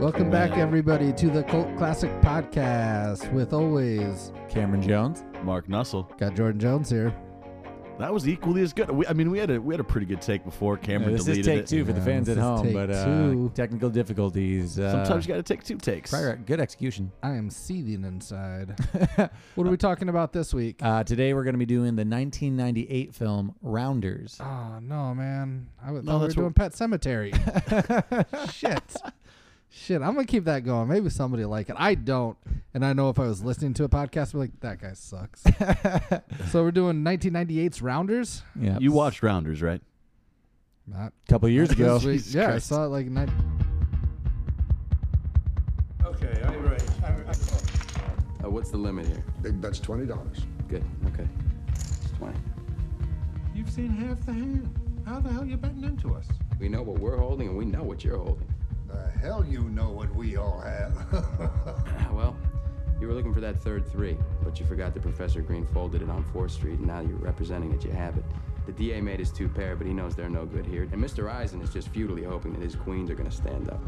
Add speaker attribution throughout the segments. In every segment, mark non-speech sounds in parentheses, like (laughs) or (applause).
Speaker 1: Welcome back, everybody, to the Cult Classic Podcast with always
Speaker 2: Cameron Jones.
Speaker 3: Mark Nussel.
Speaker 1: got Jordan Jones here.
Speaker 3: That was equally as good. We, I mean, we had a we had a pretty good take before Cameron
Speaker 2: this is
Speaker 3: deleted
Speaker 2: take
Speaker 3: it.
Speaker 2: two for the
Speaker 1: Yeah,
Speaker 2: fans
Speaker 1: this
Speaker 2: at
Speaker 1: is
Speaker 2: home,
Speaker 1: take
Speaker 2: but
Speaker 1: two.
Speaker 2: uh, technical difficulties. Uh,
Speaker 3: Sometimes you got to take two takes.
Speaker 2: prior, good execution.
Speaker 1: I am seething (laughs) inside. what are we talking about this week?
Speaker 2: Uh, today we're going to be doing the 1998 film Rounders.
Speaker 1: Oh no, man! I would,
Speaker 3: No,
Speaker 1: thought we were
Speaker 3: that's
Speaker 1: doing
Speaker 3: what-
Speaker 1: Pet (laughs) Cemetery. Shit. Shit, I'm gonna keep that going. Maybe somebody will like it. I don't, and I know if I was listening to a podcast, I'd be like, "That guy sucks." (laughs) so we're doing 1998's Rounders.
Speaker 2: Yeah,
Speaker 3: You watched Rounders, right?
Speaker 1: Not
Speaker 2: a couple (laughs) years
Speaker 1: this
Speaker 2: ago.
Speaker 1: week.
Speaker 3: Jesus
Speaker 1: Yeah,
Speaker 3: Christ.
Speaker 1: I saw it like night.
Speaker 4: Okay, I'm ready. I'm, I'm,
Speaker 5: Uh, what's the limit here?
Speaker 6: Big bet's twenty dollars.
Speaker 5: Good. Okay. It's 20.
Speaker 4: You've seen half the hand. How the hell you betting into us?
Speaker 5: We know what we're holding, and we know what you're holding.
Speaker 6: The hell you know what we all have. (laughs)
Speaker 5: Ah, well, you were looking for that third three, but you forgot that Professor Green folded it on 4th Street, and now you're representing that you have it. The DA made his two pair, but he knows they're no good here. And Mr. Eisen is just futilely hoping that his queens are going to stand up.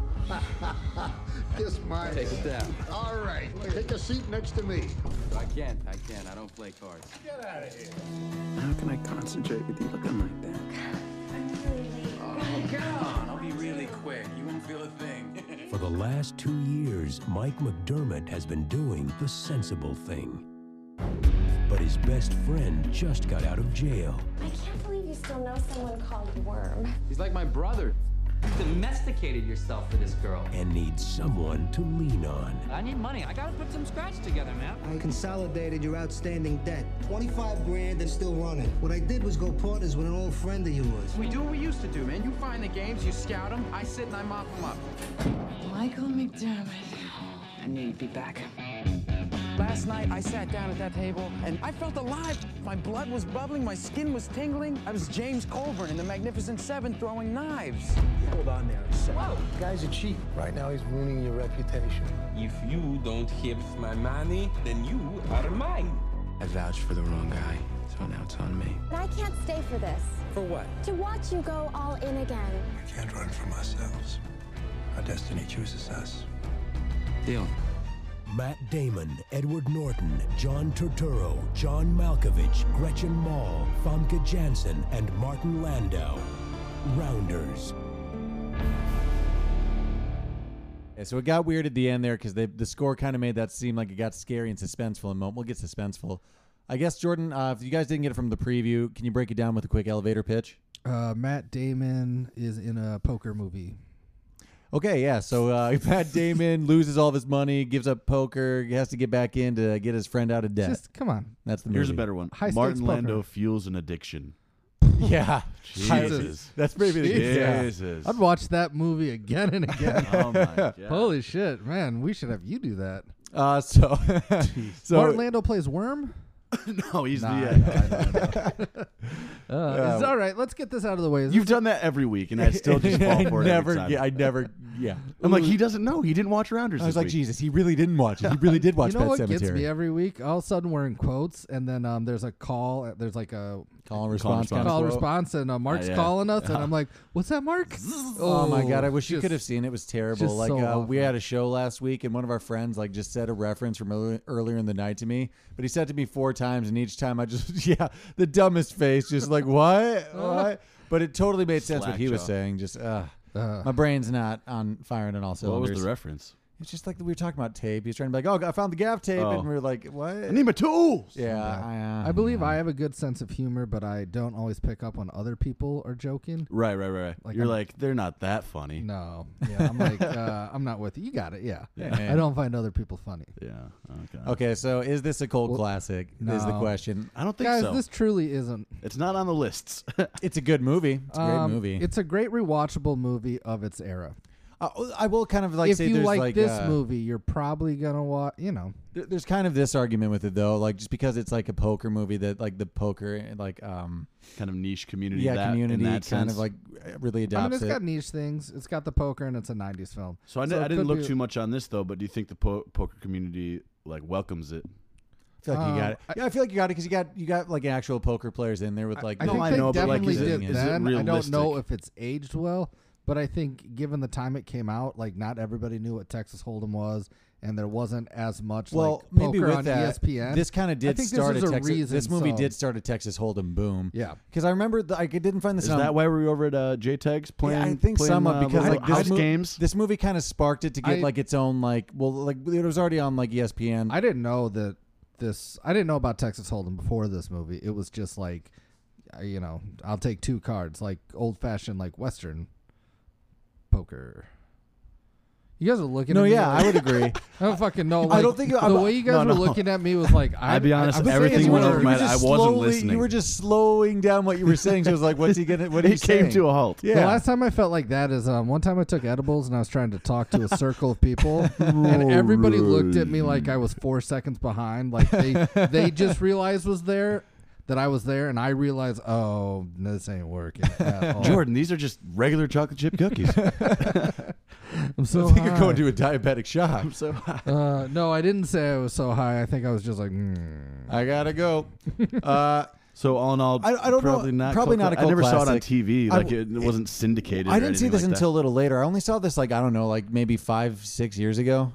Speaker 6: Kiss my.
Speaker 5: Take it down.
Speaker 6: All right, take a seat next to me.
Speaker 5: I can't. I can't. I don't play cards.
Speaker 4: Get out of here.
Speaker 5: How can I concentrate with you looking like that? Oh, come on. I'll be really quick. You won't feel a thing.
Speaker 7: For the last two years, Mike McDermott has been doing the sensible thing. But his best friend just got out of jail.
Speaker 8: I can't believe you still know someone called Worm.
Speaker 5: He's like my brother.
Speaker 9: domesticated yourself for this girl.
Speaker 7: and needs someone to lean on.
Speaker 9: I need money. I gotta put some scratch together, man.
Speaker 10: I consolidated your outstanding debt. 25 grand and still running. What I did was go partners with an old friend of yours.
Speaker 5: We do what we used to do, man. You find the games, you scout them. I sit and I mop them up.
Speaker 11: Michael McDermott. I knew you'd be back.
Speaker 5: Last night, I sat down at that table and I felt alive. My blood was bubbling, my skin was tingling. I was James Colburn in the Magnificent Seven throwing knives.
Speaker 10: Hold on there. Whoa! Guy's a cheat. Right now, he's ruining your reputation.
Speaker 7: If you don't give my money, then you are mine.
Speaker 5: I vouched for the wrong guy, so now it's on me.
Speaker 8: But I can't stay for this.
Speaker 5: For what?
Speaker 8: To watch you go all in again.
Speaker 6: We can't run from ourselves. Our destiny chooses us.
Speaker 5: Deal.
Speaker 7: Matt Damon, Edward Norton, John Turturro, John Malkovich, Gretchen Mol, Famke Janssen, and Martin Landau. Rounders.
Speaker 2: Yeah, so it got weird at the end there because the score kind of made that seem like it got scary and suspenseful. And mo- we'll get suspenseful. I guess Jordan, uh, if you guys didn't get it from the preview, can you break it down with a quick elevator pitch?
Speaker 1: Uh, Matt Damon is in a poker movie.
Speaker 2: Okay, yeah. So uh, (laughs) Matt Damon loses all of his money, gives up poker, has to get back in to get his friend out of debt.
Speaker 1: Just come on.
Speaker 2: That's the movie.
Speaker 3: Here's a better one.
Speaker 1: High stakes
Speaker 3: Martin
Speaker 1: poker.
Speaker 3: Lando fuels an
Speaker 2: (laughs)
Speaker 3: addiction.
Speaker 2: Yeah.
Speaker 3: Jesus.
Speaker 2: That's maybe the yeah.
Speaker 3: Jesus.
Speaker 1: I'd watch that movie again and
Speaker 3: (laughs)
Speaker 1: again.
Speaker 3: oh my god.
Speaker 1: Holy shit, man! We should have you do that.
Speaker 2: Uh, so, (laughs) so
Speaker 1: Martin Lando plays Worm.
Speaker 3: (laughs) no, he's
Speaker 1: Nah,
Speaker 3: the.
Speaker 1: I
Speaker 3: Uh,
Speaker 1: know, I know,
Speaker 2: (laughs)
Speaker 1: I know. Uh, it's all right. Let's get this out of the way. Is
Speaker 3: You've done that every week, and I still
Speaker 2: (laughs)
Speaker 3: just fall
Speaker 2: I
Speaker 3: for it.
Speaker 2: never,
Speaker 3: every time.
Speaker 2: yeah, I never, yeah.
Speaker 3: I'm like, he doesn't know. He didn't watch Rounders.
Speaker 2: I was
Speaker 3: this
Speaker 2: like,
Speaker 3: week.
Speaker 2: Jesus, he really didn't watch it. He
Speaker 1: (laughs)
Speaker 2: really did watch
Speaker 1: you know
Speaker 2: Pet
Speaker 1: what
Speaker 2: Cemetery.
Speaker 1: gets me every week? All of a sudden, we're in quotes, and then um, there's a call. There's like a
Speaker 2: call and response.
Speaker 3: response.
Speaker 2: kind of
Speaker 1: call
Speaker 2: quote.
Speaker 1: response, and uh, Mark's
Speaker 3: yeah.
Speaker 1: calling us, and I'm like, "What's that, Mark?"
Speaker 2: (laughs) Oh, my god, I wish you
Speaker 1: just-
Speaker 2: could have seen it. It was terrible.
Speaker 1: just
Speaker 2: Like
Speaker 1: so
Speaker 2: uh, we
Speaker 1: awful.
Speaker 2: had a show last week, and one of our friends like just said a reference from earlier, earlier in the night to me, but he said it to me four times, and each time I just (laughs) yeah, the dumbest face, just like what, what? But it totally made sense what he was
Speaker 3: Slackjaw.
Speaker 2: saying. Just uh, my brain's not on firing on all
Speaker 3: What
Speaker 2: cylinders.
Speaker 3: was the reference?
Speaker 2: It's just like we were talking about tape. He's trying to be like, oh, I found the gaff tape,
Speaker 3: Oh.
Speaker 2: and we were like, what?
Speaker 3: I need my tools.
Speaker 2: yeah, I, uh,
Speaker 1: I believe I have a good sense of humor, but I don't always pick up when other people are joking.
Speaker 3: Right, right, right. right. You're
Speaker 1: I'm-
Speaker 3: like, they're not that funny.
Speaker 1: No, yeah, I'm
Speaker 2: (laughs)
Speaker 1: like, uh, I'm not with you. You got it, yeah.
Speaker 2: Yeah.
Speaker 1: I don't find other people funny.
Speaker 3: Yeah. Okay.
Speaker 2: Okay, so is this a cult classic? Is the
Speaker 1: no.
Speaker 2: question.
Speaker 3: I don't think
Speaker 1: Guys,
Speaker 3: so.
Speaker 1: this truly isn't.
Speaker 3: It's not on the lists. (laughs)
Speaker 2: It's a good movie. It's a great
Speaker 1: Um,
Speaker 2: movie.
Speaker 1: It's a great rewatchable movie of its era.
Speaker 2: Uh, I will kind of like
Speaker 1: if
Speaker 2: say
Speaker 1: you
Speaker 2: there's
Speaker 1: like,
Speaker 2: like
Speaker 1: this
Speaker 2: uh,
Speaker 1: movie, you're probably gonna watch. You know,
Speaker 2: there- There's kind of this argument with it though, like just because it's like a poker movie that like the poker like um
Speaker 3: kind of niche community.
Speaker 2: yeah
Speaker 3: that, in
Speaker 2: community
Speaker 3: that
Speaker 2: kind
Speaker 3: sense.
Speaker 2: of like really
Speaker 1: I mean,
Speaker 2: adopts
Speaker 1: it's
Speaker 2: it.
Speaker 1: got niche things. It's got the poker, and it's a '90s film.
Speaker 3: So I,
Speaker 1: So
Speaker 3: kn-
Speaker 1: it
Speaker 3: I didn't
Speaker 1: could
Speaker 3: look
Speaker 1: be-
Speaker 3: too much on this though, but do you think the po- poker community like welcomes it?
Speaker 2: I feel like you got it.
Speaker 1: um,
Speaker 2: Yeah, I feel like you got it because you got you got like actual poker players in there with like
Speaker 1: I
Speaker 3: No,
Speaker 1: think
Speaker 3: I
Speaker 1: they
Speaker 3: know, but, like,
Speaker 1: definitely
Speaker 3: is it-
Speaker 1: did
Speaker 3: is it
Speaker 1: then. I don't know
Speaker 3: realistic?
Speaker 1: if it's aged well. But I think given the time it came out, like not everybody knew what Texas Hold'em was, and there wasn't as much
Speaker 2: Well,
Speaker 1: like
Speaker 2: maybe
Speaker 1: poker
Speaker 2: with
Speaker 1: on E
Speaker 2: that,
Speaker 1: ESPN.
Speaker 2: this kind of
Speaker 1: I
Speaker 2: did
Speaker 1: think
Speaker 2: start
Speaker 1: this
Speaker 2: a
Speaker 1: is
Speaker 2: Texas.
Speaker 1: reason.
Speaker 2: this movie
Speaker 1: so-
Speaker 2: did start a Texas Hold'em boom.
Speaker 1: Yeah.
Speaker 2: because I remember the, I didn't find this.
Speaker 3: Is
Speaker 2: on,
Speaker 3: that why we were over at uh, JTEG's playing?
Speaker 2: yeah, I think
Speaker 3: playing,
Speaker 2: somewhat
Speaker 3: uh,
Speaker 2: because
Speaker 3: little
Speaker 2: like this
Speaker 3: house
Speaker 2: mo-
Speaker 3: games.
Speaker 2: This movie kind of sparked it to get
Speaker 1: I-
Speaker 2: like its own like well like it was already on like E ESPN.
Speaker 1: I didn't know that this. I didn't know about Texas Hold'em before this movie. It was just like, uh, you know, I'll take two cards, like old fashioned, like Western poker. You guys are looking.
Speaker 2: No,
Speaker 1: at me
Speaker 2: yeah,
Speaker 1: like-
Speaker 2: I would
Speaker 1: (laughs)
Speaker 2: agree.
Speaker 1: I don't fucking know.
Speaker 2: I
Speaker 1: like,
Speaker 2: don't think
Speaker 1: the
Speaker 2: I'm-
Speaker 1: way you guys
Speaker 2: no,
Speaker 1: were
Speaker 2: no.
Speaker 1: looking at me was like. I,
Speaker 3: I'll be honest,
Speaker 1: I, I'm saying
Speaker 3: everything
Speaker 1: you
Speaker 3: went
Speaker 1: were-
Speaker 3: over my
Speaker 1: you were
Speaker 3: head. I
Speaker 1: just-
Speaker 3: wasn't
Speaker 2: slowly,
Speaker 3: listening.
Speaker 2: You were just slowing down what you were saying. So it was like, what's he
Speaker 3: (laughs)
Speaker 2: gonna? What are
Speaker 3: It
Speaker 2: you
Speaker 3: came
Speaker 2: saying?
Speaker 3: to a halt.
Speaker 2: Yeah.
Speaker 1: The last time I felt like that is um, one time I took edibles and I was trying to talk to a circle of people,
Speaker 2: (laughs)
Speaker 1: and everybody looked at me like I was four seconds behind. Like they
Speaker 2: (laughs)
Speaker 1: they just realized was there that I was there, and I realized, oh, this ain't working.
Speaker 2: (laughs)
Speaker 1: At all.
Speaker 3: (laughs) Jordan, these are just regular chocolate chip (laughs) cookies.
Speaker 1: I'm so
Speaker 2: (laughs) I think (laughs) you're
Speaker 1: high.
Speaker 2: going to a diabetic shock.
Speaker 3: I'm so high.
Speaker 1: Uh, no, I didn't say I was so high. I think I was just like, mm.
Speaker 2: I gotta go. Uh,
Speaker 3: So all in all,
Speaker 2: I- I don't know-
Speaker 3: probably not.
Speaker 2: probably
Speaker 3: cult
Speaker 2: not a
Speaker 3: cla- I never
Speaker 2: cult
Speaker 3: saw it on
Speaker 2: classic.
Speaker 3: TV.
Speaker 2: I
Speaker 3: Like
Speaker 2: w-
Speaker 3: it, it wasn't syndicated.
Speaker 2: I
Speaker 3: or
Speaker 2: didn't see
Speaker 3: anything
Speaker 2: this
Speaker 3: like that.
Speaker 2: until a little later. I only saw this like I don't know, like maybe five, six years ago,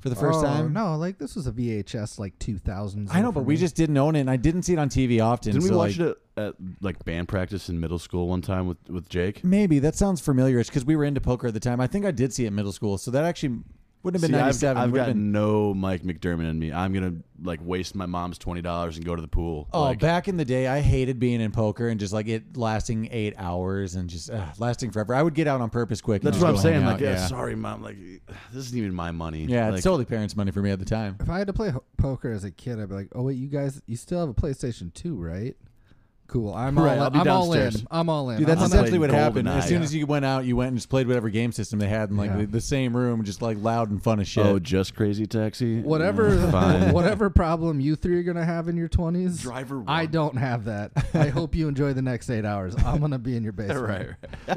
Speaker 2: for the first
Speaker 1: oh,
Speaker 2: time.
Speaker 1: No, like this was a VHS, like 2000s.
Speaker 2: I know, but we just didn't own it, and I didn't see it on TV often.
Speaker 3: Didn't we
Speaker 2: so,
Speaker 3: watch
Speaker 2: like,
Speaker 3: it at, at like band practice in middle school one time with with Jake?
Speaker 2: Maybe that sounds familiar. It's because we were into poker at the time. I think I did see it in middle school, so that actually wouldn't have
Speaker 3: See,
Speaker 2: been ninety
Speaker 3: I've,
Speaker 2: seven.
Speaker 3: I've got no Mike McDermott in me. I'm gonna like waste my mom's twenty dollars and go to the pool.
Speaker 2: Oh,
Speaker 3: Like,
Speaker 2: back in the day, I hated being in poker and just like it lasting eight hours and just uh, lasting forever. I would get out on purpose quick. and
Speaker 3: that's
Speaker 2: just
Speaker 3: what I'm
Speaker 2: go
Speaker 3: saying.
Speaker 2: hang
Speaker 3: Like,
Speaker 2: out,
Speaker 3: yeah,
Speaker 2: yeah,
Speaker 3: sorry, mom. Like, this isn't even my money.
Speaker 2: yeah,
Speaker 3: like,
Speaker 2: it's totally parents' money for me at the time.
Speaker 1: If I had to play ho- poker as a kid, I'd be like, "Oh wait, you guys, you still have a PlayStation 2, right? Cool. I'm
Speaker 3: Right,
Speaker 1: all.
Speaker 3: I'll be
Speaker 1: I'm all in.
Speaker 3: downstairs.
Speaker 1: I'm all in.
Speaker 2: Dude,
Speaker 1: I'm
Speaker 2: that's
Speaker 1: on
Speaker 3: I'm
Speaker 1: that-
Speaker 2: essentially what
Speaker 3: playing
Speaker 2: happened.
Speaker 3: GoldenEye,
Speaker 2: As soon
Speaker 3: yeah.
Speaker 2: as you went out, you went and just played whatever game system they had in like
Speaker 1: Yeah.
Speaker 2: the, the same room, just like loud and fun as shit.
Speaker 3: Oh, just crazy taxi.
Speaker 1: whatever (laughs)
Speaker 3: Mm, Fine.
Speaker 1: whatever problem you three are gonna have in your twenties.
Speaker 3: Driver one.
Speaker 1: I don't have that.
Speaker 2: (laughs)
Speaker 1: I hope you enjoy the next eight hours. I'm gonna be in your basement.
Speaker 3: Right,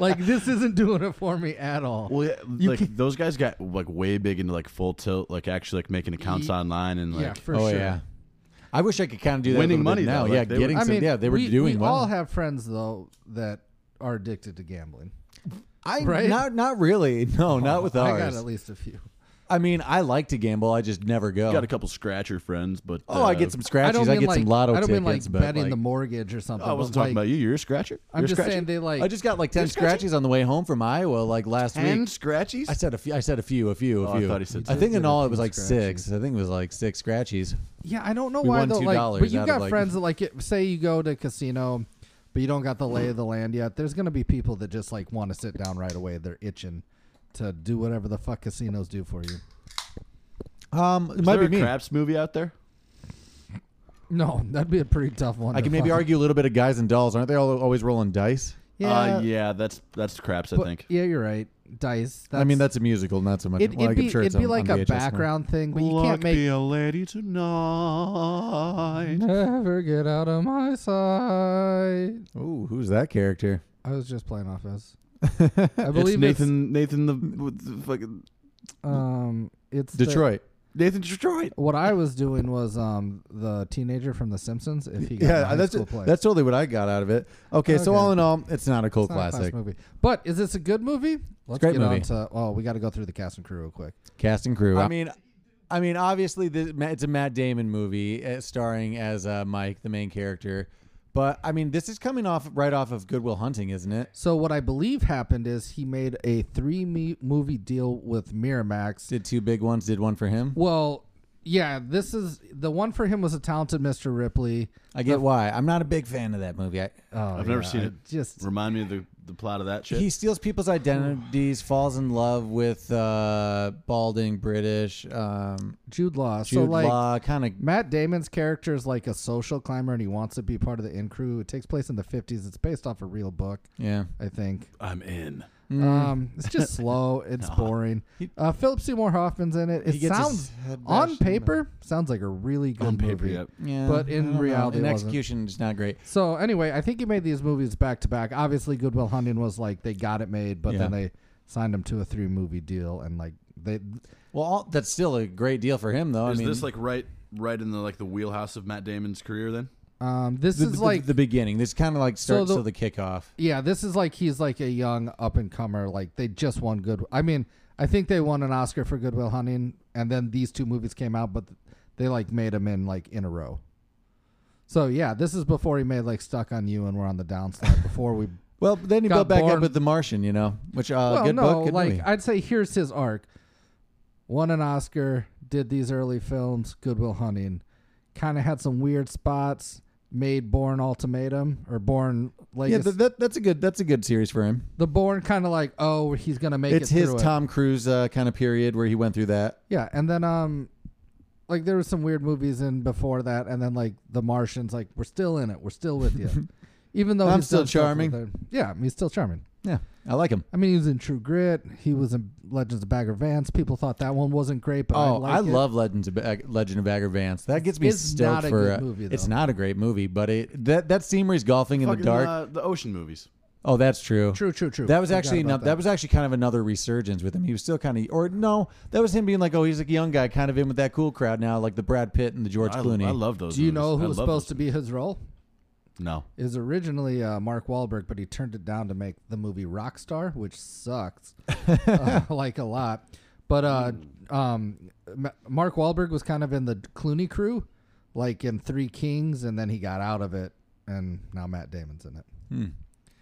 Speaker 1: (laughs) like this isn't doing it for me at all.
Speaker 3: Well, yeah,
Speaker 1: You
Speaker 3: like
Speaker 1: can-
Speaker 3: those guys got like way big into like full tilt, like actually like making accounts
Speaker 1: Ye-
Speaker 3: online and like.
Speaker 1: yeah, for
Speaker 2: oh
Speaker 1: sure.
Speaker 2: yeah. I wish I could kind of do that. a
Speaker 3: Winning
Speaker 2: little
Speaker 3: money,
Speaker 2: bit now.
Speaker 3: though, like,
Speaker 2: yeah,
Speaker 3: they
Speaker 2: getting
Speaker 3: were-
Speaker 1: I
Speaker 2: some.
Speaker 1: mean,
Speaker 2: yeah, they were
Speaker 1: we,
Speaker 2: doing
Speaker 1: we
Speaker 2: well.
Speaker 1: all have friends though that are addicted to gambling.
Speaker 2: I
Speaker 1: right? Oh,
Speaker 2: not not really. (laughs) No, not with
Speaker 1: I
Speaker 2: ours.
Speaker 1: got at least a few.
Speaker 2: I mean, I like to gamble. I just never go.
Speaker 3: Got a couple scratcher friends, but uh,
Speaker 2: oh, I get
Speaker 1: I
Speaker 2: some
Speaker 1: don't
Speaker 2: scratches. I,
Speaker 1: mean
Speaker 2: get
Speaker 1: like
Speaker 2: some lotto
Speaker 1: I don't mean
Speaker 2: tickets.
Speaker 1: like
Speaker 2: but
Speaker 1: betting
Speaker 2: like,
Speaker 1: the mortgage or something.
Speaker 3: I
Speaker 1: but,
Speaker 3: wasn't talking
Speaker 1: like,
Speaker 3: about you. You're a scratcher.
Speaker 1: I'm
Speaker 3: You're
Speaker 1: just
Speaker 3: scratching?
Speaker 1: saying they like.
Speaker 2: I just got like ten
Speaker 3: scratching?
Speaker 2: scratches on the way home from Iowa like last
Speaker 3: ten
Speaker 2: week.
Speaker 3: scratchies.
Speaker 2: I said a few. I said a few. A few. A
Speaker 3: Oh, I
Speaker 2: few.
Speaker 3: thought he said
Speaker 2: I think
Speaker 1: ten.
Speaker 2: in all it was
Speaker 1: Ten
Speaker 2: like six. I think it was like six scratchies.
Speaker 1: Yeah, I don't know
Speaker 2: We
Speaker 1: why
Speaker 2: won
Speaker 1: though.
Speaker 2: $2
Speaker 1: Like, but
Speaker 2: out of,
Speaker 1: you've got
Speaker 2: like-
Speaker 1: friends that like, it, say you go to a casino, but you don't got the lay of the land yet. There's gonna be people that just like want to sit down right away. They're itching to do whatever the fuck casinos do for you.
Speaker 2: Um, it
Speaker 3: Is
Speaker 2: might
Speaker 3: there
Speaker 2: be
Speaker 3: a
Speaker 2: me.
Speaker 3: craps movie out there? Uh,
Speaker 1: No, that'd be a pretty tough one.
Speaker 2: I
Speaker 1: to
Speaker 2: can maybe
Speaker 1: find.
Speaker 2: argue a little bit of guys and dolls. Aren't they all always rolling dice?
Speaker 1: Yeah,
Speaker 3: uh, yeah, that's that's craps. I
Speaker 1: but-
Speaker 3: think.
Speaker 1: Yeah, you're right. Dice. That's,
Speaker 2: I mean, that's a musical, not so much.
Speaker 1: It, it'd
Speaker 2: well, like, I'm
Speaker 1: be
Speaker 2: sure it's
Speaker 1: it'd be
Speaker 2: on-
Speaker 1: like
Speaker 2: on
Speaker 1: a
Speaker 2: VHS now.
Speaker 1: background thing, but you can't make
Speaker 3: a lady tonight.
Speaker 1: never get out of my sight.
Speaker 2: Ooh, who's that character?
Speaker 1: I was just playing off
Speaker 2: (laughs)
Speaker 1: as. I believe
Speaker 3: it's Nathan. Nathan the, with the fucking
Speaker 1: um, it's the-
Speaker 2: Detroit.
Speaker 3: Nathan Detroit.
Speaker 1: What I was doing was um the teenager from The Simpsons. If he got
Speaker 2: yeah,
Speaker 1: yeah, high
Speaker 2: that's
Speaker 1: school
Speaker 2: it,
Speaker 1: play,
Speaker 2: that's totally what I got out of it. Okay, so
Speaker 1: Okay.
Speaker 2: all in all, it's not a cult
Speaker 1: It's not a class
Speaker 2: classic.
Speaker 1: movie. But is this a good movie? Let's
Speaker 2: great
Speaker 1: get
Speaker 2: movie.
Speaker 1: on to. Oh, we got to go through the cast and crew real quick.
Speaker 2: Cast and crew. I mean, I mean, obviously, the, Ma- it's a Matt Damon movie uh, starring as uh, Mike, the main character. But I mean, this is coming off right off of Goodwill Hunting, isn't it?
Speaker 1: So what I believe happened is he made a three me- movie deal with Miramax.
Speaker 2: Did two big ones. Did one for him.
Speaker 1: well, yeah, this is the one for him was a talented Mr. Ripley.
Speaker 2: I get why. I'm not a big fan of that movie. I,
Speaker 1: Oh,
Speaker 3: I've never
Speaker 1: yeah,
Speaker 3: seen
Speaker 1: I
Speaker 3: it.
Speaker 1: Just
Speaker 3: Remind me of the, the plot of that shit.
Speaker 2: he steals people's identities, falls in love with uh, balding British um,
Speaker 1: Jude Law.
Speaker 2: Jude
Speaker 1: so like.
Speaker 2: Law, kind of
Speaker 1: Matt Damon's character is like a social climber, and he wants to be part of the in crew. It takes place in the fifties. It's based off a real book,
Speaker 2: yeah.
Speaker 1: I think.
Speaker 3: I'm in.
Speaker 2: Mm.
Speaker 1: Um, it's
Speaker 2: (laughs)
Speaker 1: just slow. It's boring. Uh, Philip Seymour Hoffman's in it.
Speaker 2: He
Speaker 1: It
Speaker 2: gets his
Speaker 1: sounds
Speaker 2: head bashed
Speaker 1: on
Speaker 2: in the-
Speaker 1: paper sounds like a really good
Speaker 3: On paper,
Speaker 1: movie,
Speaker 3: yep.
Speaker 2: Yeah,
Speaker 1: but
Speaker 2: I don't
Speaker 1: in
Speaker 2: know.
Speaker 1: reality,
Speaker 2: in
Speaker 1: it wasn't.
Speaker 2: execution, it's not great.
Speaker 1: So anyway, I think he made these movies back to back. Obviously, Goodwill Hunting was like they got it made, but then
Speaker 2: Yeah.
Speaker 1: they signed him to a three movie deal, and like they
Speaker 2: Well, all, that's still a great deal for him, though. I
Speaker 3: Is
Speaker 2: mean,
Speaker 3: this like right right in the like the wheelhouse of Matt Damon's career then?
Speaker 1: Um, this
Speaker 2: The-
Speaker 1: is
Speaker 2: the-
Speaker 1: like
Speaker 2: the beginning. This kind of like starts
Speaker 1: the-
Speaker 2: to the kickoff.
Speaker 1: Yeah, this is like he's like a young up and comer. Like they just won Good. I mean, I think they won an Oscar for Goodwill Hunting, and then these two movies came out, but they like made him in like in a row. So yeah, this is before he made like Stuck on You and We're on the Downslide. Before
Speaker 2: (laughs)
Speaker 1: we
Speaker 2: well, then he
Speaker 1: got
Speaker 2: built back
Speaker 1: born.
Speaker 2: up with The Martian, you know, which uh,
Speaker 1: well,
Speaker 2: good
Speaker 1: no,
Speaker 2: book, good
Speaker 1: like
Speaker 2: movie.
Speaker 1: I'd say here's his arc: won an Oscar, did these early films, Goodwill Hunting, kind of had some weird spots. Made Born Ultimatum or Born
Speaker 2: yeah,
Speaker 1: Legacy.
Speaker 2: that, that, that's a good that's a good series for him.
Speaker 1: the Born kind of like oh he's gonna make
Speaker 2: it's
Speaker 1: it
Speaker 2: his
Speaker 1: through it.
Speaker 2: Tom Cruise uh, kind of period where he went through that.
Speaker 1: Yeah, and then um, like there were some weird movies in before that, and then like The Martians, like we're still in it, we're still with
Speaker 2: (laughs)
Speaker 1: you, even though
Speaker 2: I'm
Speaker 1: he's
Speaker 2: still
Speaker 1: done stuff
Speaker 2: charming.
Speaker 1: with it. Yeah, he's still charming.
Speaker 2: Yeah, I like him.
Speaker 1: I mean, he was in True Grit. He was in Legends of Bagger Vance. People thought that one wasn't great, but I,
Speaker 2: Oh,
Speaker 1: like
Speaker 2: I
Speaker 1: it.
Speaker 2: love Legends of Ag- Legend of Agger Vance. That gets me
Speaker 1: It's
Speaker 2: stoked
Speaker 1: not a
Speaker 2: for
Speaker 1: good
Speaker 2: uh,
Speaker 1: movie,
Speaker 2: It's
Speaker 1: though.
Speaker 2: not a great movie, but it that that scene where he's golfing in the
Speaker 3: Fucking,
Speaker 2: dark.
Speaker 3: uh, the ocean movies.
Speaker 2: Oh, that's true.
Speaker 1: True, true, true.
Speaker 2: That was
Speaker 1: Forgot
Speaker 2: actually
Speaker 1: about
Speaker 2: not, that. was actually kind of another resurgence with him. He was still kind of, or no, that was him being like, oh, he's a young guy, kind of in with that cool crowd now, like the Brad Pitt and the George
Speaker 3: I-
Speaker 2: Clooney.
Speaker 3: I love those
Speaker 1: Do you
Speaker 3: movies.
Speaker 1: know
Speaker 3: I
Speaker 1: who was
Speaker 3: love
Speaker 1: supposed to be his role?
Speaker 3: No.
Speaker 1: It was originally uh, Mark Wahlberg, but he turned it down to make the movie Rockstar, which sucks
Speaker 2: (laughs)
Speaker 1: uh, like a lot. But uh,
Speaker 2: Hmm.
Speaker 1: um, Ma- Mark Wahlberg was kind of in the Clooney crew, like in Three Kings, and then he got out of it, and now Matt Damon's in it.
Speaker 2: Hmm.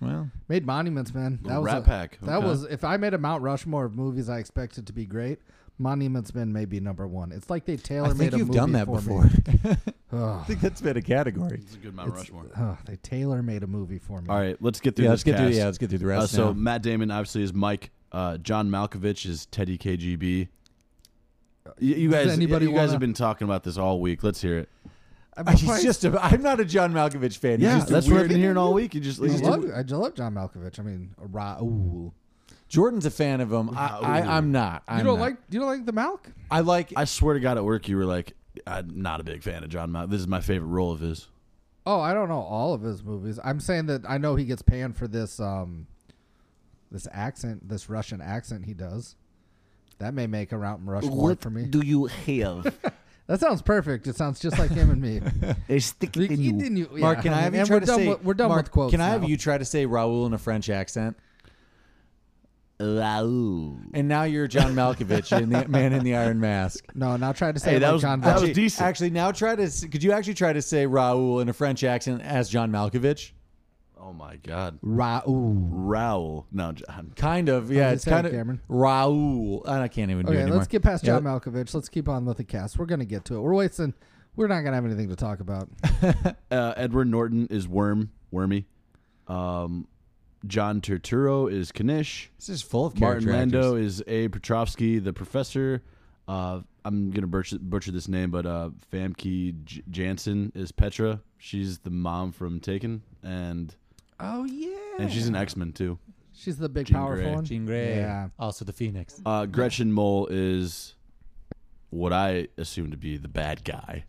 Speaker 2: Well,
Speaker 1: Made Monuments, man. That
Speaker 3: Little
Speaker 1: was
Speaker 3: Rat
Speaker 1: a-
Speaker 3: Pack,
Speaker 1: That
Speaker 3: okay.
Speaker 1: was if I made a Mount Rushmore of movies I expected to be great. Monuments Men may be number one. It's like they tailor
Speaker 2: I
Speaker 1: made
Speaker 2: think
Speaker 1: a
Speaker 2: you've
Speaker 1: movie
Speaker 2: done that
Speaker 1: for (laughs)
Speaker 2: before.
Speaker 1: me.
Speaker 2: I think that's been a category.
Speaker 3: It's a good Mount Rushmore.
Speaker 1: Ugh, they tailor made a movie for me.
Speaker 3: All right, let's get through
Speaker 2: Yeah,
Speaker 3: this
Speaker 2: let's get through-
Speaker 3: cast.
Speaker 2: yeah, let's get through the
Speaker 3: Uh,
Speaker 2: rest
Speaker 3: so
Speaker 2: now.
Speaker 3: Matt Damon obviously is Mike. Uh, John Malkovich is Teddy KGB. You, you
Speaker 1: Does
Speaker 3: guys,
Speaker 1: anybody
Speaker 3: you guys
Speaker 1: wanna-
Speaker 3: have been talking about this all week. Let's hear it.
Speaker 2: (laughs) He's just a, I'm not a John Malkovich fan. He's
Speaker 3: Yeah,
Speaker 2: just a
Speaker 3: that's what I've
Speaker 2: weird-
Speaker 3: been hearing all week. You just,
Speaker 1: I
Speaker 3: he's just-
Speaker 1: love, I love John Malkovich. I mean, Raul.
Speaker 2: Jordan's a fan of him. I, I, I'm not. I'm
Speaker 1: You don't
Speaker 2: not.
Speaker 1: like you don't like the Malk?
Speaker 2: I like.
Speaker 3: I swear to God, at work you were like, "I'm not a big fan of John Malkovich. This is my favorite role of his."
Speaker 1: Oh, I don't know all of his movies. I'm saying that I know he gets panned for this um this accent, this Russian accent he does. That may make a round Rushmore for me.
Speaker 12: you (laughs) have?
Speaker 1: that sounds perfect. It sounds just like him and
Speaker 2: (laughs)
Speaker 1: me.
Speaker 12: A stick
Speaker 1: He didn't- e-, yeah,
Speaker 2: Mark, can I
Speaker 1: and
Speaker 2: have you
Speaker 1: and
Speaker 2: try
Speaker 1: we're
Speaker 2: to
Speaker 1: done
Speaker 2: say?
Speaker 1: with, we're done
Speaker 2: Mark,
Speaker 1: with quotes.
Speaker 2: Can I have
Speaker 1: now.
Speaker 2: you try to say Raul in a French accent?
Speaker 12: Raoul.
Speaker 2: And now you're John Malkovich in the Man in the Iron Mask.
Speaker 1: No, now try to say
Speaker 3: Hey,
Speaker 1: it
Speaker 3: that
Speaker 1: like
Speaker 3: was-
Speaker 1: John
Speaker 3: that was
Speaker 1: Malkovich.
Speaker 2: Actually-
Speaker 3: decent.
Speaker 2: Actually, now try to. s- Could you actually try to say Raul in a French accent as John Malkovich?
Speaker 3: Oh my God,
Speaker 1: Raul.
Speaker 3: Raoul. No, John.
Speaker 2: Kind of. Yeah,
Speaker 1: you
Speaker 2: it's
Speaker 1: say it,
Speaker 2: kind of
Speaker 1: Cameron?
Speaker 2: Raul. I can't even do it
Speaker 1: Okay,
Speaker 2: anymore.
Speaker 1: let's get past
Speaker 2: Yeah,
Speaker 1: John Malkovich. Let's keep on with the cast. We're gonna get to it. We're wasting. We're not gonna have anything to talk about.
Speaker 3: Uh, Edward Norton is Worm, Wormy. Um, John Turturro is Kanish.
Speaker 2: This is full of
Speaker 3: Martin
Speaker 2: character
Speaker 3: Lando
Speaker 2: actors.
Speaker 3: is Abe Petrovsky, the professor. Uh, I'm gonna butcher, butcher this name, but uh, Famke J- Jansen is Petra. She's the mom from Taken, and
Speaker 1: Oh yeah.
Speaker 3: and she's an X Men too.
Speaker 1: She's the big
Speaker 3: Jean
Speaker 1: powerful
Speaker 3: Grey.
Speaker 1: one.
Speaker 2: Jean Grey.
Speaker 1: Yeah.
Speaker 2: Also the Phoenix.
Speaker 3: Uh, Gretchen Mol is what I assume to be the bad guy,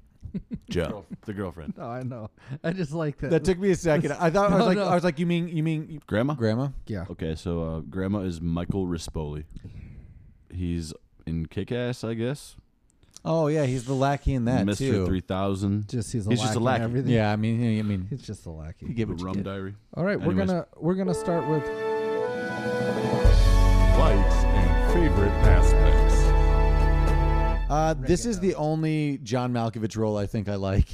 Speaker 3: Joe, the girlfriend.
Speaker 1: Oh, I know. I just like that.
Speaker 2: That took me a second. I
Speaker 1: (laughs)
Speaker 2: thought I was
Speaker 1: No,
Speaker 2: like,
Speaker 1: no.
Speaker 2: I was like, you mean, you mean,
Speaker 3: Grandma.
Speaker 2: Grandma?
Speaker 1: yeah.
Speaker 3: Okay, so uh, Grandma is Michael Rispoli. He's in Kick Ass, I guess.
Speaker 2: Oh yeah, he's the lackey in that
Speaker 3: Mister
Speaker 2: too.
Speaker 3: Three Thousand.
Speaker 1: Just he's a
Speaker 3: He's
Speaker 1: lackey.
Speaker 3: just a
Speaker 1: in
Speaker 3: lackey.
Speaker 1: Everything.
Speaker 2: Yeah, I mean, I mean,
Speaker 1: He's just a lackey.
Speaker 2: you get
Speaker 3: The
Speaker 2: what you
Speaker 3: Rum
Speaker 2: get.
Speaker 3: Diary.
Speaker 1: All right, we're
Speaker 3: Anyways.
Speaker 1: gonna we're gonna start with
Speaker 4: Likes and favorite aspects.
Speaker 2: Uh, this is the only John Malkovich role I think I like.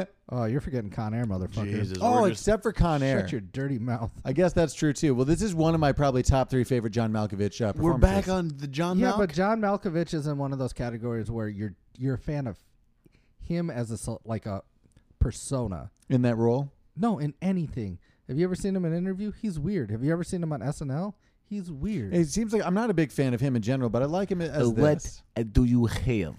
Speaker 2: (laughs)
Speaker 1: oh you're forgetting Con Air motherfucker.
Speaker 3: Jesus.
Speaker 2: oh,
Speaker 3: we're just-
Speaker 2: except for Con Air.
Speaker 1: Shut your dirty mouth. (laughs)
Speaker 2: I guess that's true too. Well, this is one of my probably top three favorite John Malkovich uh, performances.
Speaker 3: we're back on the John.
Speaker 1: yeah,
Speaker 3: Malkovich.
Speaker 1: but John Malkovich is in one of those categories where you're you're a fan of him as a sol- like a persona.
Speaker 2: in that role.
Speaker 1: No, in anything. Have you ever seen him in an interview? He's weird. Have you ever seen him on SNL? He's weird.
Speaker 2: It seems like I'm not a big fan of him in general, but I like him as this.
Speaker 12: Uh, do you
Speaker 9: (laughs)
Speaker 12: have?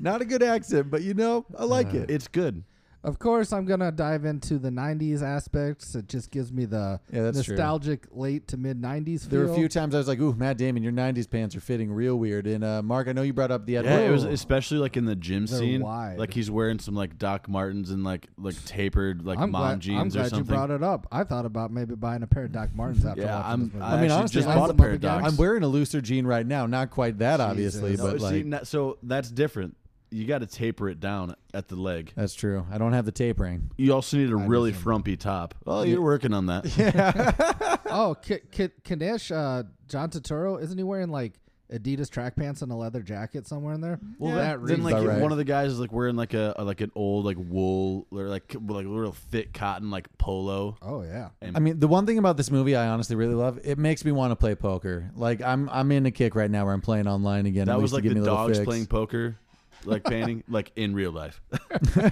Speaker 2: Not a good accent, but you know, I like it.
Speaker 3: it's good.
Speaker 1: Of course, I'm gonna dive into the '90s aspects. It just gives me the
Speaker 2: Yeah, that's true.
Speaker 1: nostalgic late to mid '90s feel.
Speaker 2: There were a few times I was like, "Ooh, Matt Damon, your '90s pants are fitting real weird." And uh, Mark, I know you brought up the
Speaker 3: Yeah,
Speaker 2: Edward.
Speaker 3: it was especially like in the gym
Speaker 1: They're
Speaker 3: scene.
Speaker 1: wide.
Speaker 3: Like he's wearing some like Doc Martens and like like tapered like
Speaker 1: I'm
Speaker 3: mom
Speaker 1: glad,
Speaker 3: jeans
Speaker 1: I'm glad
Speaker 3: or something.
Speaker 1: you brought it up. I thought about maybe buying a pair of Doc Martens after
Speaker 3: (laughs) yeah,
Speaker 1: watching
Speaker 3: I'm.
Speaker 1: this movie.
Speaker 3: I,
Speaker 2: I mean,
Speaker 3: mean,
Speaker 2: honestly,
Speaker 3: honestly, just
Speaker 2: I'm
Speaker 3: bought a
Speaker 1: the
Speaker 3: pair of
Speaker 1: Muppet Guy.
Speaker 3: Docs.
Speaker 2: I'm wearing a looser jean right now, not quite that obviously,
Speaker 1: Jesus.
Speaker 2: but
Speaker 3: No,
Speaker 2: like
Speaker 3: see, na- so that's different. you got to taper it down at the leg.
Speaker 1: Uh,
Speaker 2: That's true. I don't have the tapering.
Speaker 3: You also need a really frumpy top. Oh, you're working
Speaker 1: (laughs)
Speaker 3: on that. Yeah.
Speaker 1: oh, K- K- Kanesh, uh, John Turturro, isn't he wearing like Adidas track pants and a leather jacket somewhere in there?
Speaker 3: Well,
Speaker 1: For
Speaker 3: that then
Speaker 1: reason.
Speaker 3: like one of the guys is like wearing like a, a- like an old like wool or like like real thick cotton like polo.
Speaker 1: Oh yeah.
Speaker 2: I mean, the one thing about this movie I honestly really love, it makes me want to play poker. Like I'm I'm in a kick right now where I'm playing online again. at
Speaker 3: that was
Speaker 2: least to
Speaker 3: like the
Speaker 2: give me a little
Speaker 3: dogs
Speaker 2: fix.
Speaker 3: playing poker, (laughs) like painting, like in real life.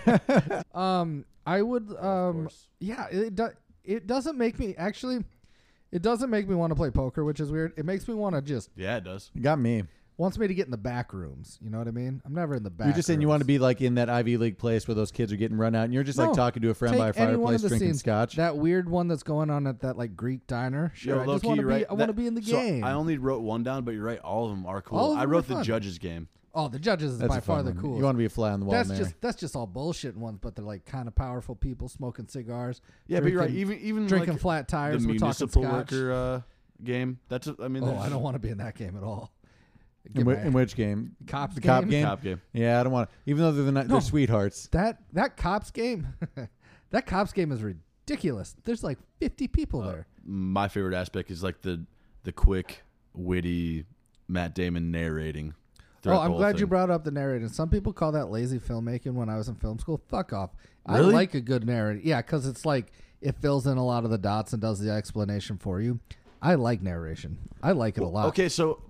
Speaker 3: (laughs)
Speaker 1: Um, I would. Um, yeah, it do, it doesn't make me actually. It doesn't make me want to play poker, which is weird. It makes me want to just
Speaker 3: yeah, it does.
Speaker 2: Got me.
Speaker 1: wants me to get in the back rooms. You know what I mean? I'm never in the back.
Speaker 2: You're just saying you
Speaker 1: rooms.
Speaker 2: want to be like in that Ivy League place where those kids are getting run out, and you're just
Speaker 1: No,
Speaker 2: like talking to a friend
Speaker 1: take
Speaker 2: by a
Speaker 1: any one of
Speaker 2: fireplace
Speaker 1: the
Speaker 2: drinking
Speaker 1: scenes.
Speaker 2: scotch.
Speaker 1: That weird one that's going on at that like Greek diner. Sure, I
Speaker 3: low
Speaker 1: just
Speaker 3: key,
Speaker 1: want to
Speaker 3: you're
Speaker 1: be.
Speaker 3: right.
Speaker 1: I want to
Speaker 3: That-
Speaker 1: be in the
Speaker 3: so
Speaker 1: game.
Speaker 3: I only wrote one down, but you're right. All of them are cool.
Speaker 1: All of
Speaker 3: I
Speaker 1: them
Speaker 3: wrote
Speaker 1: are
Speaker 3: the
Speaker 1: fun.
Speaker 3: judges game.
Speaker 1: oh, the judges is
Speaker 2: That's
Speaker 1: by
Speaker 2: a
Speaker 1: far
Speaker 2: fun
Speaker 1: the
Speaker 2: one.
Speaker 1: coolest.
Speaker 2: You wanna be a fly on the wall
Speaker 1: That's
Speaker 2: in there.
Speaker 1: just that's just all bullshit ones, but they're like kind of powerful people smoking cigars.
Speaker 3: Yeah, but you're right.
Speaker 1: drinking-
Speaker 3: Even even
Speaker 1: drinking
Speaker 3: like,
Speaker 1: flat tires.
Speaker 3: the
Speaker 1: we're talking
Speaker 3: municipal
Speaker 1: scotch.
Speaker 3: worker uh, game. That's a- I mean,
Speaker 1: Oh,
Speaker 3: there's-
Speaker 1: I don't want to be in that game at all.
Speaker 2: in,
Speaker 1: Get
Speaker 2: whi-
Speaker 1: my-
Speaker 2: in which game?
Speaker 1: Cops
Speaker 2: The cop
Speaker 1: game?
Speaker 2: game.
Speaker 3: Cop game.
Speaker 2: Yeah, I don't want. to. Even though they're the not,
Speaker 1: No.
Speaker 2: they're sweethearts.
Speaker 1: That that cops game, (laughs) that cops game is ridiculous. There's like 50 people
Speaker 2: Uh,
Speaker 1: there.
Speaker 3: my favorite aspect is like the the quick, witty Matt Damon narrating.
Speaker 1: Oh,
Speaker 3: throughout the
Speaker 1: I'm
Speaker 3: whole
Speaker 1: glad you
Speaker 3: thing.
Speaker 1: brought up the narrating. Some people call that lazy filmmaking. When I was in film school, fuck off. I
Speaker 3: Really?
Speaker 1: like a good narrator. Yeah, because it's like it fills in a lot of the dots and does the explanation for you. I like narration. I like it a lot.
Speaker 3: Okay, so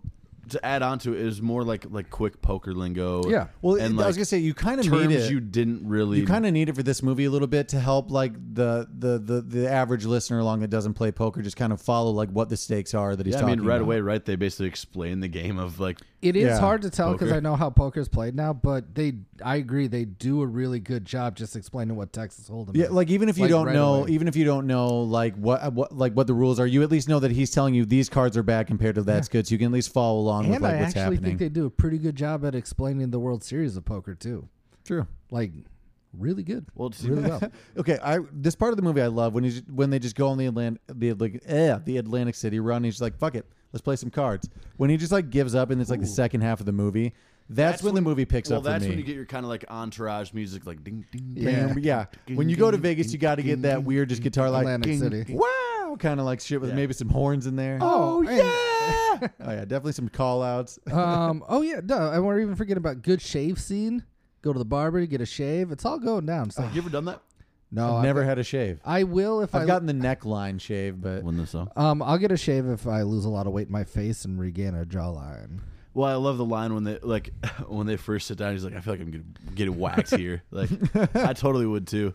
Speaker 3: to add on to it, it was more like like quick poker lingo.
Speaker 1: Yeah.
Speaker 2: Well, I was gonna say, you kinda need
Speaker 3: terms
Speaker 2: it.
Speaker 3: you didn't really.
Speaker 2: You kind of need it for this movie a little bit to help like the the the, the average listener along that doesn't play poker just kind of follow like what the stakes are that he's
Speaker 3: Yeah, I
Speaker 2: talking.
Speaker 3: mean, right
Speaker 2: about.
Speaker 3: away, right? They basically explain the game of like.
Speaker 1: It is hard to tell because
Speaker 3: poker.
Speaker 1: I know how poker is played now, but they, I agree, they do a really good job just explaining what Texas Hold'em.
Speaker 2: Yeah,
Speaker 1: is.
Speaker 2: like even if you don't
Speaker 1: right
Speaker 2: know,
Speaker 1: away.
Speaker 2: even if you don't know like what what like what the rules are, you at least know that he's telling you these cards are bad compared to that's good, so you can at least follow along with
Speaker 1: and
Speaker 2: like
Speaker 1: I
Speaker 2: what's
Speaker 1: actually
Speaker 2: happening.
Speaker 1: think they do a pretty good job at explaining the World Series of poker too.
Speaker 2: True.
Speaker 1: Like, really good.
Speaker 3: Well, (laughs)
Speaker 1: really well.
Speaker 2: okay, I this part of the movie I love when he's when they just go on the Atlantic the like eh, the Atlantic City run. He's just like fuck it, let's play some cards. When he just like gives up and it's like the second half of the movie, that's, when, the movie picks
Speaker 3: well,
Speaker 2: up for
Speaker 3: that's
Speaker 2: me.
Speaker 3: when you get your kind of like entourage music, like ding ding.
Speaker 2: yeah.
Speaker 3: ding,
Speaker 2: yeah.
Speaker 3: ding,
Speaker 2: When you
Speaker 3: ding,
Speaker 2: go to
Speaker 3: ding,
Speaker 2: Vegas, you got to get that weird just guitar like
Speaker 1: Atlantic
Speaker 2: ding,
Speaker 1: City.
Speaker 2: ding, Wow, kind of like shit with maybe some horns in there.
Speaker 1: Oh,
Speaker 2: yeah. oh yeah, definitely some
Speaker 1: (laughs)
Speaker 2: call outs.
Speaker 1: um. Oh yeah. No, and we're even forgetting about good shave scene. Go to the barber, get a shave. It's all going down. It's like,
Speaker 3: You ever done that?
Speaker 1: no,
Speaker 2: I've
Speaker 1: I've
Speaker 2: never
Speaker 1: got-
Speaker 2: had a shave.
Speaker 1: Oh, I will if
Speaker 2: I've
Speaker 1: I
Speaker 2: gotten the neckline shave, but
Speaker 3: When the song.
Speaker 1: um. I'll get a shave if I lose a lot of weight in my face and regain a jawline.
Speaker 3: Well, I love the line when they like (laughs) when they first sit down. He's like, "I feel like I'm gonna get whacked here."
Speaker 2: (laughs)
Speaker 3: Like, I totally would too.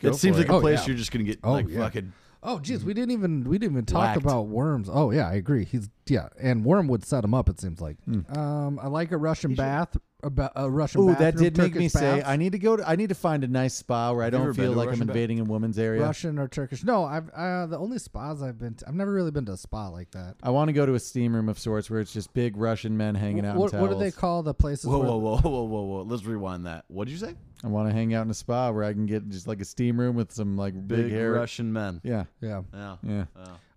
Speaker 2: go
Speaker 3: It seems
Speaker 2: for
Speaker 3: like
Speaker 1: it.
Speaker 3: a
Speaker 1: Oh,
Speaker 3: place
Speaker 1: yeah.
Speaker 3: you're just gonna get
Speaker 1: Oh,
Speaker 3: like
Speaker 1: yeah.
Speaker 3: fucking.
Speaker 1: Oh
Speaker 2: Mm.
Speaker 1: geez, we didn't even we didn't even talk
Speaker 3: Whacked.
Speaker 1: about worms. Oh yeah, I agree. He's yeah, and worm would set him up. It seems like. Um, I like a Russian bath. About a Russian.
Speaker 2: Hmm. Ooh,
Speaker 1: bathroom,
Speaker 2: that did make me
Speaker 1: Turkish
Speaker 2: say
Speaker 1: baths.
Speaker 2: I need to go. To, I need to find a nice spa where I
Speaker 3: you
Speaker 2: don't
Speaker 3: ever been
Speaker 2: feel
Speaker 3: to a
Speaker 2: like I'm
Speaker 3: Russian bath?
Speaker 2: invading a woman's area.
Speaker 1: Russian or Turkish. No, I've uh, the only spas I've been. to, I've never really been to a spa like that.
Speaker 2: I want to go to a steam room of sorts where it's just big Russian men hanging out.
Speaker 1: What,
Speaker 2: in
Speaker 1: what do they
Speaker 2: towels.
Speaker 1: call the places?
Speaker 3: Whoa,
Speaker 1: where-
Speaker 3: whoa, whoa, whoa, whoa, whoa! Let's rewind that. What did you say?
Speaker 2: I want to hang out in a spa where I can get just like a steam room with some like big,
Speaker 3: Big
Speaker 2: hair.
Speaker 3: Russian men.
Speaker 2: Yeah,
Speaker 1: Yeah,
Speaker 3: Yeah.
Speaker 2: yeah.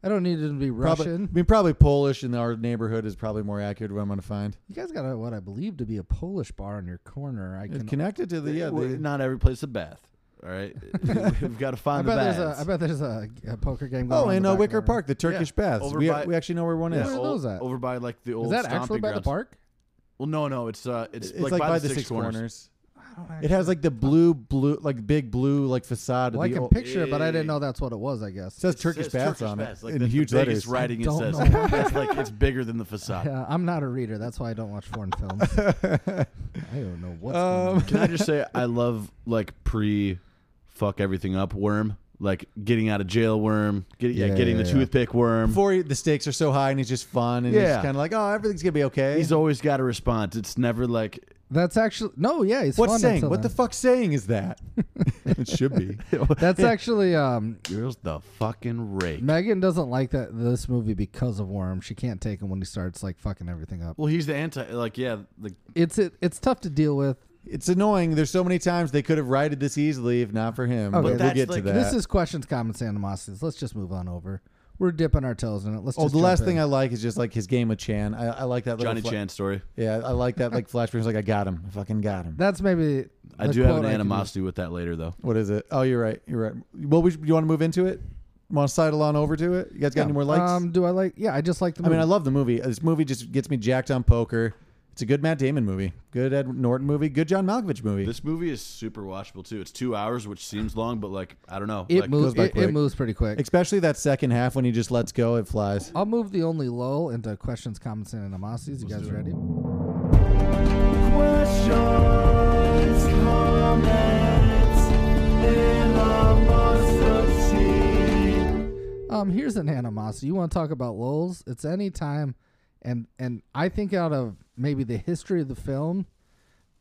Speaker 1: I don't need it to be
Speaker 2: Probably,
Speaker 1: Russian.
Speaker 2: I mean, probably Polish in our neighborhood is probably more accurate. What I'm going to find.
Speaker 1: You guys got a, what I believe to be a Polish bar in your corner. I
Speaker 2: It's
Speaker 1: can.
Speaker 2: connected to the yeah.
Speaker 3: Well,
Speaker 2: The,
Speaker 3: not every place a bath. All
Speaker 1: (laughs)
Speaker 3: right, we've got to
Speaker 1: I
Speaker 3: find the
Speaker 1: bet there's a.
Speaker 3: baths.
Speaker 1: I bet there's a, a poker game. Going
Speaker 2: oh,
Speaker 1: on in
Speaker 2: in
Speaker 1: the
Speaker 2: uh,
Speaker 1: back
Speaker 2: Wicker
Speaker 1: corner.
Speaker 2: Park, the Turkish
Speaker 3: Yeah,
Speaker 2: baths.
Speaker 3: over
Speaker 2: We,
Speaker 3: by-
Speaker 2: we actually know where one
Speaker 3: Yeah,
Speaker 2: is.
Speaker 1: Where are
Speaker 3: o-
Speaker 1: those at?
Speaker 3: Over by like the old.
Speaker 1: Is that actually
Speaker 3: stomping
Speaker 1: by the
Speaker 3: grounds.
Speaker 1: park?
Speaker 3: Well, no, no, it's uh, it's,
Speaker 2: It's, like, by, the, six, corners.
Speaker 1: don't
Speaker 2: It has like the blue, blue, like big blue, like facade.
Speaker 1: Well,
Speaker 2: of
Speaker 1: I
Speaker 2: the
Speaker 1: can
Speaker 2: old-
Speaker 1: picture it, but I didn't know that's what it was. I
Speaker 2: It
Speaker 1: guess.
Speaker 2: says
Speaker 3: It
Speaker 2: Turkish
Speaker 3: says
Speaker 2: baths on
Speaker 3: baths.
Speaker 2: it
Speaker 3: Like,
Speaker 2: in
Speaker 3: that's the
Speaker 2: huge
Speaker 3: biggest
Speaker 2: letters.
Speaker 3: Writing it
Speaker 1: don't
Speaker 3: says
Speaker 1: know why.
Speaker 3: it's like it's bigger than
Speaker 1: (laughs)
Speaker 3: the
Speaker 1: (laughs)
Speaker 3: facade.
Speaker 1: Yeah, I'm not a reader. That's why I don't watch foreign
Speaker 2: (laughs)
Speaker 1: films. I don't know what's going on.
Speaker 2: Um,
Speaker 3: Can I just say I love like pre, fuck everything up worm, like getting out of jail worm, get, yeah,
Speaker 1: Yeah,
Speaker 3: getting
Speaker 1: yeah,
Speaker 3: the
Speaker 1: yeah.
Speaker 3: toothpick worm.
Speaker 2: before he- the stakes are so high and he's just fun and he's
Speaker 3: Yeah.
Speaker 2: kind of like, oh, everything's gonna be okay.
Speaker 3: He's always got a response. It's never like
Speaker 1: That's actually no. Yeah, it's
Speaker 2: What's
Speaker 1: fun
Speaker 2: saying?
Speaker 1: until
Speaker 2: What the
Speaker 1: then.
Speaker 2: fuck saying is that? it should be.
Speaker 1: That's actually um,
Speaker 3: here's the fucking rake.
Speaker 1: Megan doesn't like that this movie because of Worm. She can't take him when he starts like fucking everything up.
Speaker 3: Well, he's the anti. Like yeah, like
Speaker 1: It's it, it's tough to deal with.
Speaker 2: It's annoying. There's so many times they could have righted this easily if not for him.
Speaker 1: Okay.
Speaker 2: But we'll
Speaker 3: That's
Speaker 2: get to
Speaker 3: like-
Speaker 2: that.
Speaker 1: This is questions, comments, and animosities. Let's just move on over. we're dipping our toes in it. Let's.
Speaker 2: Oh,
Speaker 1: just
Speaker 2: the last
Speaker 1: jump in.
Speaker 2: thing I like is just like his game with Chan. I, I like that little
Speaker 3: Johnny Chan story.
Speaker 2: Yeah, I like
Speaker 3: (laughs)
Speaker 2: that like flashback. He's like, I got him. I fucking got him.
Speaker 1: That's maybe.
Speaker 3: I
Speaker 1: the
Speaker 3: do have
Speaker 1: quote
Speaker 3: an
Speaker 1: I could
Speaker 3: animosity with that later though.
Speaker 2: What is it? Oh, you're right. You're right. Well, we should, you want to move into it? Want to sidle on over to it? You guys got
Speaker 1: Yeah.
Speaker 2: any more likes?
Speaker 1: Um, do I like? Yeah, I just like the.
Speaker 2: I
Speaker 1: Movie.
Speaker 2: mean, I love the movie. This movie just gets me jacked on poker. It's a good Matt Damon movie. Good Ed Norton movie. Good John Malkovich movie.
Speaker 3: This movie is super watchable too. It's two hours, which seems long, but like I don't know.
Speaker 1: It
Speaker 3: like,
Speaker 1: moves.
Speaker 2: by
Speaker 1: It, it
Speaker 2: quick.
Speaker 1: moves pretty quick.
Speaker 2: Especially that second half when he just lets go, it flies.
Speaker 1: I'll move the only lull into questions, comments, and animosities. You guys ready? Um, here's an animosity. You want to talk about lulls? It's any time, and and I think out of maybe the history of the film,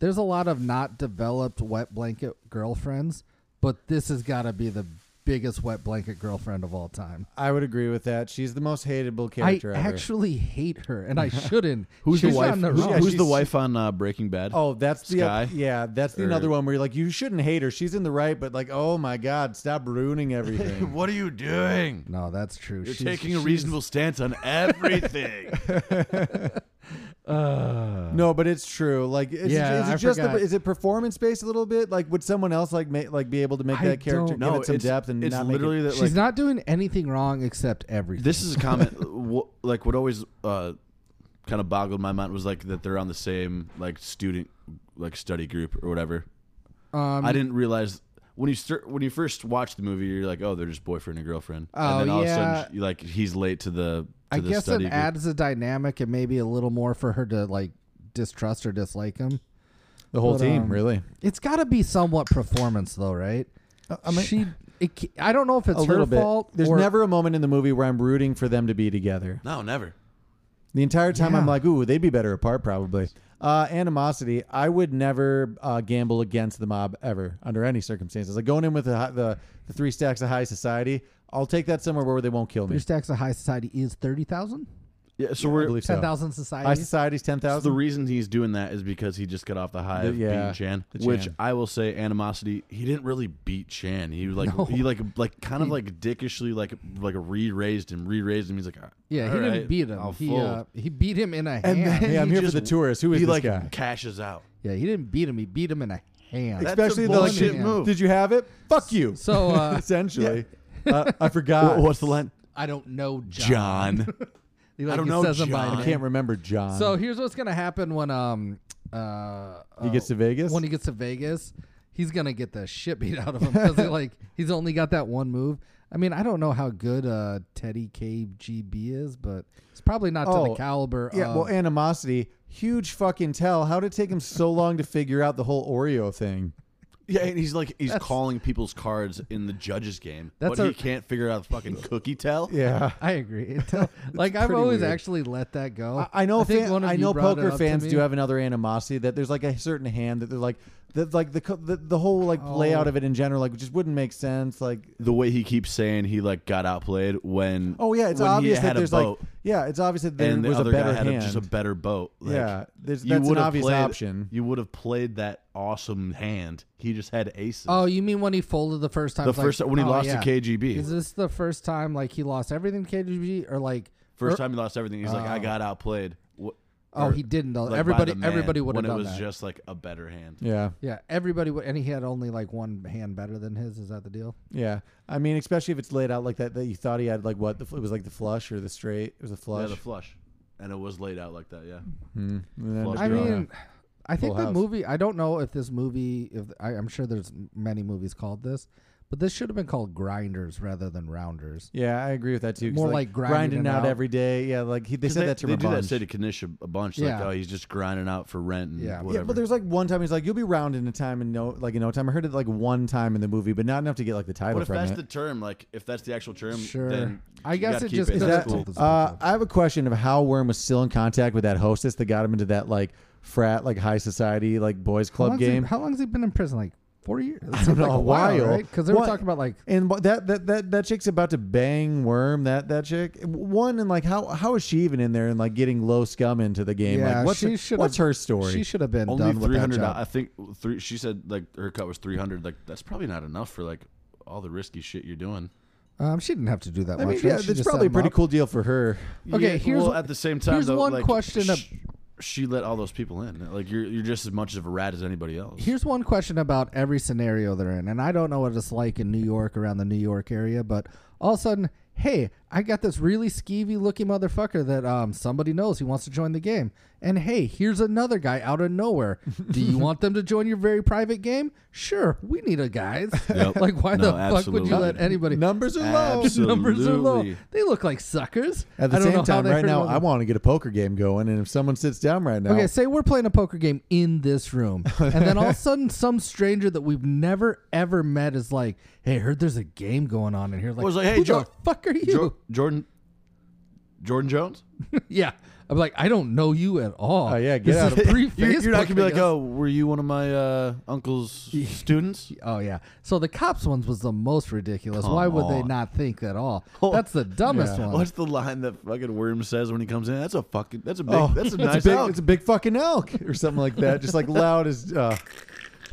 Speaker 1: there's a lot of not developed wet blanket girlfriends, but this has got to be the biggest wet blanket girlfriend of all time.
Speaker 2: I would agree with that. She's the most hateable character
Speaker 1: I
Speaker 2: ever.
Speaker 1: actually hate her,
Speaker 3: (laughs)
Speaker 1: and I shouldn't.
Speaker 3: Who's the
Speaker 1: She's
Speaker 3: wife?
Speaker 1: on the
Speaker 3: who's
Speaker 1: wrong-
Speaker 2: Yeah,
Speaker 3: who's the
Speaker 2: she's-
Speaker 3: wife on uh, Breaking Bad?
Speaker 2: Oh, that's the
Speaker 3: Sky.
Speaker 2: oth- yeah, that's the
Speaker 3: Or-
Speaker 2: another one where you're like, you shouldn't hate her. She's in the right, but like, oh my god, stop ruining everything.
Speaker 3: What are you doing?
Speaker 1: No, that's true.
Speaker 3: You're
Speaker 1: She's-
Speaker 3: taking a
Speaker 1: she's-
Speaker 3: reasonable stance on
Speaker 1: (laughs)
Speaker 3: everything.
Speaker 2: no, but it's true. Like, is
Speaker 1: Yeah,
Speaker 2: it, is
Speaker 1: I
Speaker 2: it just the,
Speaker 1: forgot.
Speaker 2: is it performance based a little bit? Like, would someone else like ma- like be able to make
Speaker 1: I
Speaker 2: that character
Speaker 1: don't-
Speaker 2: give it some depth and
Speaker 3: it's
Speaker 2: not
Speaker 3: literally
Speaker 2: make it?
Speaker 3: that.
Speaker 1: She's
Speaker 3: like,
Speaker 1: not doing anything wrong except everything.
Speaker 3: This is a comment. (laughs) wh- like what always uh, kind of boggled my mind was like that they're on the same like student like study group or whatever.
Speaker 1: um,
Speaker 3: I didn't realize when you start when you first watch the movie, you're like, oh, they're just boyfriend and girlfriend.
Speaker 1: Oh,
Speaker 3: and then all of a
Speaker 1: yeah.
Speaker 3: sudden, you- like he's late to the. To
Speaker 1: I
Speaker 3: the
Speaker 1: guess it
Speaker 3: study group.
Speaker 1: adds a dynamic and maybe a little more for her to like distrust or dislike him.
Speaker 2: the whole
Speaker 1: but,
Speaker 2: team,
Speaker 1: um,
Speaker 2: really.
Speaker 1: It's got to be somewhat performance though, right?
Speaker 3: Uh,
Speaker 2: I mean-
Speaker 1: she, it, ca- I don't know if it's
Speaker 2: a
Speaker 1: her
Speaker 2: little bit.
Speaker 1: fault.
Speaker 2: There's
Speaker 1: or-
Speaker 2: never a moment in the movie where I'm rooting for them to be together.
Speaker 3: No, never.
Speaker 2: The entire time I'm
Speaker 1: Yeah.
Speaker 2: like, ooh, they'd be better apart probably. Uh, animosity. I would never uh, gamble against the mob ever under any circumstances. Like going in with the, hi- the the three stacks of high society. I'll take that somewhere where they won't kill
Speaker 1: Your
Speaker 2: me.
Speaker 1: stacks of high society is thirty thousand.
Speaker 3: Yeah, so
Speaker 2: I
Speaker 3: we're
Speaker 2: believe
Speaker 1: Ten
Speaker 2: so.
Speaker 1: thousand
Speaker 2: High
Speaker 1: society.
Speaker 2: society's ten
Speaker 3: So the
Speaker 2: thousand.
Speaker 3: reason he's doing that is because he just got off the high
Speaker 2: The-
Speaker 3: of
Speaker 2: yeah,
Speaker 3: beating Chan,
Speaker 2: the
Speaker 3: which
Speaker 2: Chan.
Speaker 3: I will say animosity. He didn't really beat Chan. He was like
Speaker 1: No.
Speaker 3: he like like kind of like dickishly like like re-raised him, re-raised him. He's like,
Speaker 1: yeah, he
Speaker 3: "All
Speaker 1: didn't
Speaker 3: right,
Speaker 1: beat him.
Speaker 3: I'll
Speaker 1: he
Speaker 3: fold."
Speaker 1: uh, he beat him in a
Speaker 2: And
Speaker 1: hand.
Speaker 2: then- Hey, I'm
Speaker 3: He
Speaker 2: here for
Speaker 3: just-
Speaker 2: the tourists. Who is
Speaker 3: he
Speaker 2: this
Speaker 3: like
Speaker 2: guy?
Speaker 3: cashes out.
Speaker 1: yeah, he didn't beat him. He beat him in a hand.
Speaker 3: That's a
Speaker 2: Especially the like,
Speaker 3: bullshit
Speaker 2: did-
Speaker 3: move.
Speaker 2: Did you have it? Fuck you.
Speaker 1: So uh,
Speaker 2: (laughs) Essentially, uh, I forgot.
Speaker 3: Wha- what's the line?
Speaker 1: I don't know, John.
Speaker 3: John.
Speaker 1: (laughs) He, like,
Speaker 3: I don't
Speaker 1: he
Speaker 3: know,
Speaker 1: says him by
Speaker 3: John.
Speaker 2: I
Speaker 1: name.
Speaker 2: can't remember John.
Speaker 1: So here's what's gonna happen when um uh
Speaker 2: He gets
Speaker 1: uh,
Speaker 2: to Vegas?
Speaker 1: When he gets to Vegas, he's gonna get the shit beat out of him because like (laughs) he's only got that one move. I mean, I don't know how good uh Teddy KGB is, but it's probably not to
Speaker 2: Oh,
Speaker 1: the caliber.
Speaker 2: yeah.
Speaker 1: of,
Speaker 2: Well, animosity. Huge fucking tell. How did it take him so long to figure out the whole Oreo thing?
Speaker 3: Yeah, and he's like he's calling people's cards in the judges game,
Speaker 1: That's
Speaker 3: but
Speaker 1: a-
Speaker 3: he can't figure out
Speaker 2: (laughs)
Speaker 3: fucking cookie tell.
Speaker 2: Yeah.
Speaker 1: I agree.
Speaker 2: (laughs)
Speaker 1: It tell- (laughs) like I've
Speaker 2: pretty
Speaker 1: always
Speaker 2: weird.
Speaker 1: actually let that go.
Speaker 2: I, I know.
Speaker 1: think
Speaker 2: fan-
Speaker 1: one of
Speaker 2: I
Speaker 1: you
Speaker 2: know.
Speaker 1: brought it
Speaker 2: Poker
Speaker 1: up to
Speaker 2: fans
Speaker 1: me.
Speaker 2: do have another animosity that there's like a certain hand that they're like, the, like the, co- the the whole like layout
Speaker 1: Oh.
Speaker 2: of it in general like just wouldn't make sense. Like,
Speaker 3: The way he keeps saying he like got outplayed when
Speaker 2: oh yeah, it's
Speaker 3: when
Speaker 2: obvious
Speaker 3: he
Speaker 2: that
Speaker 3: had
Speaker 2: there's
Speaker 3: a boat.
Speaker 2: like, yeah, it's obvious that there
Speaker 3: and the
Speaker 2: was
Speaker 3: other
Speaker 2: a better
Speaker 3: guy had
Speaker 2: hand.
Speaker 3: A, just a better boat. Like,
Speaker 2: Yeah, there's-
Speaker 3: you
Speaker 2: that's an
Speaker 3: would have
Speaker 2: obvious
Speaker 3: played-
Speaker 2: option.
Speaker 3: You would have played that awesome hand. He just had aces.
Speaker 1: Oh, you mean when he folded the first time?
Speaker 3: The
Speaker 1: It's like,
Speaker 3: first- when he
Speaker 1: oh,
Speaker 3: lost to
Speaker 1: yeah.
Speaker 3: KGB.
Speaker 1: Is this the first time like he lost everything to KGB or like
Speaker 3: First
Speaker 1: or-
Speaker 3: time he lost everything. He's like, I got outplayed. Wh-
Speaker 1: Oh,
Speaker 3: or,
Speaker 1: he didn't though.
Speaker 3: like, by
Speaker 1: everybody,
Speaker 3: the man,
Speaker 1: everybody would have
Speaker 3: when
Speaker 1: done
Speaker 3: it was
Speaker 1: that.
Speaker 3: just like a better hand.
Speaker 2: yeah,
Speaker 1: Yeah, everybody would, and he had only like one hand better than his. Is that the deal?
Speaker 2: yeah. I mean, especially if it's laid out like that, that you thought he had like what the, fl- it was like the flush or the straight. It was a
Speaker 3: Yeah,
Speaker 2: flush.
Speaker 3: the flush, and it was laid out like that. Yeah,
Speaker 2: Mm. And then
Speaker 3: Flush
Speaker 2: just
Speaker 1: I
Speaker 3: draw.
Speaker 2: drawn.
Speaker 1: mean, I think
Speaker 2: Full
Speaker 1: the
Speaker 2: house.
Speaker 1: movie. I don't know if this movie. If I, I'm sure there's many movies called this, but this should have been called Grinders rather than Rounders.
Speaker 2: yeah, I agree with that too. 'cause,
Speaker 1: More like grinding it
Speaker 2: out,
Speaker 1: out.
Speaker 2: every day. Yeah, like he, they
Speaker 3: 'Cause
Speaker 2: said that to
Speaker 3: they
Speaker 2: him
Speaker 3: do
Speaker 2: a
Speaker 3: that
Speaker 2: bunch.
Speaker 3: city Kanish a, a bunch. Like,
Speaker 1: Yeah.
Speaker 3: oh, he's just grinding out for rent and
Speaker 1: Yeah. Yeah, but
Speaker 3: whatever.
Speaker 2: Yeah, but there's like one time he's like, "You'll be round in a time in no like in no time." I heard it like one time in the movie, but not enough to get like the title
Speaker 3: What if
Speaker 2: from
Speaker 3: that's
Speaker 2: it.
Speaker 3: the term? Like, if that's the actual term,
Speaker 1: Sure.
Speaker 3: then
Speaker 1: I
Speaker 3: you
Speaker 1: guess
Speaker 3: gotta
Speaker 1: it
Speaker 3: keep
Speaker 1: just
Speaker 3: it.
Speaker 1: is
Speaker 3: That's
Speaker 1: that-
Speaker 3: cool.
Speaker 2: Uh, I have a question of how Worm was still in contact with that hostess that got him into that like frat, like high society, like boys
Speaker 1: How
Speaker 2: club
Speaker 1: long's he-
Speaker 2: game.
Speaker 1: how long's he been in prison? Like four years. It
Speaker 2: (laughs) I don't
Speaker 1: seems like
Speaker 2: know,
Speaker 1: a while,
Speaker 2: while.
Speaker 1: right? Because they
Speaker 2: What-
Speaker 1: were talking about like
Speaker 2: and wh- that that that that chick's about to bang Worm. That that chick, one and like how how is she even in there and like getting low scum into the game?
Speaker 1: yeah,
Speaker 2: like, what's
Speaker 1: she
Speaker 2: her-
Speaker 1: should.
Speaker 2: what's her story?
Speaker 1: She should have been
Speaker 3: only
Speaker 1: done with
Speaker 3: three
Speaker 1: that
Speaker 3: hundred. I
Speaker 1: job.
Speaker 3: think three. She said like her cut was three hundred. Like that's probably not enough for like all the risky shit you're doing.
Speaker 1: Um, she didn't have to do that much.
Speaker 2: I mean,
Speaker 1: right?
Speaker 2: yeah,
Speaker 1: She
Speaker 2: that's
Speaker 1: just
Speaker 2: probably
Speaker 1: set
Speaker 2: a
Speaker 1: him
Speaker 2: pretty
Speaker 1: up.
Speaker 2: cool deal for her.
Speaker 1: Okay,
Speaker 3: Yeah,
Speaker 1: here's
Speaker 3: well, at the same time.
Speaker 1: here's
Speaker 3: though,
Speaker 1: one
Speaker 3: like,
Speaker 1: question
Speaker 3: sh-
Speaker 1: ab-
Speaker 3: she let all those people in. Like you're you're just as much of a rat as anybody else.
Speaker 1: Here's one question about every scenario they're in, and I don't know what it's like in New York around the New York area, but all of a sudden, hey, I got this really skeevy looking motherfucker that um somebody knows he wants to join the game, and hey, here's another guy out of
Speaker 3: (laughs)
Speaker 1: nowhere. Do you want them to join your very private game? Sure, we need a guys. (laughs)
Speaker 3: Yep.
Speaker 1: Like why the
Speaker 3: No,
Speaker 1: fuck would you
Speaker 3: absolutely.
Speaker 1: let anybody?
Speaker 2: Numbers are low.
Speaker 1: (laughs) Numbers are low.
Speaker 2: Absolutely.
Speaker 1: They look like suckers.
Speaker 2: At the
Speaker 1: I don't
Speaker 2: same
Speaker 1: know how
Speaker 2: time,
Speaker 1: they
Speaker 2: right
Speaker 1: heard
Speaker 2: now,
Speaker 1: about
Speaker 2: I
Speaker 1: them.
Speaker 2: want to get a poker game going, and if someone sits down right now,
Speaker 1: Okay, say we're playing a poker game in this room, and then
Speaker 3: (laughs)
Speaker 1: all of a sudden, some stranger that we've never ever met is like, "Hey, I heard there's a game going on in here." Like,
Speaker 3: I was like, hey,
Speaker 1: who
Speaker 3: Jordan,
Speaker 1: the fuck are you?
Speaker 3: Jordan, Jordan Jones.
Speaker 1: (laughs) yeah, I'm like, I don't know you at all.
Speaker 3: Oh,
Speaker 1: yeah, get out of-
Speaker 3: You're, you're not
Speaker 1: Pre-Facebook
Speaker 3: gonna be like,
Speaker 1: thing.
Speaker 3: oh, were you one of my uh, uncle's students?
Speaker 1: Oh yeah. So the cops ones was the most ridiculous.
Speaker 3: Come
Speaker 1: Why would they
Speaker 3: on. Oh,
Speaker 1: not think at all? (laughs) That's the dumbest one.
Speaker 3: What's the line that fucking Worm says when he comes in? That's a fucking. That's a big.
Speaker 2: oh,
Speaker 1: (laughs)
Speaker 3: that's a nice
Speaker 2: big,
Speaker 3: elk.
Speaker 2: It's a big fucking elk or something like that. Just like loud as. Uh,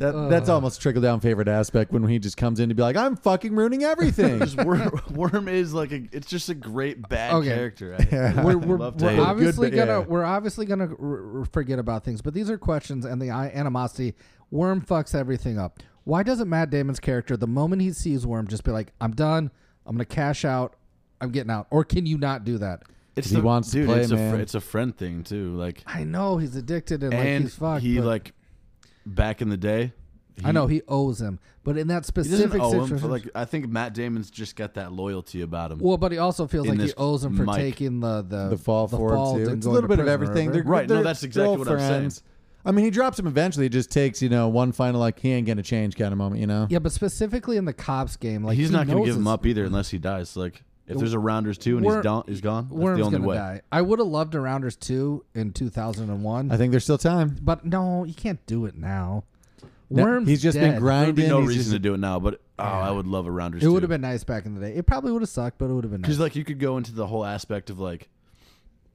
Speaker 2: that, that's
Speaker 3: Ugh.
Speaker 2: almost trickle down favorite aspect when he just comes in to be like, I'm fucking
Speaker 1: (laughs)
Speaker 2: ruining everything.
Speaker 3: Just Worm, (laughs) Worm is like a. It's just a great bad
Speaker 1: Okay. (laughs)
Speaker 3: character. (laughs) I,
Speaker 1: we're we're,
Speaker 3: love
Speaker 1: we're
Speaker 3: Taylor.
Speaker 1: obviously
Speaker 3: Good-
Speaker 1: gonna
Speaker 3: yeah.
Speaker 1: we're obviously gonna r- r- forget about things, but these are questions, and the i- animosity worm fucks everything up. Why doesn't Matt Damon's character, the moment he sees Worm, just be like, "I'm done. I'm gonna cash out. I'm getting out." Or can you not do that?
Speaker 3: It's
Speaker 2: He
Speaker 3: the,
Speaker 2: wants to
Speaker 3: dude,
Speaker 2: play,
Speaker 3: it's A
Speaker 2: man.
Speaker 3: fr- it's a friend thing too. Like
Speaker 1: I know he's addicted and, like
Speaker 3: and
Speaker 1: he's fucked.
Speaker 3: he
Speaker 1: but
Speaker 3: like back in the day.
Speaker 1: I know he owes him, but in that
Speaker 3: He doesn't
Speaker 1: specific
Speaker 3: owe him,
Speaker 1: situation,
Speaker 3: but like I think Matt Damon's just got that loyalty about him.
Speaker 1: well, but he also feels
Speaker 3: In
Speaker 1: like he
Speaker 3: this
Speaker 1: owes him for
Speaker 3: mic.
Speaker 1: taking the the,
Speaker 2: the fall for
Speaker 1: fault
Speaker 2: it too.
Speaker 1: and
Speaker 2: It's a
Speaker 1: going
Speaker 2: little
Speaker 1: to
Speaker 2: bit of
Speaker 1: prison or
Speaker 2: everything. They're,
Speaker 1: whatever.
Speaker 3: Right, no,
Speaker 2: they're
Speaker 3: that's exactly what I'm saying.
Speaker 2: girlfriends. I mean, he drops him eventually. It just takes you know one final like he ain't gonna change kind of moment. You know.
Speaker 1: Yeah, but specifically in the cops game, like
Speaker 3: he's
Speaker 1: he
Speaker 3: not going
Speaker 1: knows
Speaker 3: to give him
Speaker 1: it's-
Speaker 3: up either unless he dies. Like if there's a rounders two and
Speaker 1: Worm-
Speaker 3: he's done, he's gone. That's
Speaker 1: Worm's
Speaker 3: the only
Speaker 1: gonna
Speaker 3: way.
Speaker 1: die. I would have loved a Rounders two in two thousand and one.
Speaker 2: I think there's still time.
Speaker 1: but no, you can't do it now.
Speaker 2: No,
Speaker 1: Worm's
Speaker 2: he's just been
Speaker 1: dead.
Speaker 2: grind-
Speaker 3: There'd be
Speaker 2: Grindin,
Speaker 3: no
Speaker 2: he's
Speaker 3: reason
Speaker 2: just-
Speaker 3: to do it now, but oh, I would love a rounders.
Speaker 1: It would have been nice back in the day. It probably would have sucked, but it would have been nice.
Speaker 3: because like you could go into the whole aspect of like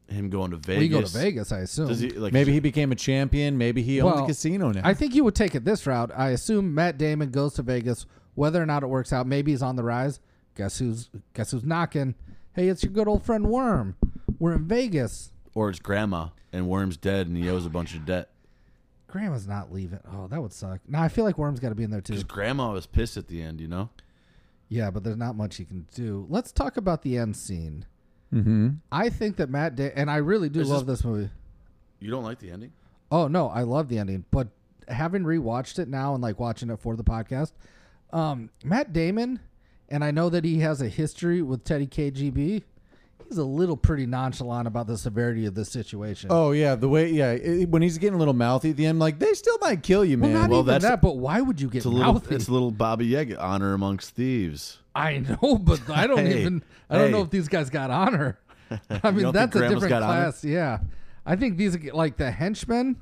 Speaker 3: him going to Vegas.
Speaker 1: We go to Vegas, I assume.
Speaker 3: Does he, like,
Speaker 2: maybe he became a champion. Maybe he owns
Speaker 1: Well,
Speaker 2: a casino now.
Speaker 1: I think you would take it this route. I assume Matt Damon goes to Vegas, whether or not it works out. Maybe he's on the rise. Guess who's guess who's knocking? Hey, it's your good old friend Worm. We're in Vegas.
Speaker 3: or it's grandma and Worm's dead and he owes a bunch of debt.
Speaker 1: Grandma's not leaving. Oh, that would suck. Now I feel like Worm's got to be in there too.
Speaker 3: Because grandma was pissed at the end, you know.
Speaker 1: Yeah, but there's not much you can do. Let's talk about the end scene.
Speaker 2: Mm-hmm.
Speaker 1: I think that Matt da- and I really do
Speaker 3: Is
Speaker 1: love this movie.
Speaker 3: You don't like the ending?
Speaker 1: Oh no, I love the ending, but having rewatched it now and like watching it for the podcast, um, Matt Damon, and I know that he has a history with Teddy KGB. He's a little pretty nonchalant about the severity of this situation.
Speaker 2: Oh yeah, the way yeah it- when he's getting a little mouthy at the end, like they still might kill you,
Speaker 1: well,
Speaker 2: man.
Speaker 1: not
Speaker 3: well,
Speaker 1: even
Speaker 3: that's-
Speaker 1: that, but why would you get
Speaker 3: It's a little.
Speaker 1: mouthy?
Speaker 3: It's a little Bobby Yega honor amongst thieves.
Speaker 1: I know, (laughs) but I don't
Speaker 3: Hey,
Speaker 1: even. I don't know
Speaker 3: hey.
Speaker 1: if these guys got honor. I
Speaker 3: don't
Speaker 1: mean,
Speaker 3: think
Speaker 1: that's a
Speaker 3: grandma's
Speaker 1: different
Speaker 3: got honor?
Speaker 1: class. Yeah, I think these are like the henchmen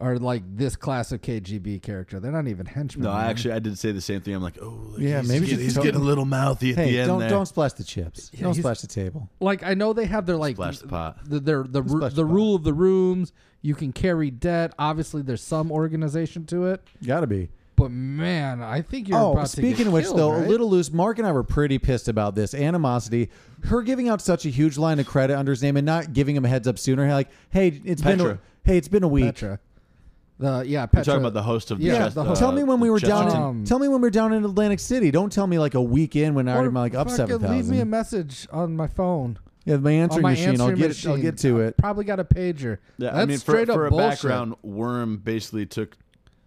Speaker 1: are like this class of KGB character. They're not even henchmen.
Speaker 3: No, I
Speaker 1: man.
Speaker 3: actually I did say the same thing. I'm like, oh, like,
Speaker 2: yeah,
Speaker 3: he's
Speaker 2: maybe
Speaker 3: getting,
Speaker 2: just
Speaker 3: he's
Speaker 2: don't-
Speaker 3: getting a little mouthy at
Speaker 2: hey,
Speaker 3: the end.
Speaker 2: Don't
Speaker 3: there.
Speaker 2: don't splash the chips.
Speaker 1: Yeah,
Speaker 2: don't
Speaker 1: he's-
Speaker 2: splash the table.
Speaker 1: like I know they have their like
Speaker 3: Splash the pot.
Speaker 1: The, their the ru-
Speaker 2: Splash
Speaker 1: the
Speaker 2: the pot.
Speaker 1: rule of the rooms. You can carry debt. Obviously, there's some organization to it.
Speaker 2: Gotta be.
Speaker 1: But man, I think you're
Speaker 2: Oh,
Speaker 1: about to
Speaker 2: speaking
Speaker 1: get
Speaker 2: of which,
Speaker 1: killed,
Speaker 2: though,
Speaker 1: right?
Speaker 2: a little loose. Mark and I were pretty pissed about this animosity. Her giving out such a huge line of credit under his name and not giving him a heads up sooner. Like, hey, it's been a,
Speaker 3: Petra.
Speaker 2: hey, it's been a week.
Speaker 1: Petra. The yeah,
Speaker 3: You're
Speaker 1: Petra.
Speaker 3: talking about the host of the
Speaker 1: Yeah,
Speaker 3: Chest-
Speaker 1: the
Speaker 3: uh,
Speaker 1: host.
Speaker 2: tell me when we were down.
Speaker 3: Chesterton.
Speaker 1: Um,
Speaker 2: In, tell me when we were down in Atlantic City. Don't tell me like a week in when I already
Speaker 1: Or
Speaker 2: am like up
Speaker 1: fucking
Speaker 2: seven
Speaker 1: Leave me a
Speaker 2: thousand.
Speaker 1: message on my phone.
Speaker 2: Yeah, my
Speaker 1: on
Speaker 2: answering
Speaker 1: my
Speaker 2: machine. I'll
Speaker 1: answering
Speaker 2: get.
Speaker 1: machine.
Speaker 2: I'll get to it.
Speaker 1: Probably got a pager.
Speaker 3: Yeah,
Speaker 1: That's
Speaker 3: I mean, for,
Speaker 1: straight up
Speaker 3: for a
Speaker 1: bullshit.
Speaker 3: background, Worm basically took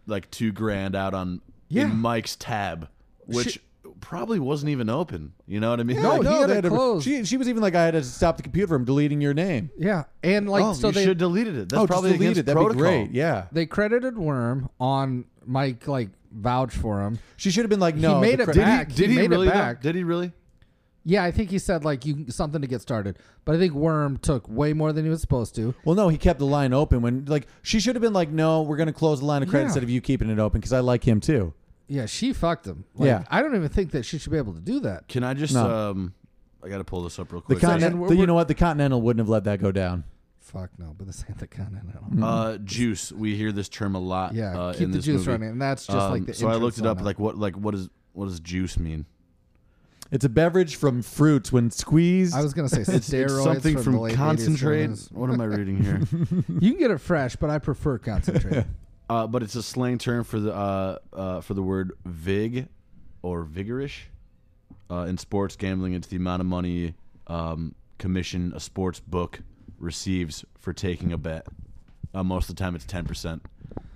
Speaker 3: like two grand out on
Speaker 1: Yeah.
Speaker 3: in Mike's tab, which
Speaker 1: She-
Speaker 3: probably wasn't even open. You know what I mean?
Speaker 1: No,
Speaker 3: Like, oh,
Speaker 1: he had
Speaker 2: they
Speaker 1: it
Speaker 2: to-
Speaker 1: closed.
Speaker 2: She, she was even like, I had to stop the computer from deleting your name.
Speaker 1: Yeah, and like
Speaker 3: oh,
Speaker 1: so
Speaker 3: you
Speaker 1: they
Speaker 3: should have deleted it. That's
Speaker 2: oh,
Speaker 3: probably
Speaker 2: just delete
Speaker 3: against
Speaker 2: it. That'd
Speaker 3: protocol.
Speaker 2: be great. Yeah.
Speaker 1: they credited Worm on Mike like vouch for him.
Speaker 2: She should have been like, no.
Speaker 1: made
Speaker 2: the
Speaker 1: it
Speaker 2: credit-
Speaker 3: Did
Speaker 1: back.
Speaker 3: he?
Speaker 1: He
Speaker 3: Did he,
Speaker 1: made it
Speaker 3: really? though?
Speaker 1: back.
Speaker 3: Did he really?
Speaker 1: Yeah, I think he said like you something to get started, but I think Worm took way more than he was supposed to.
Speaker 2: Well, no, he kept the line open when, like, she should have been like, no, we're going to close the line of credit
Speaker 1: Yeah.
Speaker 2: instead of you keeping it open because I like him too.
Speaker 1: Yeah, she fucked him. Like,
Speaker 2: Yeah.
Speaker 1: I don't even think that she should be able to do that.
Speaker 3: Can I just?
Speaker 2: No.
Speaker 3: um I got to pull this up real
Speaker 2: The
Speaker 3: quick.
Speaker 1: And
Speaker 2: continent,
Speaker 1: we're-
Speaker 2: you know what? The Continental wouldn't have let that go down.
Speaker 1: Fuck no, but this ain't the continental.
Speaker 2: Mm.
Speaker 3: Uh, juice. We hear this term a lot.
Speaker 1: Yeah,
Speaker 3: uh,
Speaker 1: keep
Speaker 3: in
Speaker 1: the
Speaker 3: this
Speaker 1: juice
Speaker 3: movie. Um,
Speaker 1: running, and that's just like the
Speaker 3: so I
Speaker 1: intro
Speaker 3: looked it
Speaker 1: song
Speaker 3: up.
Speaker 1: now.
Speaker 3: Like what? Like what is what does juice mean?
Speaker 2: It's a beverage from fruits when squeezed.
Speaker 1: I was gonna say
Speaker 3: It's- it's
Speaker 1: steroids
Speaker 3: something
Speaker 1: from,
Speaker 3: from
Speaker 1: the late 80s,
Speaker 3: concentrate.
Speaker 1: 70s.
Speaker 3: What am I
Speaker 1: (laughs)
Speaker 3: reading here?
Speaker 1: you can get it fresh, but I prefer concentrate.
Speaker 3: Uh, but it's a slang term for the uh, uh, for the word vig or vigorish uh, in sports gambling. It's the amount of money um, commission a sports book receives for taking a bet. Uh, most of the time, it's ten percent.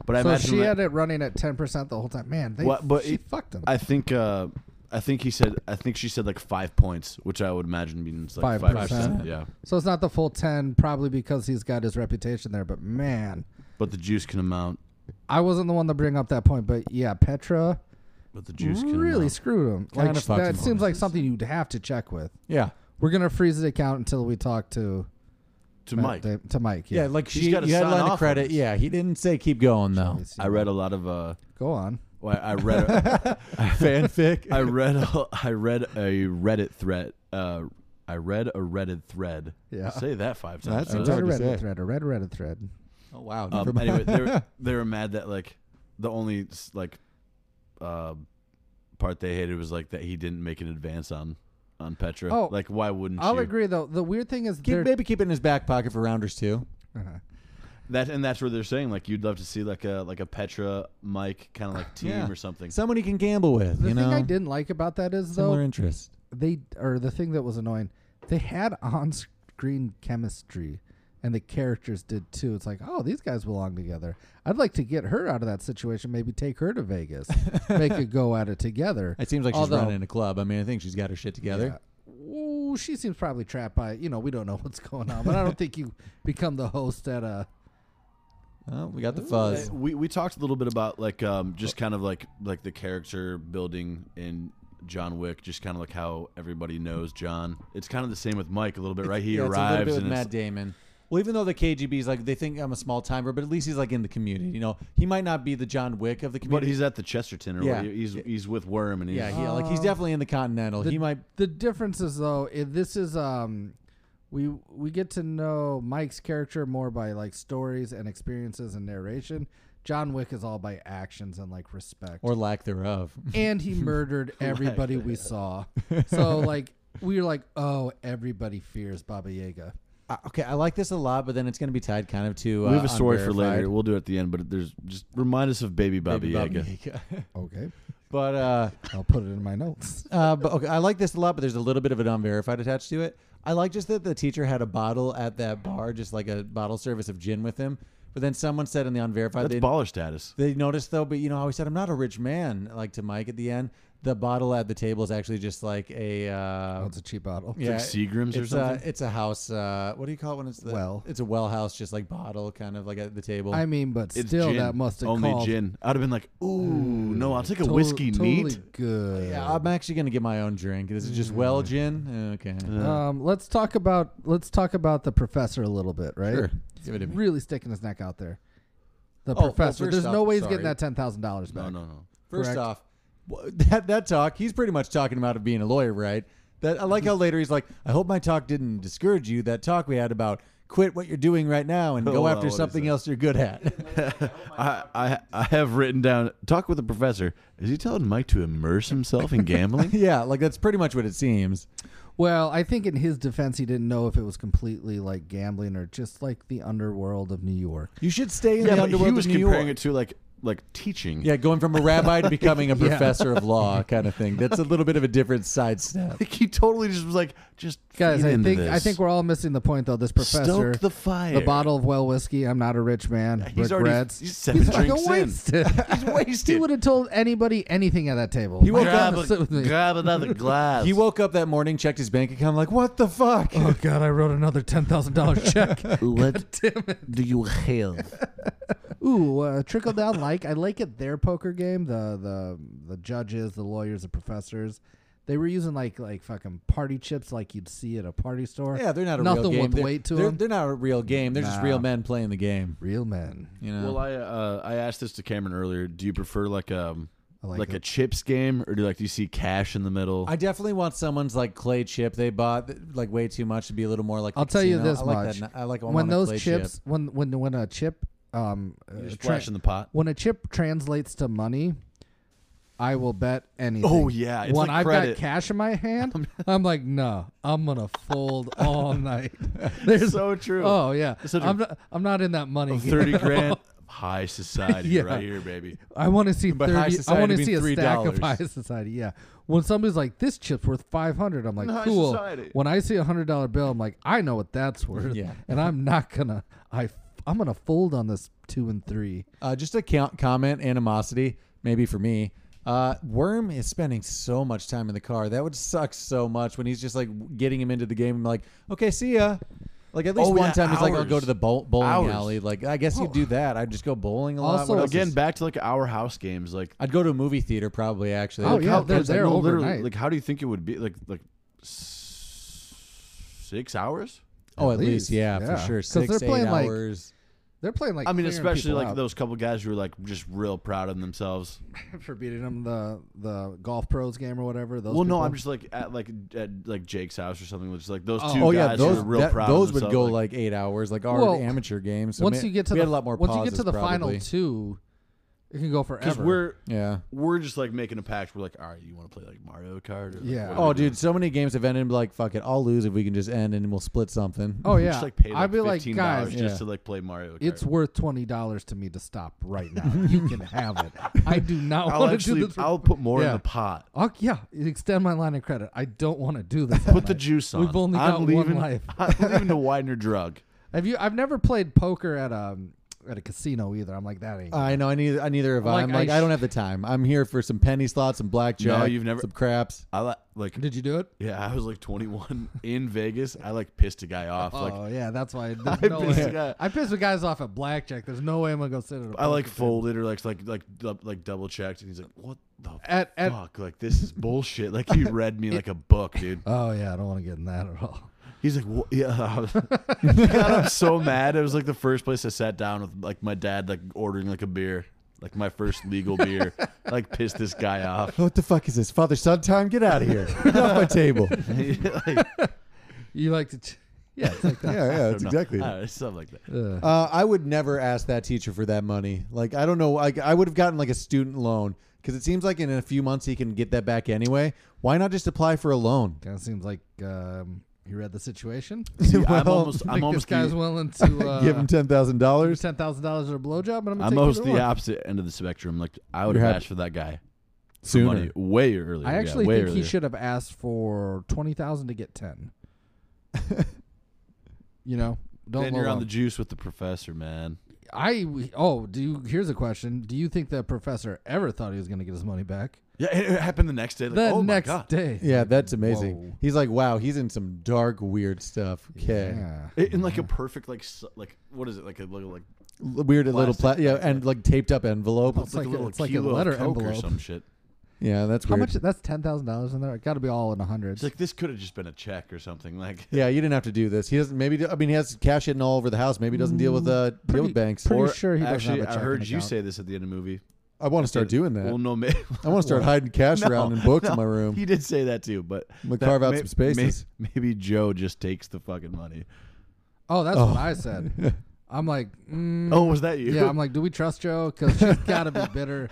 Speaker 3: But (laughs) I
Speaker 1: so
Speaker 3: imagine
Speaker 1: she
Speaker 3: that-
Speaker 1: had it running at ten percent the whole time. Man, they
Speaker 3: What- but
Speaker 1: she
Speaker 3: it-
Speaker 1: fucked him.
Speaker 3: I think. Uh, I think he said. I think she said like five points, which I would imagine means like
Speaker 1: Five
Speaker 3: five percent.
Speaker 1: percent.
Speaker 3: Yeah,
Speaker 1: So it's not the full ten, probably because he's got his reputation there. But man,
Speaker 3: but the juice can amount.
Speaker 1: I wasn't the one to bring up that point. But yeah, Petra.
Speaker 3: But the juice can
Speaker 1: really
Speaker 3: amount.
Speaker 1: screwed him.
Speaker 2: Kinda
Speaker 1: Like
Speaker 2: fucked him
Speaker 1: that
Speaker 2: over.
Speaker 1: seems like something you'd have to check with.
Speaker 2: Yeah.
Speaker 1: we're gonna freeze the account until we talk to
Speaker 3: To
Speaker 1: Ma-
Speaker 3: Mike.
Speaker 1: da- to Mike.
Speaker 2: Yeah,
Speaker 1: Yeah,
Speaker 2: like
Speaker 3: She's
Speaker 2: she, you
Speaker 3: gotta
Speaker 2: had
Speaker 3: sign
Speaker 2: line
Speaker 3: off on
Speaker 2: of credit.
Speaker 3: this.
Speaker 2: Yeah, he didn't say keep going though.
Speaker 3: I read a lot of. Uh,
Speaker 1: go on.
Speaker 3: Well, I read a,
Speaker 2: (laughs) fanfic.
Speaker 3: I read a, I read a Reddit thread. Uh, I read a Reddit thread.
Speaker 1: Yeah.
Speaker 3: say that five
Speaker 2: That
Speaker 3: times.
Speaker 1: A
Speaker 2: seems
Speaker 1: red
Speaker 3: Uh,
Speaker 2: hard to
Speaker 1: Reddit
Speaker 2: say.
Speaker 1: thread, a red Reddit thread.
Speaker 2: Oh wow.
Speaker 3: um, anyway, they
Speaker 2: (laughs)
Speaker 3: were, they were mad that like the only s- like uh, part they hated was like that he didn't make an advance on on Petra.
Speaker 1: Oh,
Speaker 3: like why wouldn't
Speaker 1: I'll
Speaker 3: you?
Speaker 1: agree though. The weird thing is
Speaker 2: keep,
Speaker 1: they're
Speaker 2: maybe keep it in his back pocket for rounders too.
Speaker 3: That and that's where they're saying like you'd love to see like a like a Petra Mike kind of
Speaker 2: (sighs)
Speaker 3: like team
Speaker 2: Yeah.
Speaker 3: or something.
Speaker 2: Someone he can gamble with.
Speaker 1: the
Speaker 2: you
Speaker 1: thing
Speaker 2: know,
Speaker 1: I didn't like about that is though
Speaker 2: similar interest.
Speaker 1: they or the thing that was annoying, they had (laughs) on screen chemistry and the characters did too. It's like, oh, these guys belong together. I'd like to get her out of that situation, maybe take her to Vegas. Make a go at it together.
Speaker 2: (laughs) It seems like
Speaker 1: Although,
Speaker 2: she's running a club. I mean, I think she's got her shit together.
Speaker 1: Ooh, she seems probably trapped by you know, we don't know what's going on, but I don't
Speaker 2: (laughs)
Speaker 1: think you become the host at a
Speaker 2: Oh, we got the
Speaker 3: Uh,
Speaker 2: fuzz.
Speaker 3: we we talked a little bit about like um just kind of like like the character building in John Wick, just kind of like how everybody knows John. It's kind of the same with Mike a little bit, right? He
Speaker 2: yeah, it's a little
Speaker 3: arrives
Speaker 2: bit with
Speaker 3: and
Speaker 2: Matt
Speaker 3: it's,
Speaker 2: Damon. Well, even though the KGB's like they think I'm a small timer, but at least he's like in the community. You know, he might not be the John Wick of the
Speaker 3: but
Speaker 2: community.
Speaker 3: he's at the Chesterton or
Speaker 2: Yeah.
Speaker 3: what- he's he's with Worm and he's,
Speaker 2: yeah, he, like he's definitely in the Continental. he might.
Speaker 1: The difference is though, if this is um, we we get to know Mike's character more by like stories and experiences and narration. John Wick is all by actions and like respect.
Speaker 2: Or lack thereof. (laughs)
Speaker 1: and
Speaker 3: (laughs)
Speaker 1: he murdered everybody we saw. So like we were like, oh, everybody fears Baba Yaga.
Speaker 2: Uh, okay, I like this a lot, but then it's going to be tied kind of to. Uh,
Speaker 3: we have a story for
Speaker 2: Unverified.
Speaker 3: later. We'll do it at the end, but there's just remind us of Baby Baba
Speaker 2: Maybe Baba
Speaker 3: Yaga.
Speaker 2: Yaga. (laughs)
Speaker 1: Okay,
Speaker 2: but uh,
Speaker 1: I'll put it in my
Speaker 3: (laughs)
Speaker 1: notes.
Speaker 2: uh, but okay, I like this a lot, but there's a little bit of an unverified attached to it. I like just that the teacher had a bottle at that bar, just like a bottle service of gin with him. But then someone said in the unverified,
Speaker 3: That's
Speaker 2: they,
Speaker 3: baller status.
Speaker 2: they noticed though, but you know how he said, "I'm not a rich man." Like to Mike at the end, the bottle at the table is actually just like a. Uh,
Speaker 1: Oh, it's a cheap bottle.
Speaker 2: yeah,
Speaker 3: like Seagram's or
Speaker 2: it's
Speaker 3: something?
Speaker 2: A, it's a house. Uh, what do you call it when it's the
Speaker 1: Well.
Speaker 2: It's a well house, just like bottle, kind of like at the table.
Speaker 1: I mean, but
Speaker 3: It's
Speaker 1: still,
Speaker 3: gin.
Speaker 1: that must have
Speaker 3: only
Speaker 1: called
Speaker 3: gin. I'd have been like, ooh, no, I'll take a
Speaker 1: Tot-
Speaker 3: whiskey
Speaker 1: totally
Speaker 3: neat.
Speaker 1: good.
Speaker 2: Yeah, I'm actually gonna get my own drink. This is
Speaker 3: Mm.
Speaker 2: just well gin. Okay.
Speaker 3: Uh,
Speaker 1: Um, let's talk about let's talk about the professor a little bit, right?
Speaker 2: Sure. Give it to me.
Speaker 1: Really sticking his neck out there. The
Speaker 2: Oh, well,
Speaker 1: professor.
Speaker 2: first
Speaker 1: There's no
Speaker 2: off,
Speaker 1: way he's
Speaker 2: sorry.
Speaker 1: getting that ten thousand dollars back.
Speaker 3: No, no, no.
Speaker 2: First
Speaker 1: Correct.
Speaker 2: off, wh- (laughs) that that talk, he's pretty much talking about it being a lawyer, right? That I like how later he's like, I hope my talk didn't discourage you. That talk we had about quit what you're doing right now and go
Speaker 3: Wow, what
Speaker 2: after
Speaker 3: is
Speaker 2: something
Speaker 3: that?
Speaker 2: else you're good at. (laughs)
Speaker 3: I, I I have written down talk with the professor. Is he telling Mike to immerse himself in gambling?
Speaker 2: yeah, like that's pretty much what it seems.
Speaker 1: Well, I think in his defense, he didn't know if it was completely like gambling or just like the underworld of New York.
Speaker 2: You should stay
Speaker 3: (laughs)
Speaker 2: in
Speaker 3: yeah,
Speaker 2: the
Speaker 3: but he
Speaker 2: underworld
Speaker 3: was
Speaker 2: of New
Speaker 3: comparing
Speaker 2: York.
Speaker 3: it to like like teaching.
Speaker 2: yeah, going from a rabbi to becoming a professor of law kind of thing. That's a little bit of a different sidestep.
Speaker 3: (laughs) Like he totally just was like, just
Speaker 1: Guys,
Speaker 3: feed
Speaker 1: I
Speaker 3: into
Speaker 1: think
Speaker 3: this.
Speaker 1: I think we're all missing the point though. This professor,
Speaker 3: Stoke the fire. (laughs)
Speaker 1: bottle of well whiskey. I'm not a rich man.
Speaker 3: He's already-
Speaker 1: regrets.
Speaker 3: he's seven
Speaker 1: fucking
Speaker 3: drinks in.
Speaker 1: wasted.
Speaker 3: (laughs) he's
Speaker 1: he
Speaker 3: wasted.
Speaker 1: would have told anybody anything at that table. He
Speaker 2: woke
Speaker 3: grab, a,
Speaker 1: (laughs)
Speaker 3: grab another glass.
Speaker 2: He woke up that morning, checked his bank account, like, what the fuck?
Speaker 1: Oh God! I wrote another ten thousand (laughs) dollars check.
Speaker 12: What do you have?
Speaker 1: Ooh, uh, trickle down like I like at their poker game. The the the judges, the lawyers, the professors, they were using like like fucking party chips, like you'd see at a party store.
Speaker 2: Yeah, they're not a
Speaker 1: nothing
Speaker 2: real game.
Speaker 1: with
Speaker 2: they're,
Speaker 1: weight to
Speaker 2: they're,
Speaker 1: them.
Speaker 2: they're not a real game. They're just
Speaker 1: Nah.
Speaker 2: real men playing the game.
Speaker 1: Real men.
Speaker 2: You know.
Speaker 3: Well, I uh, I asked this to Cameron earlier. Do you prefer like um
Speaker 1: I
Speaker 3: like,
Speaker 1: like
Speaker 3: a
Speaker 1: it.
Speaker 3: chips game, or do you like do you see cash in the middle?
Speaker 2: I definitely want someone's like clay chip they bought that- like way too much to be a little more like.
Speaker 1: I'll
Speaker 2: the
Speaker 1: tell you
Speaker 2: casino.
Speaker 1: this
Speaker 2: I like
Speaker 1: much.
Speaker 2: That, I like I
Speaker 1: when
Speaker 2: want a
Speaker 1: those
Speaker 2: clay
Speaker 1: chips,
Speaker 2: Chip.
Speaker 1: when when when a chip, um,
Speaker 3: You
Speaker 1: uh,
Speaker 3: just
Speaker 1: tra- (laughs)
Speaker 3: flash in the pot.
Speaker 1: when a chip translates to money, I will bet anything.
Speaker 3: Oh, yeah, it's
Speaker 1: when
Speaker 3: like
Speaker 1: I've
Speaker 3: credit.
Speaker 1: got cash in my
Speaker 3: (laughs)
Speaker 1: hand, (laughs) I'm like, no, I'm gonna fold all night. (laughs) There's,
Speaker 3: so true.
Speaker 1: Oh yeah,
Speaker 3: It's so true.
Speaker 1: I'm not. I'm not in that money. game
Speaker 3: Thirty
Speaker 1: at all.
Speaker 3: grand, high
Speaker 1: (laughs)
Speaker 3: society
Speaker 1: Yeah.
Speaker 3: right here, baby.
Speaker 1: (laughs) I want to see
Speaker 2: By high
Speaker 1: 30, I
Speaker 2: society,
Speaker 1: want
Speaker 2: I
Speaker 1: to
Speaker 2: mean
Speaker 1: see a stack of
Speaker 2: $3.
Speaker 1: high society. Yeah. When somebody's like, "This chip's worth 500 I'm like,
Speaker 3: High
Speaker 1: "Cool."
Speaker 3: society.
Speaker 1: When I see a hundred dollar bill, I'm like, "I know what that's worth."
Speaker 2: Yeah.
Speaker 1: And I'm not gonna. I I'm gonna fold on this two and three.
Speaker 2: Uh, just a count, comment animosity, maybe for me. Uh, Worm is spending so much time in the car. That would suck so much when he's just like getting him into the game. I'm like, okay, see ya. Like at least
Speaker 3: Oh,
Speaker 2: one
Speaker 3: yeah,
Speaker 2: time he's like, I'll
Speaker 3: hours.
Speaker 2: go to the bowl- bowling
Speaker 3: Hours.
Speaker 2: alley. Like I guess you do that. I'd just go bowling a lot.
Speaker 3: Also,
Speaker 2: What else
Speaker 3: again,
Speaker 2: is-
Speaker 3: back to like our house games. Like,
Speaker 2: I'd go to a movie theater probably. Actually,
Speaker 1: Oh,
Speaker 2: Like,
Speaker 1: yeah,
Speaker 2: how-
Speaker 1: they're
Speaker 3: I was like,
Speaker 1: there
Speaker 3: no, literally,
Speaker 1: overnight.
Speaker 3: Like, how do you think it would be? Like, like s- six hours?
Speaker 2: oh, at least, yeah, for sure.
Speaker 1: 'Cause they're
Speaker 2: 6 eight
Speaker 1: playing, like-
Speaker 2: hours.
Speaker 1: They're playing like.
Speaker 3: I mean,
Speaker 1: clearing
Speaker 3: especially
Speaker 1: people
Speaker 3: like
Speaker 1: out
Speaker 3: those couple guys who are like just real proud of themselves.
Speaker 1: for beating them the the golf pros game or whatever. Those
Speaker 3: well, no,
Speaker 1: people.
Speaker 3: I'm just like at like at like Jake's house or something. Just like those
Speaker 1: Oh.
Speaker 3: two
Speaker 2: oh
Speaker 3: guys
Speaker 2: yeah,
Speaker 3: who
Speaker 2: those
Speaker 3: are real
Speaker 2: that-
Speaker 3: proud.
Speaker 2: those
Speaker 3: of
Speaker 2: would
Speaker 3: themselves,
Speaker 2: go
Speaker 3: like,
Speaker 2: like eight hours, like our
Speaker 1: Well,
Speaker 2: amateur games. So
Speaker 1: once
Speaker 2: ma-
Speaker 1: you get to
Speaker 2: we
Speaker 1: the
Speaker 2: had a lot more
Speaker 1: once you get to
Speaker 2: pauses
Speaker 1: the final
Speaker 2: probably.
Speaker 1: two, it can go forever.
Speaker 3: because we're
Speaker 2: yeah.
Speaker 3: we're just like making a pact. We're like, all right, you want to play like Mario Kart? Or, like,
Speaker 1: Yeah.
Speaker 3: what are
Speaker 2: Oh,
Speaker 3: we doing?
Speaker 2: dude, so many games have ended like, fuck it, I'll lose if we can just end and we'll split something.
Speaker 1: Oh
Speaker 3: We
Speaker 1: yeah,
Speaker 3: just like pay like
Speaker 1: I'd be like,
Speaker 3: fifteen
Speaker 1: guys,
Speaker 3: dollars just
Speaker 2: yeah.
Speaker 3: to like play Mario. Kart.
Speaker 1: It's worth twenty dollars to me to stop right now. You
Speaker 3: (laughs)
Speaker 1: can have it. (laughs) I do not
Speaker 3: I'll
Speaker 1: want to
Speaker 3: actually
Speaker 1: do this.
Speaker 3: I'll put more
Speaker 1: Yeah.
Speaker 3: in the pot.
Speaker 1: Oh yeah, extend my line of credit. I don't want to do this. all
Speaker 3: Put the
Speaker 1: night.
Speaker 3: juice on.
Speaker 1: We've only
Speaker 3: I'm
Speaker 1: got
Speaker 3: leaving,
Speaker 1: one life.
Speaker 3: (laughs) I'm
Speaker 1: (laughs)
Speaker 3: leaving to Widener Drug.
Speaker 1: Have you? I've never played poker at a at a casino either. I'm like that ain't.
Speaker 2: (laughs)
Speaker 3: Uh,
Speaker 2: I know. I neither. I neither have
Speaker 1: Like,
Speaker 2: I. I'm like,
Speaker 1: I
Speaker 2: I,
Speaker 1: sh-
Speaker 2: don't have the time. I'm here for some penny slots, some blackjack.
Speaker 3: No, you've never-
Speaker 2: some craps.
Speaker 3: I li- like.
Speaker 1: Did you do it?
Speaker 3: Yeah, I was like 21 in Vegas. I like pissed a guy off. Like
Speaker 1: oh yeah, that's
Speaker 3: (laughs)
Speaker 1: why. I,
Speaker 3: I
Speaker 1: no
Speaker 3: pissed
Speaker 1: way.
Speaker 3: a guy-
Speaker 1: I pissed the guys off at blackjack. There's no way I'm gonna go sit at. a
Speaker 3: I like
Speaker 1: poker table.
Speaker 3: folded or like like like dub- like double checked, and he's like, "What the
Speaker 1: At- at-
Speaker 3: fuck? like this is bullshit." Like he read
Speaker 1: (laughs)
Speaker 3: me like a book, dude.
Speaker 1: Oh yeah, I don't want to get in that at all. (laughs)
Speaker 3: He's like, "What?" Yeah, (laughs) I was- God, I'm so mad. It was like the first place I sat down with like my dad, like ordering like a beer, like my first legal
Speaker 1: (laughs)
Speaker 3: beer. like pissed this guy off. (laughs)
Speaker 2: What the fuck is this, father son time? Get out of here. Get off
Speaker 3: (laughs)
Speaker 2: my table. yeah,
Speaker 3: Like,
Speaker 1: You like to? Ch- yeah, it's like (laughs) that.
Speaker 2: yeah, that's
Speaker 3: no,
Speaker 2: exactly. it.
Speaker 3: I don't know, something like that.
Speaker 1: Ugh.
Speaker 2: Uh, I would never ask that teacher for that money. Like, I don't know. Like, I would have gotten like a student loan because it seems like in a few months he can get that back anyway. Why not just apply for a loan?
Speaker 1: Kind of seems like um, you read the
Speaker 3: (laughs)
Speaker 1: situation.
Speaker 3: Dude, I'm
Speaker 1: (laughs)
Speaker 2: Well,
Speaker 3: almost.
Speaker 1: I think
Speaker 3: I'm
Speaker 1: this
Speaker 3: almost.
Speaker 1: guy's
Speaker 3: The,
Speaker 1: willing
Speaker 3: (laughs)
Speaker 1: to uh,
Speaker 2: Give him ten thousand
Speaker 1: There's
Speaker 2: dollars.
Speaker 1: ten thousand dollars or a blowjob, but I'm, gonna
Speaker 3: I'm
Speaker 1: take
Speaker 3: almost
Speaker 1: either
Speaker 3: the
Speaker 1: one.
Speaker 3: opposite end of the spectrum. Like I would
Speaker 2: You're
Speaker 3: have
Speaker 2: happy-
Speaker 3: asked for that guy for
Speaker 2: Sooner.
Speaker 3: money way earlier.
Speaker 1: I
Speaker 3: yeah,
Speaker 1: actually
Speaker 3: way
Speaker 1: think he
Speaker 3: earlier.
Speaker 1: should have asked for twenty thousand to get ten. you know, don't.
Speaker 3: Then you're
Speaker 1: low
Speaker 3: on the
Speaker 1: up.
Speaker 3: juice with the professor, man.
Speaker 1: I oh, do you, here's a question: Do you think the professor ever thought he was going to get his money back?
Speaker 3: Yeah, it it happened the next day. Like,
Speaker 1: the
Speaker 3: oh
Speaker 1: next
Speaker 3: my god.
Speaker 1: day.
Speaker 2: Yeah, that's amazing.
Speaker 1: Whoa.
Speaker 2: He's like, wow, he's in some dark, weird stuff. Okay.
Speaker 1: Yeah.
Speaker 3: It- in like a perfect like s- like what is it like a little like
Speaker 2: L- weird little
Speaker 3: Plastic.
Speaker 2: pla- yeah, and like taped up envelope.
Speaker 1: It's like
Speaker 3: a
Speaker 1: a-
Speaker 3: little
Speaker 1: it's like a
Speaker 3: kilo of
Speaker 1: letter
Speaker 3: Coke or
Speaker 1: envelope.
Speaker 3: some shit.
Speaker 2: Yeah, that's
Speaker 1: How much?
Speaker 2: weird.
Speaker 1: That's ten thousand dollars in there. It got to be all in a hundred.
Speaker 3: It's like this could have just been a check or something. Like
Speaker 2: Yeah, you didn't have to do this. He doesn't. Maybe I mean, he has cash hidden all over the house. Maybe he doesn't deal with uh, deal
Speaker 1: Pretty-
Speaker 2: with banks.
Speaker 1: pretty
Speaker 2: Or
Speaker 1: sure- he doesn't
Speaker 3: actually,
Speaker 1: have a
Speaker 3: I
Speaker 1: checking
Speaker 3: heard you
Speaker 1: account.
Speaker 3: say this at the end of the movie.
Speaker 2: I want to start doing that.
Speaker 3: Well, no,
Speaker 2: (laughs)
Speaker 3: ma- (laughs)
Speaker 2: I want to start hiding cash around in books in my room.
Speaker 3: He did say that too, but
Speaker 2: I'm gonna
Speaker 3: that
Speaker 2: carve out
Speaker 3: may-
Speaker 2: some spaces.
Speaker 3: may- maybe Joe just takes the fucking money.
Speaker 1: oh, that's what I said. I'm like, mm,
Speaker 3: Oh, was that you?
Speaker 1: yeah. I'm like, do we trust Joe? Because she's got to be bitter.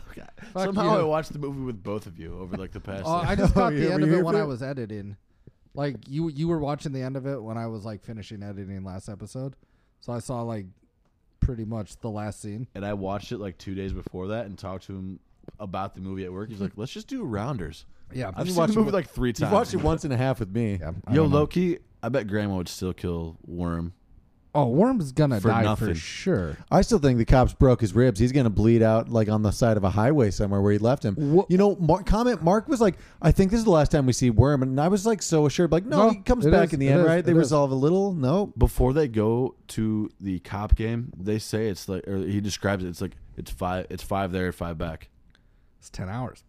Speaker 1: Fuck
Speaker 3: Somehow
Speaker 1: you.
Speaker 3: I watched the movie with both of you over like the past.
Speaker 1: Oh, I just caught
Speaker 2: yeah,
Speaker 1: the end
Speaker 2: were
Speaker 1: of
Speaker 2: you
Speaker 1: it
Speaker 2: here
Speaker 1: when
Speaker 2: for
Speaker 1: I
Speaker 2: it?
Speaker 1: was editing. Like you, you were watching the end of it when I was like finishing editing last episode, so I saw like pretty much the last scene.
Speaker 3: and I watched it like two days before that and talked to him about the movie at work. He's like, "Let's just do rounders."
Speaker 1: Yeah,
Speaker 3: I've
Speaker 1: you
Speaker 3: seen
Speaker 1: watch
Speaker 3: the
Speaker 1: it
Speaker 3: movie
Speaker 1: with-
Speaker 3: like three times.
Speaker 2: You've watched it once and a half with me.
Speaker 1: Yeah, I
Speaker 3: Yo,
Speaker 1: don't know.
Speaker 3: Loki, I bet Grandma would still kill Worm.
Speaker 1: Oh, Worm's gonna
Speaker 3: For
Speaker 1: die for
Speaker 3: nothing.
Speaker 1: sure.
Speaker 2: I still think the cops broke his ribs. He's gonna bleed out like on the side of a highway somewhere where he left him.
Speaker 1: Wha-
Speaker 2: You know, Mark, comment. Mark was like, "I think this is the last time we see Worm," and I was like, so assured, like, "No,
Speaker 1: No,
Speaker 2: he comes
Speaker 1: it
Speaker 2: back
Speaker 1: is,
Speaker 2: in the
Speaker 1: it
Speaker 2: end,
Speaker 1: is,
Speaker 2: right?" They
Speaker 1: it is.
Speaker 2: resolve a little. No,
Speaker 3: Before they go to the cop game, they say it's like, or he describes it. It's like it's five, it's five there, five back.
Speaker 1: It's ten hours.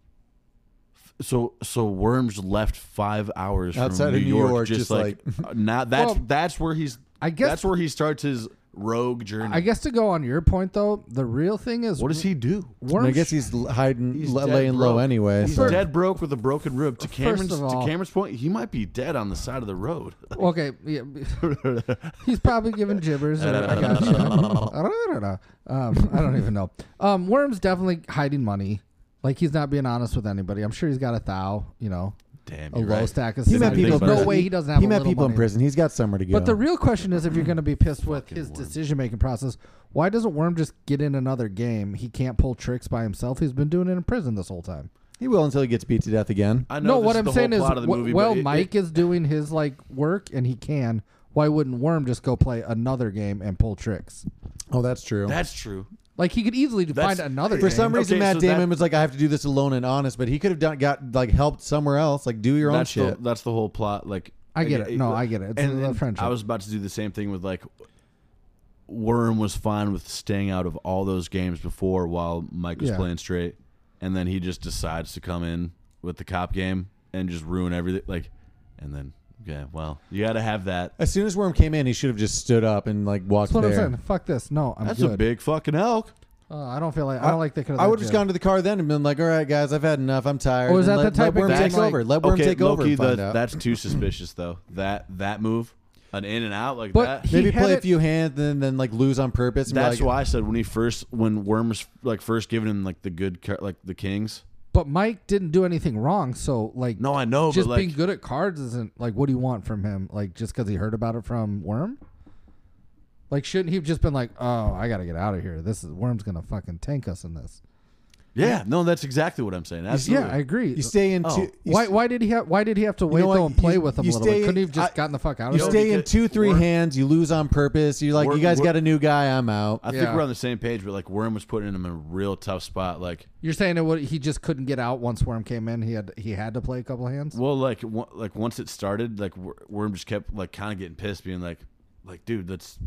Speaker 3: So, so Worm's left five hours from
Speaker 2: Outside of
Speaker 3: New,
Speaker 2: New
Speaker 3: York,
Speaker 2: York,
Speaker 3: just,
Speaker 2: just
Speaker 3: like, (laughs) not that's
Speaker 1: Well,
Speaker 3: that's where he's.
Speaker 1: I guess-
Speaker 3: that's where he starts his rogue journey.
Speaker 1: I guess to go on your point though, the real thing is
Speaker 3: What does he do?
Speaker 1: Worm
Speaker 2: I guess he's l- hiding,
Speaker 3: He's
Speaker 2: l-
Speaker 3: dead
Speaker 2: laying low
Speaker 3: broke.
Speaker 2: anyway.
Speaker 3: He's
Speaker 2: so-
Speaker 3: dead broke with a broken rib. To Cameron's
Speaker 1: of all-
Speaker 3: to Cameron's point, he might be dead on the side of the road. (laughs)
Speaker 1: Okay, yeah, (laughs) he's probably giving gibbers. Or, I
Speaker 2: (laughs)
Speaker 1: gotcha. um, I don't even know. Um, Worm's definitely hiding money. Like he's not being honest with anybody. I'm sure he's got a thou, you know,
Speaker 3: Damn,
Speaker 1: a
Speaker 3: you're
Speaker 1: low
Speaker 3: right.
Speaker 1: stack of.
Speaker 2: He met
Speaker 1: cigarettes.
Speaker 2: people.
Speaker 1: There's
Speaker 2: in
Speaker 1: no
Speaker 2: prison.
Speaker 1: way he doesn't have.
Speaker 2: He
Speaker 1: a
Speaker 2: met
Speaker 1: little
Speaker 2: people
Speaker 1: money.
Speaker 2: in prison. He's got somewhere to go.
Speaker 1: But the real question is, if you're going to be pissed with his decision making process, why doesn't Worm just get in another game? He can't pull tricks by himself. He's been doing it in prison this whole time.
Speaker 2: he will until he gets beat to death again.
Speaker 3: I
Speaker 1: no,
Speaker 3: know
Speaker 1: what
Speaker 3: this is
Speaker 1: I'm
Speaker 3: the whole
Speaker 1: saying is,
Speaker 3: plot of the
Speaker 1: wh-
Speaker 3: movie,
Speaker 1: well,
Speaker 3: but it-
Speaker 1: Mike is doing his like work, and he can. Why wouldn't Worm just go play another game and pull tricks?
Speaker 2: Oh, that's true.
Speaker 3: That's true.
Speaker 1: Like he could easily find another.
Speaker 2: For
Speaker 1: game.
Speaker 2: some reason,
Speaker 3: Okay,
Speaker 2: Matt
Speaker 3: so that-
Speaker 2: Damon was like, "I have to do this alone and honest," but he could have done got like helped somewhere else. Like, do your own
Speaker 3: that's
Speaker 2: shit.
Speaker 3: The, that's the whole plot. Like
Speaker 1: I get it. No, I get it. It's
Speaker 3: and-
Speaker 1: the
Speaker 3: and
Speaker 1: friendship.
Speaker 3: I was about to do the same thing with like Worm was fine with staying out of all those games before while Mike was
Speaker 1: Yeah.
Speaker 3: playing straight, and then he just decides to come in with the cop game and just ruin everything. Like, and then okay, well, you got to have that.
Speaker 2: as soon as Worm came in, he should have just stood up and like walked
Speaker 1: That's what I'm
Speaker 2: there.
Speaker 1: saying. Fuck this. No, I'm
Speaker 3: That's
Speaker 1: good.
Speaker 3: a big fucking elk.
Speaker 1: Uh, I don't feel like I don't like they could.
Speaker 2: I would have just gone to the car then and been like, "All right, guys, I've had enough. I'm tired."
Speaker 1: Or Oh, is
Speaker 2: And
Speaker 1: that
Speaker 2: let,
Speaker 1: the type
Speaker 2: let
Speaker 1: of
Speaker 2: Worm
Speaker 1: thing,
Speaker 2: take
Speaker 1: like-
Speaker 2: over? Let Worm
Speaker 3: okay,
Speaker 2: take over.
Speaker 3: Loki,
Speaker 2: and find
Speaker 3: the-
Speaker 2: out.
Speaker 3: that's too suspicious though. That that move, an in and out like
Speaker 1: But
Speaker 3: that.
Speaker 1: he
Speaker 2: Maybe
Speaker 1: had
Speaker 2: play a
Speaker 1: it-
Speaker 2: few hands, then then like lose on purpose. And be
Speaker 3: That's
Speaker 2: like,
Speaker 3: why I said when he first when Worm's like first giving him like the good car, like the kings.
Speaker 1: But Mike didn't do anything wrong, so like
Speaker 3: No, I know,
Speaker 1: just
Speaker 3: but like
Speaker 1: being good at cards isn't like what do you want from him? Like just because he heard about it from Worm? Like shouldn't he have just been like, oh, I gotta get out of here. This is Worm's gonna fucking tank us in this.
Speaker 3: yeah, no, that's exactly what I'm saying. Absolutely.
Speaker 1: Yeah, I agree.
Speaker 2: You stay in
Speaker 3: Oh.
Speaker 2: two. you
Speaker 1: why why did he have why did he have to wait
Speaker 2: know what?
Speaker 1: though and play
Speaker 2: You-
Speaker 1: with him a
Speaker 2: you
Speaker 1: little bit?
Speaker 2: stay-
Speaker 1: Couldn't he have just
Speaker 2: I-
Speaker 1: gotten the fuck out
Speaker 2: You
Speaker 1: of there?
Speaker 2: stay in
Speaker 3: because-
Speaker 2: two, three
Speaker 3: Worm-
Speaker 2: hands. You lose on purpose. You're like,
Speaker 3: Worm-
Speaker 2: you guys
Speaker 3: Worm-
Speaker 2: got a new guy. I'm out.
Speaker 3: I think
Speaker 1: Yeah.
Speaker 3: we're on the same page, but like Worm was putting him in a real tough spot. Like,
Speaker 1: You're saying that what he just couldn't get out once Worm came in, he had he had to play a couple hands?
Speaker 3: well, like, wo- like once it started, like Wor- Worm just kept like kind of getting pissed, being like, like, dude, that's,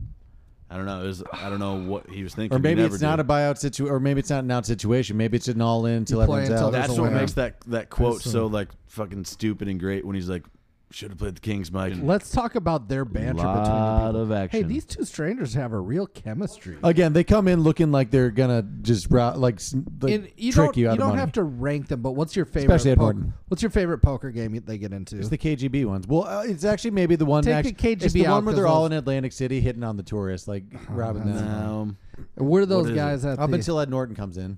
Speaker 3: I don't know, it was, I don't know what he was thinking.
Speaker 2: or
Speaker 3: You
Speaker 2: maybe
Speaker 3: never
Speaker 2: it's not
Speaker 3: do.
Speaker 2: a buyout situation, or maybe it's not an out situation. Maybe it's an all in until
Speaker 1: You play
Speaker 2: everyone's
Speaker 1: until
Speaker 2: out.
Speaker 1: there's
Speaker 3: That's
Speaker 1: a
Speaker 3: what
Speaker 1: winner.
Speaker 3: makes that that quote
Speaker 1: That's
Speaker 3: so like fucking stupid and great when he's like, should have played the Kings, Mike.
Speaker 1: Let's talk about their banter
Speaker 3: Lot
Speaker 1: between the
Speaker 3: of
Speaker 1: people. Hey,
Speaker 3: action.
Speaker 1: these two strangers have a real chemistry.
Speaker 2: Again, they come in looking like they're gonna just ro- like, s- like
Speaker 1: And you
Speaker 2: trick
Speaker 1: don't,
Speaker 2: you out of
Speaker 1: don't
Speaker 2: money.
Speaker 1: have to rank them, but what's your favorite?
Speaker 2: Especially Ed
Speaker 1: poke-
Speaker 2: Norton.
Speaker 1: What's your favorite poker game they get into?
Speaker 2: It's the KGB ones. Well, uh, it's actually maybe the one.
Speaker 1: Take
Speaker 2: act-
Speaker 1: the KGB
Speaker 2: it's the
Speaker 1: out
Speaker 2: one where
Speaker 1: 'cause
Speaker 2: they're all
Speaker 1: those- Oh,
Speaker 2: in Atlantic City hitting on the tourists, like robbing them.
Speaker 3: Um,
Speaker 1: Where are those
Speaker 3: What is
Speaker 1: guys at?
Speaker 2: Up
Speaker 1: the,
Speaker 2: until Ed Norton comes in.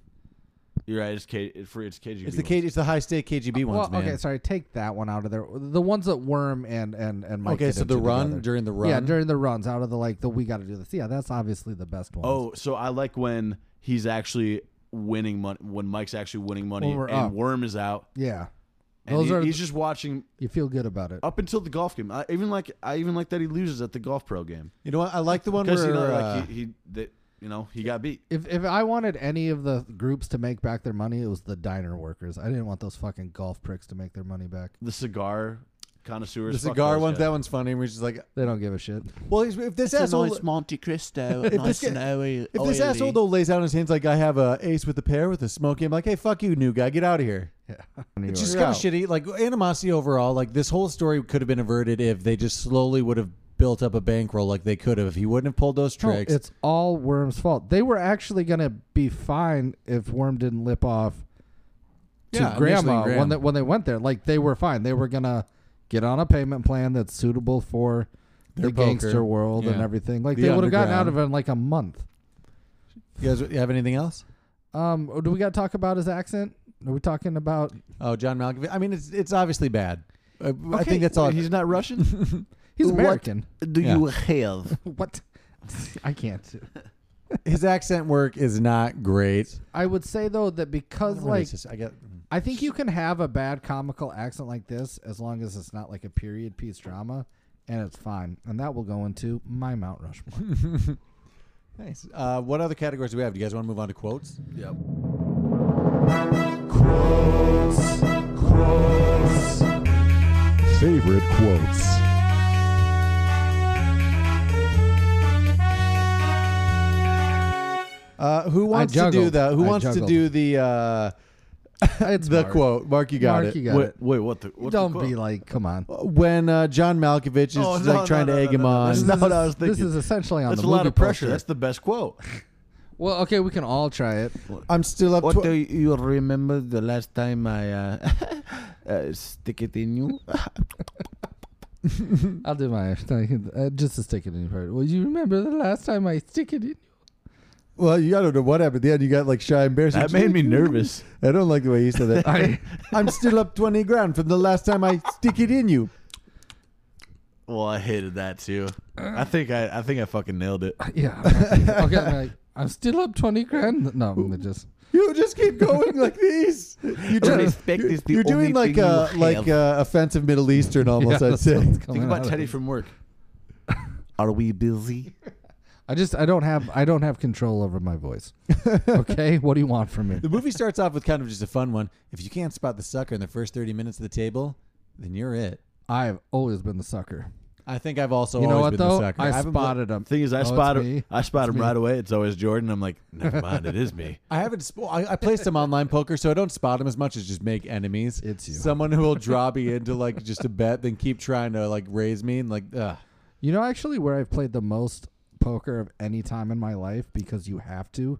Speaker 3: you're right. It's K. It's free. It's KGB.
Speaker 2: It's the K- It's the high state KGB
Speaker 1: Uh, well,
Speaker 2: ones, man.
Speaker 1: okay, sorry, take that one out of there. The ones that Worm and and and Mike
Speaker 2: Okay,
Speaker 1: get
Speaker 2: so the
Speaker 1: into
Speaker 2: run
Speaker 1: together.
Speaker 2: during the
Speaker 1: yeah,
Speaker 2: run?
Speaker 1: during the runs out of the like the we got to do this. Yeah, that's obviously the best one.
Speaker 3: Oh, so I like when he's actually winning money when Mike's actually winning money
Speaker 1: When we're
Speaker 3: and
Speaker 1: up.
Speaker 3: Worm is out.
Speaker 1: yeah,
Speaker 3: And
Speaker 1: those
Speaker 3: he-
Speaker 1: are
Speaker 3: he's just watching
Speaker 1: you feel good about
Speaker 2: Oh.
Speaker 1: it.
Speaker 3: up until the golf game. I even like I even like that he loses at the golf pro game
Speaker 2: You know what? I like the one where
Speaker 3: because you know
Speaker 2: uh,
Speaker 3: like he, he that you know he got beat.
Speaker 1: If if I wanted any of the groups to make back their money, it was the diner workers. I didn't want those fucking golf pricks to make their money back.
Speaker 3: The cigar connoisseurs.
Speaker 2: the
Speaker 3: fuck
Speaker 2: cigar
Speaker 3: those
Speaker 2: ones.
Speaker 3: guys.
Speaker 2: That one's funny. We're just like,
Speaker 1: They don't give a
Speaker 2: (laughs)
Speaker 1: shit.
Speaker 2: well, if if this asshole,
Speaker 12: Monte Cristo,
Speaker 2: if this, guy- if this asshole though lays out his hands like I have a ace with a pair with a smoky, I'm like, hey, fuck you, new guy, get out of here.
Speaker 1: Yeah,
Speaker 2: It's just kind of shitty. Like animosity overall. Like this whole story could have been averted if they just slowly would have built up a bankroll, like they could have. If he wouldn't have pulled those
Speaker 1: No,
Speaker 2: tricks,
Speaker 1: it's all Worm's fault. They were actually gonna be fine if Worm didn't lip off to
Speaker 2: Yeah, initially
Speaker 1: Grandma
Speaker 2: Graham.
Speaker 1: when they, when they went there. Like they were fine. They were gonna get on a payment plan that's suitable for
Speaker 2: Their
Speaker 1: the
Speaker 2: poker.
Speaker 1: gangster world and
Speaker 2: Yeah.
Speaker 1: everything. Like
Speaker 2: The
Speaker 1: they would have gotten out
Speaker 2: underground.
Speaker 1: of it in like a month.
Speaker 2: you guys you have anything else?
Speaker 1: Um, do we got to talk about his accent? Are we talking about?
Speaker 2: Oh, John Malkovich. I mean, it's it's obviously bad. I, I
Speaker 3: Okay,
Speaker 2: think that's all.
Speaker 3: He's not Russian.
Speaker 1: He's
Speaker 12: What?
Speaker 1: American.
Speaker 12: Do
Speaker 2: Yeah.
Speaker 12: you have?
Speaker 1: What? I can't.
Speaker 2: (laughs) his accent work is not great.
Speaker 1: I would say though that because
Speaker 2: What
Speaker 1: like
Speaker 2: is this? I get. mm.
Speaker 1: I think you can have a bad comical accent like this as long as it's not like a period piece drama, and it's fine. And that will go into my Mount Rushmore.
Speaker 2: Nice. Uh, what other categories do we have? Do you guys want to move on to quotes?
Speaker 3: yep.
Speaker 13: Favorite quotes.
Speaker 2: Uh, who wants to do
Speaker 1: juggled.
Speaker 2: the? Who
Speaker 1: I
Speaker 2: wants to
Speaker 1: juggled.
Speaker 2: do the? Uh,
Speaker 1: it's
Speaker 2: the
Speaker 1: Mark.
Speaker 2: quote. Mark, you got
Speaker 1: Mark,
Speaker 2: it.
Speaker 1: you got
Speaker 3: Wait,
Speaker 1: it.
Speaker 3: wait, what the? What's the
Speaker 1: Don't
Speaker 3: quote?
Speaker 1: be like, come on.
Speaker 2: when uh, John Malkovich is
Speaker 3: Oh, no,
Speaker 2: like trying
Speaker 3: no,
Speaker 2: to
Speaker 3: no,
Speaker 2: egg him
Speaker 3: no, no,
Speaker 2: on.
Speaker 3: That's not what I was
Speaker 1: This
Speaker 3: thinking.
Speaker 1: is essentially on
Speaker 3: That's
Speaker 1: the
Speaker 3: a lot
Speaker 1: movie
Speaker 3: of pressure.
Speaker 1: poster.
Speaker 3: That's the best quote.
Speaker 1: well, okay, we can all try it.
Speaker 2: I'm still up.
Speaker 12: (laughs) What
Speaker 2: Tw-
Speaker 12: do you remember the last time I uh, (laughs) uh, stick it in you?
Speaker 1: I'll (laughs) do my uh, just to stick it in. your throat. Well, you remember the last time I stick it in?
Speaker 2: Well, you gotta know what happened. At the end, you got like shy, embarrassing.
Speaker 3: That made me
Speaker 2: (laughs)
Speaker 3: nervous.
Speaker 2: I don't like the way he said
Speaker 3: (laughs)
Speaker 2: that.
Speaker 3: I-
Speaker 2: I'm still up twenty grand from the last time I stick it in you.
Speaker 3: (laughs) Well, I hated that too.
Speaker 12: Uh.
Speaker 3: I think I, I think I fucking nailed it.
Speaker 1: Yeah. I'm like, okay, I'm, like, I'm still up 20 grand. No, I'm just.
Speaker 2: You just keep going like these. You
Speaker 7: (laughs)
Speaker 1: don't
Speaker 2: do-
Speaker 1: expect
Speaker 2: you're,
Speaker 1: is the
Speaker 2: you're doing
Speaker 1: only
Speaker 2: like
Speaker 1: thing you
Speaker 2: a
Speaker 1: have.
Speaker 2: like a offensive Middle Eastern almost.
Speaker 1: Yeah,
Speaker 2: I'd
Speaker 1: that's
Speaker 2: say.
Speaker 1: what's coming
Speaker 3: Think about
Speaker 1: out of
Speaker 3: Teddy
Speaker 1: it.
Speaker 12: (laughs)
Speaker 3: from work. Are we busy?
Speaker 1: I just I don't have I don't have control over my
Speaker 2: (laughs)
Speaker 1: voice. Okay, what do you want from me?
Speaker 2: The movie starts off with kind of just a fun one. If you can't spot the sucker in the first thirty minutes of the table, then you're it.
Speaker 1: I've always been the sucker.
Speaker 2: I think I've also
Speaker 1: You know
Speaker 2: always
Speaker 1: what,
Speaker 2: been
Speaker 1: though?
Speaker 2: the sucker.
Speaker 1: I
Speaker 2: haven't bl-
Speaker 1: spotted him.
Speaker 3: Thing is, I
Speaker 1: Oh, it's
Speaker 3: spot him.
Speaker 1: me.
Speaker 3: I spot
Speaker 1: It's
Speaker 3: him
Speaker 1: me.
Speaker 3: right away. It's always Jordan. I'm like, never mind. It
Speaker 12: (laughs)
Speaker 3: is me.
Speaker 2: I haven't. Spo- I, I play some online poker, so I don't spot them as much as just make enemies. It's you. Someone who will draw (laughs) me into like just a bet, then keep trying to like raise me and like. Ugh.
Speaker 1: You know actually where I've played the most poker of any time in my life because you have to.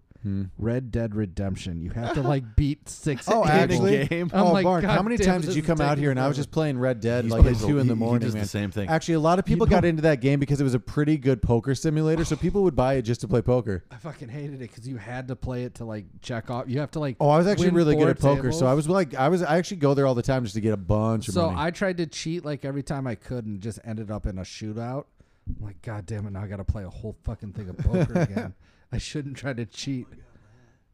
Speaker 1: Red Dead Redemption. You have to like beat six.
Speaker 2: Hmm. (laughs) Oh,
Speaker 1: people.
Speaker 2: actually,
Speaker 1: I'm
Speaker 2: oh,
Speaker 1: like,
Speaker 2: Mark,
Speaker 1: God
Speaker 2: how many
Speaker 1: damn,
Speaker 2: times
Speaker 1: this
Speaker 2: did you
Speaker 1: is
Speaker 2: come out
Speaker 1: taking
Speaker 2: here and I was
Speaker 1: forever.
Speaker 2: just playing Red Dead
Speaker 3: He
Speaker 2: like at
Speaker 3: plays the-
Speaker 2: two in the
Speaker 3: he- he
Speaker 2: morning?
Speaker 3: does the
Speaker 2: man.
Speaker 3: same thing.
Speaker 2: Actually, a lot of people got into that game because it was a pretty good poker simulator, so people would buy it just to play poker.
Speaker 1: I fucking hated it because you had to play it to like check off. You have to like.
Speaker 2: Oh, I was actually
Speaker 1: win
Speaker 2: really
Speaker 1: four
Speaker 2: good at poker, so
Speaker 1: tables.
Speaker 2: I was like, I was, I actually go there all the time just to get a bunch of
Speaker 1: So
Speaker 2: money.
Speaker 1: I tried to cheat like every time I could and just ended up in a shootout. I'm like, God damn it, now I gotta play a whole fucking thing of
Speaker 2: (laughs)
Speaker 1: poker again. I shouldn't try to cheat.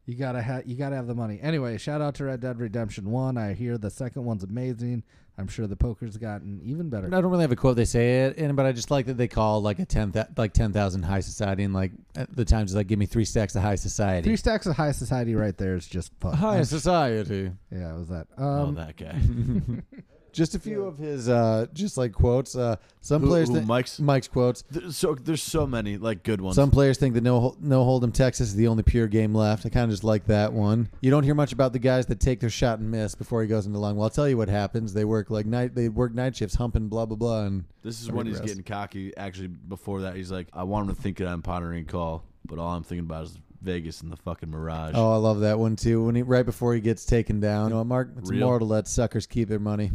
Speaker 1: You gotta have you gotta have the money. Anyway, shout out to Red Dead Redemption One. I hear the second one's amazing. I'm sure the poker's gotten even better.
Speaker 2: I don't really have a quote they say it in, but I just like that they call like a ten thou- like ten thousand high society, and like at the times it's like give me three stacks of high society.
Speaker 1: Three stacks of high society right there is just fun.
Speaker 2: high society.
Speaker 1: Yeah, it was that.
Speaker 3: oh,
Speaker 1: Um,
Speaker 3: that guy. (laughs)
Speaker 2: Just a few of his uh just like quotes. Uh Some
Speaker 3: Who-
Speaker 2: players
Speaker 3: who,
Speaker 2: think
Speaker 3: Mike's?
Speaker 2: Mike's quotes.
Speaker 3: There's so there's so many like good ones.
Speaker 2: Some players think that no Hol- no hold'em Texas is the only pure game left. I kind of just like that one. You don't hear much about the guys that take their shot and miss before he goes into long. Well, I'll tell you what happens. They work like night. They work night shifts, humping blah blah blah. And
Speaker 3: This is
Speaker 2: I
Speaker 3: when he's
Speaker 2: digress.
Speaker 3: getting cocky. Actually, before that, he's like, I want him to think that I'm pondering call, but all I'm thinking about is Vegas and the fucking Mirage.
Speaker 2: Oh, I love that one too. When he right before he gets taken down, you know, what, Mark, it's
Speaker 3: Real.
Speaker 2: moral to let suckers keep their money.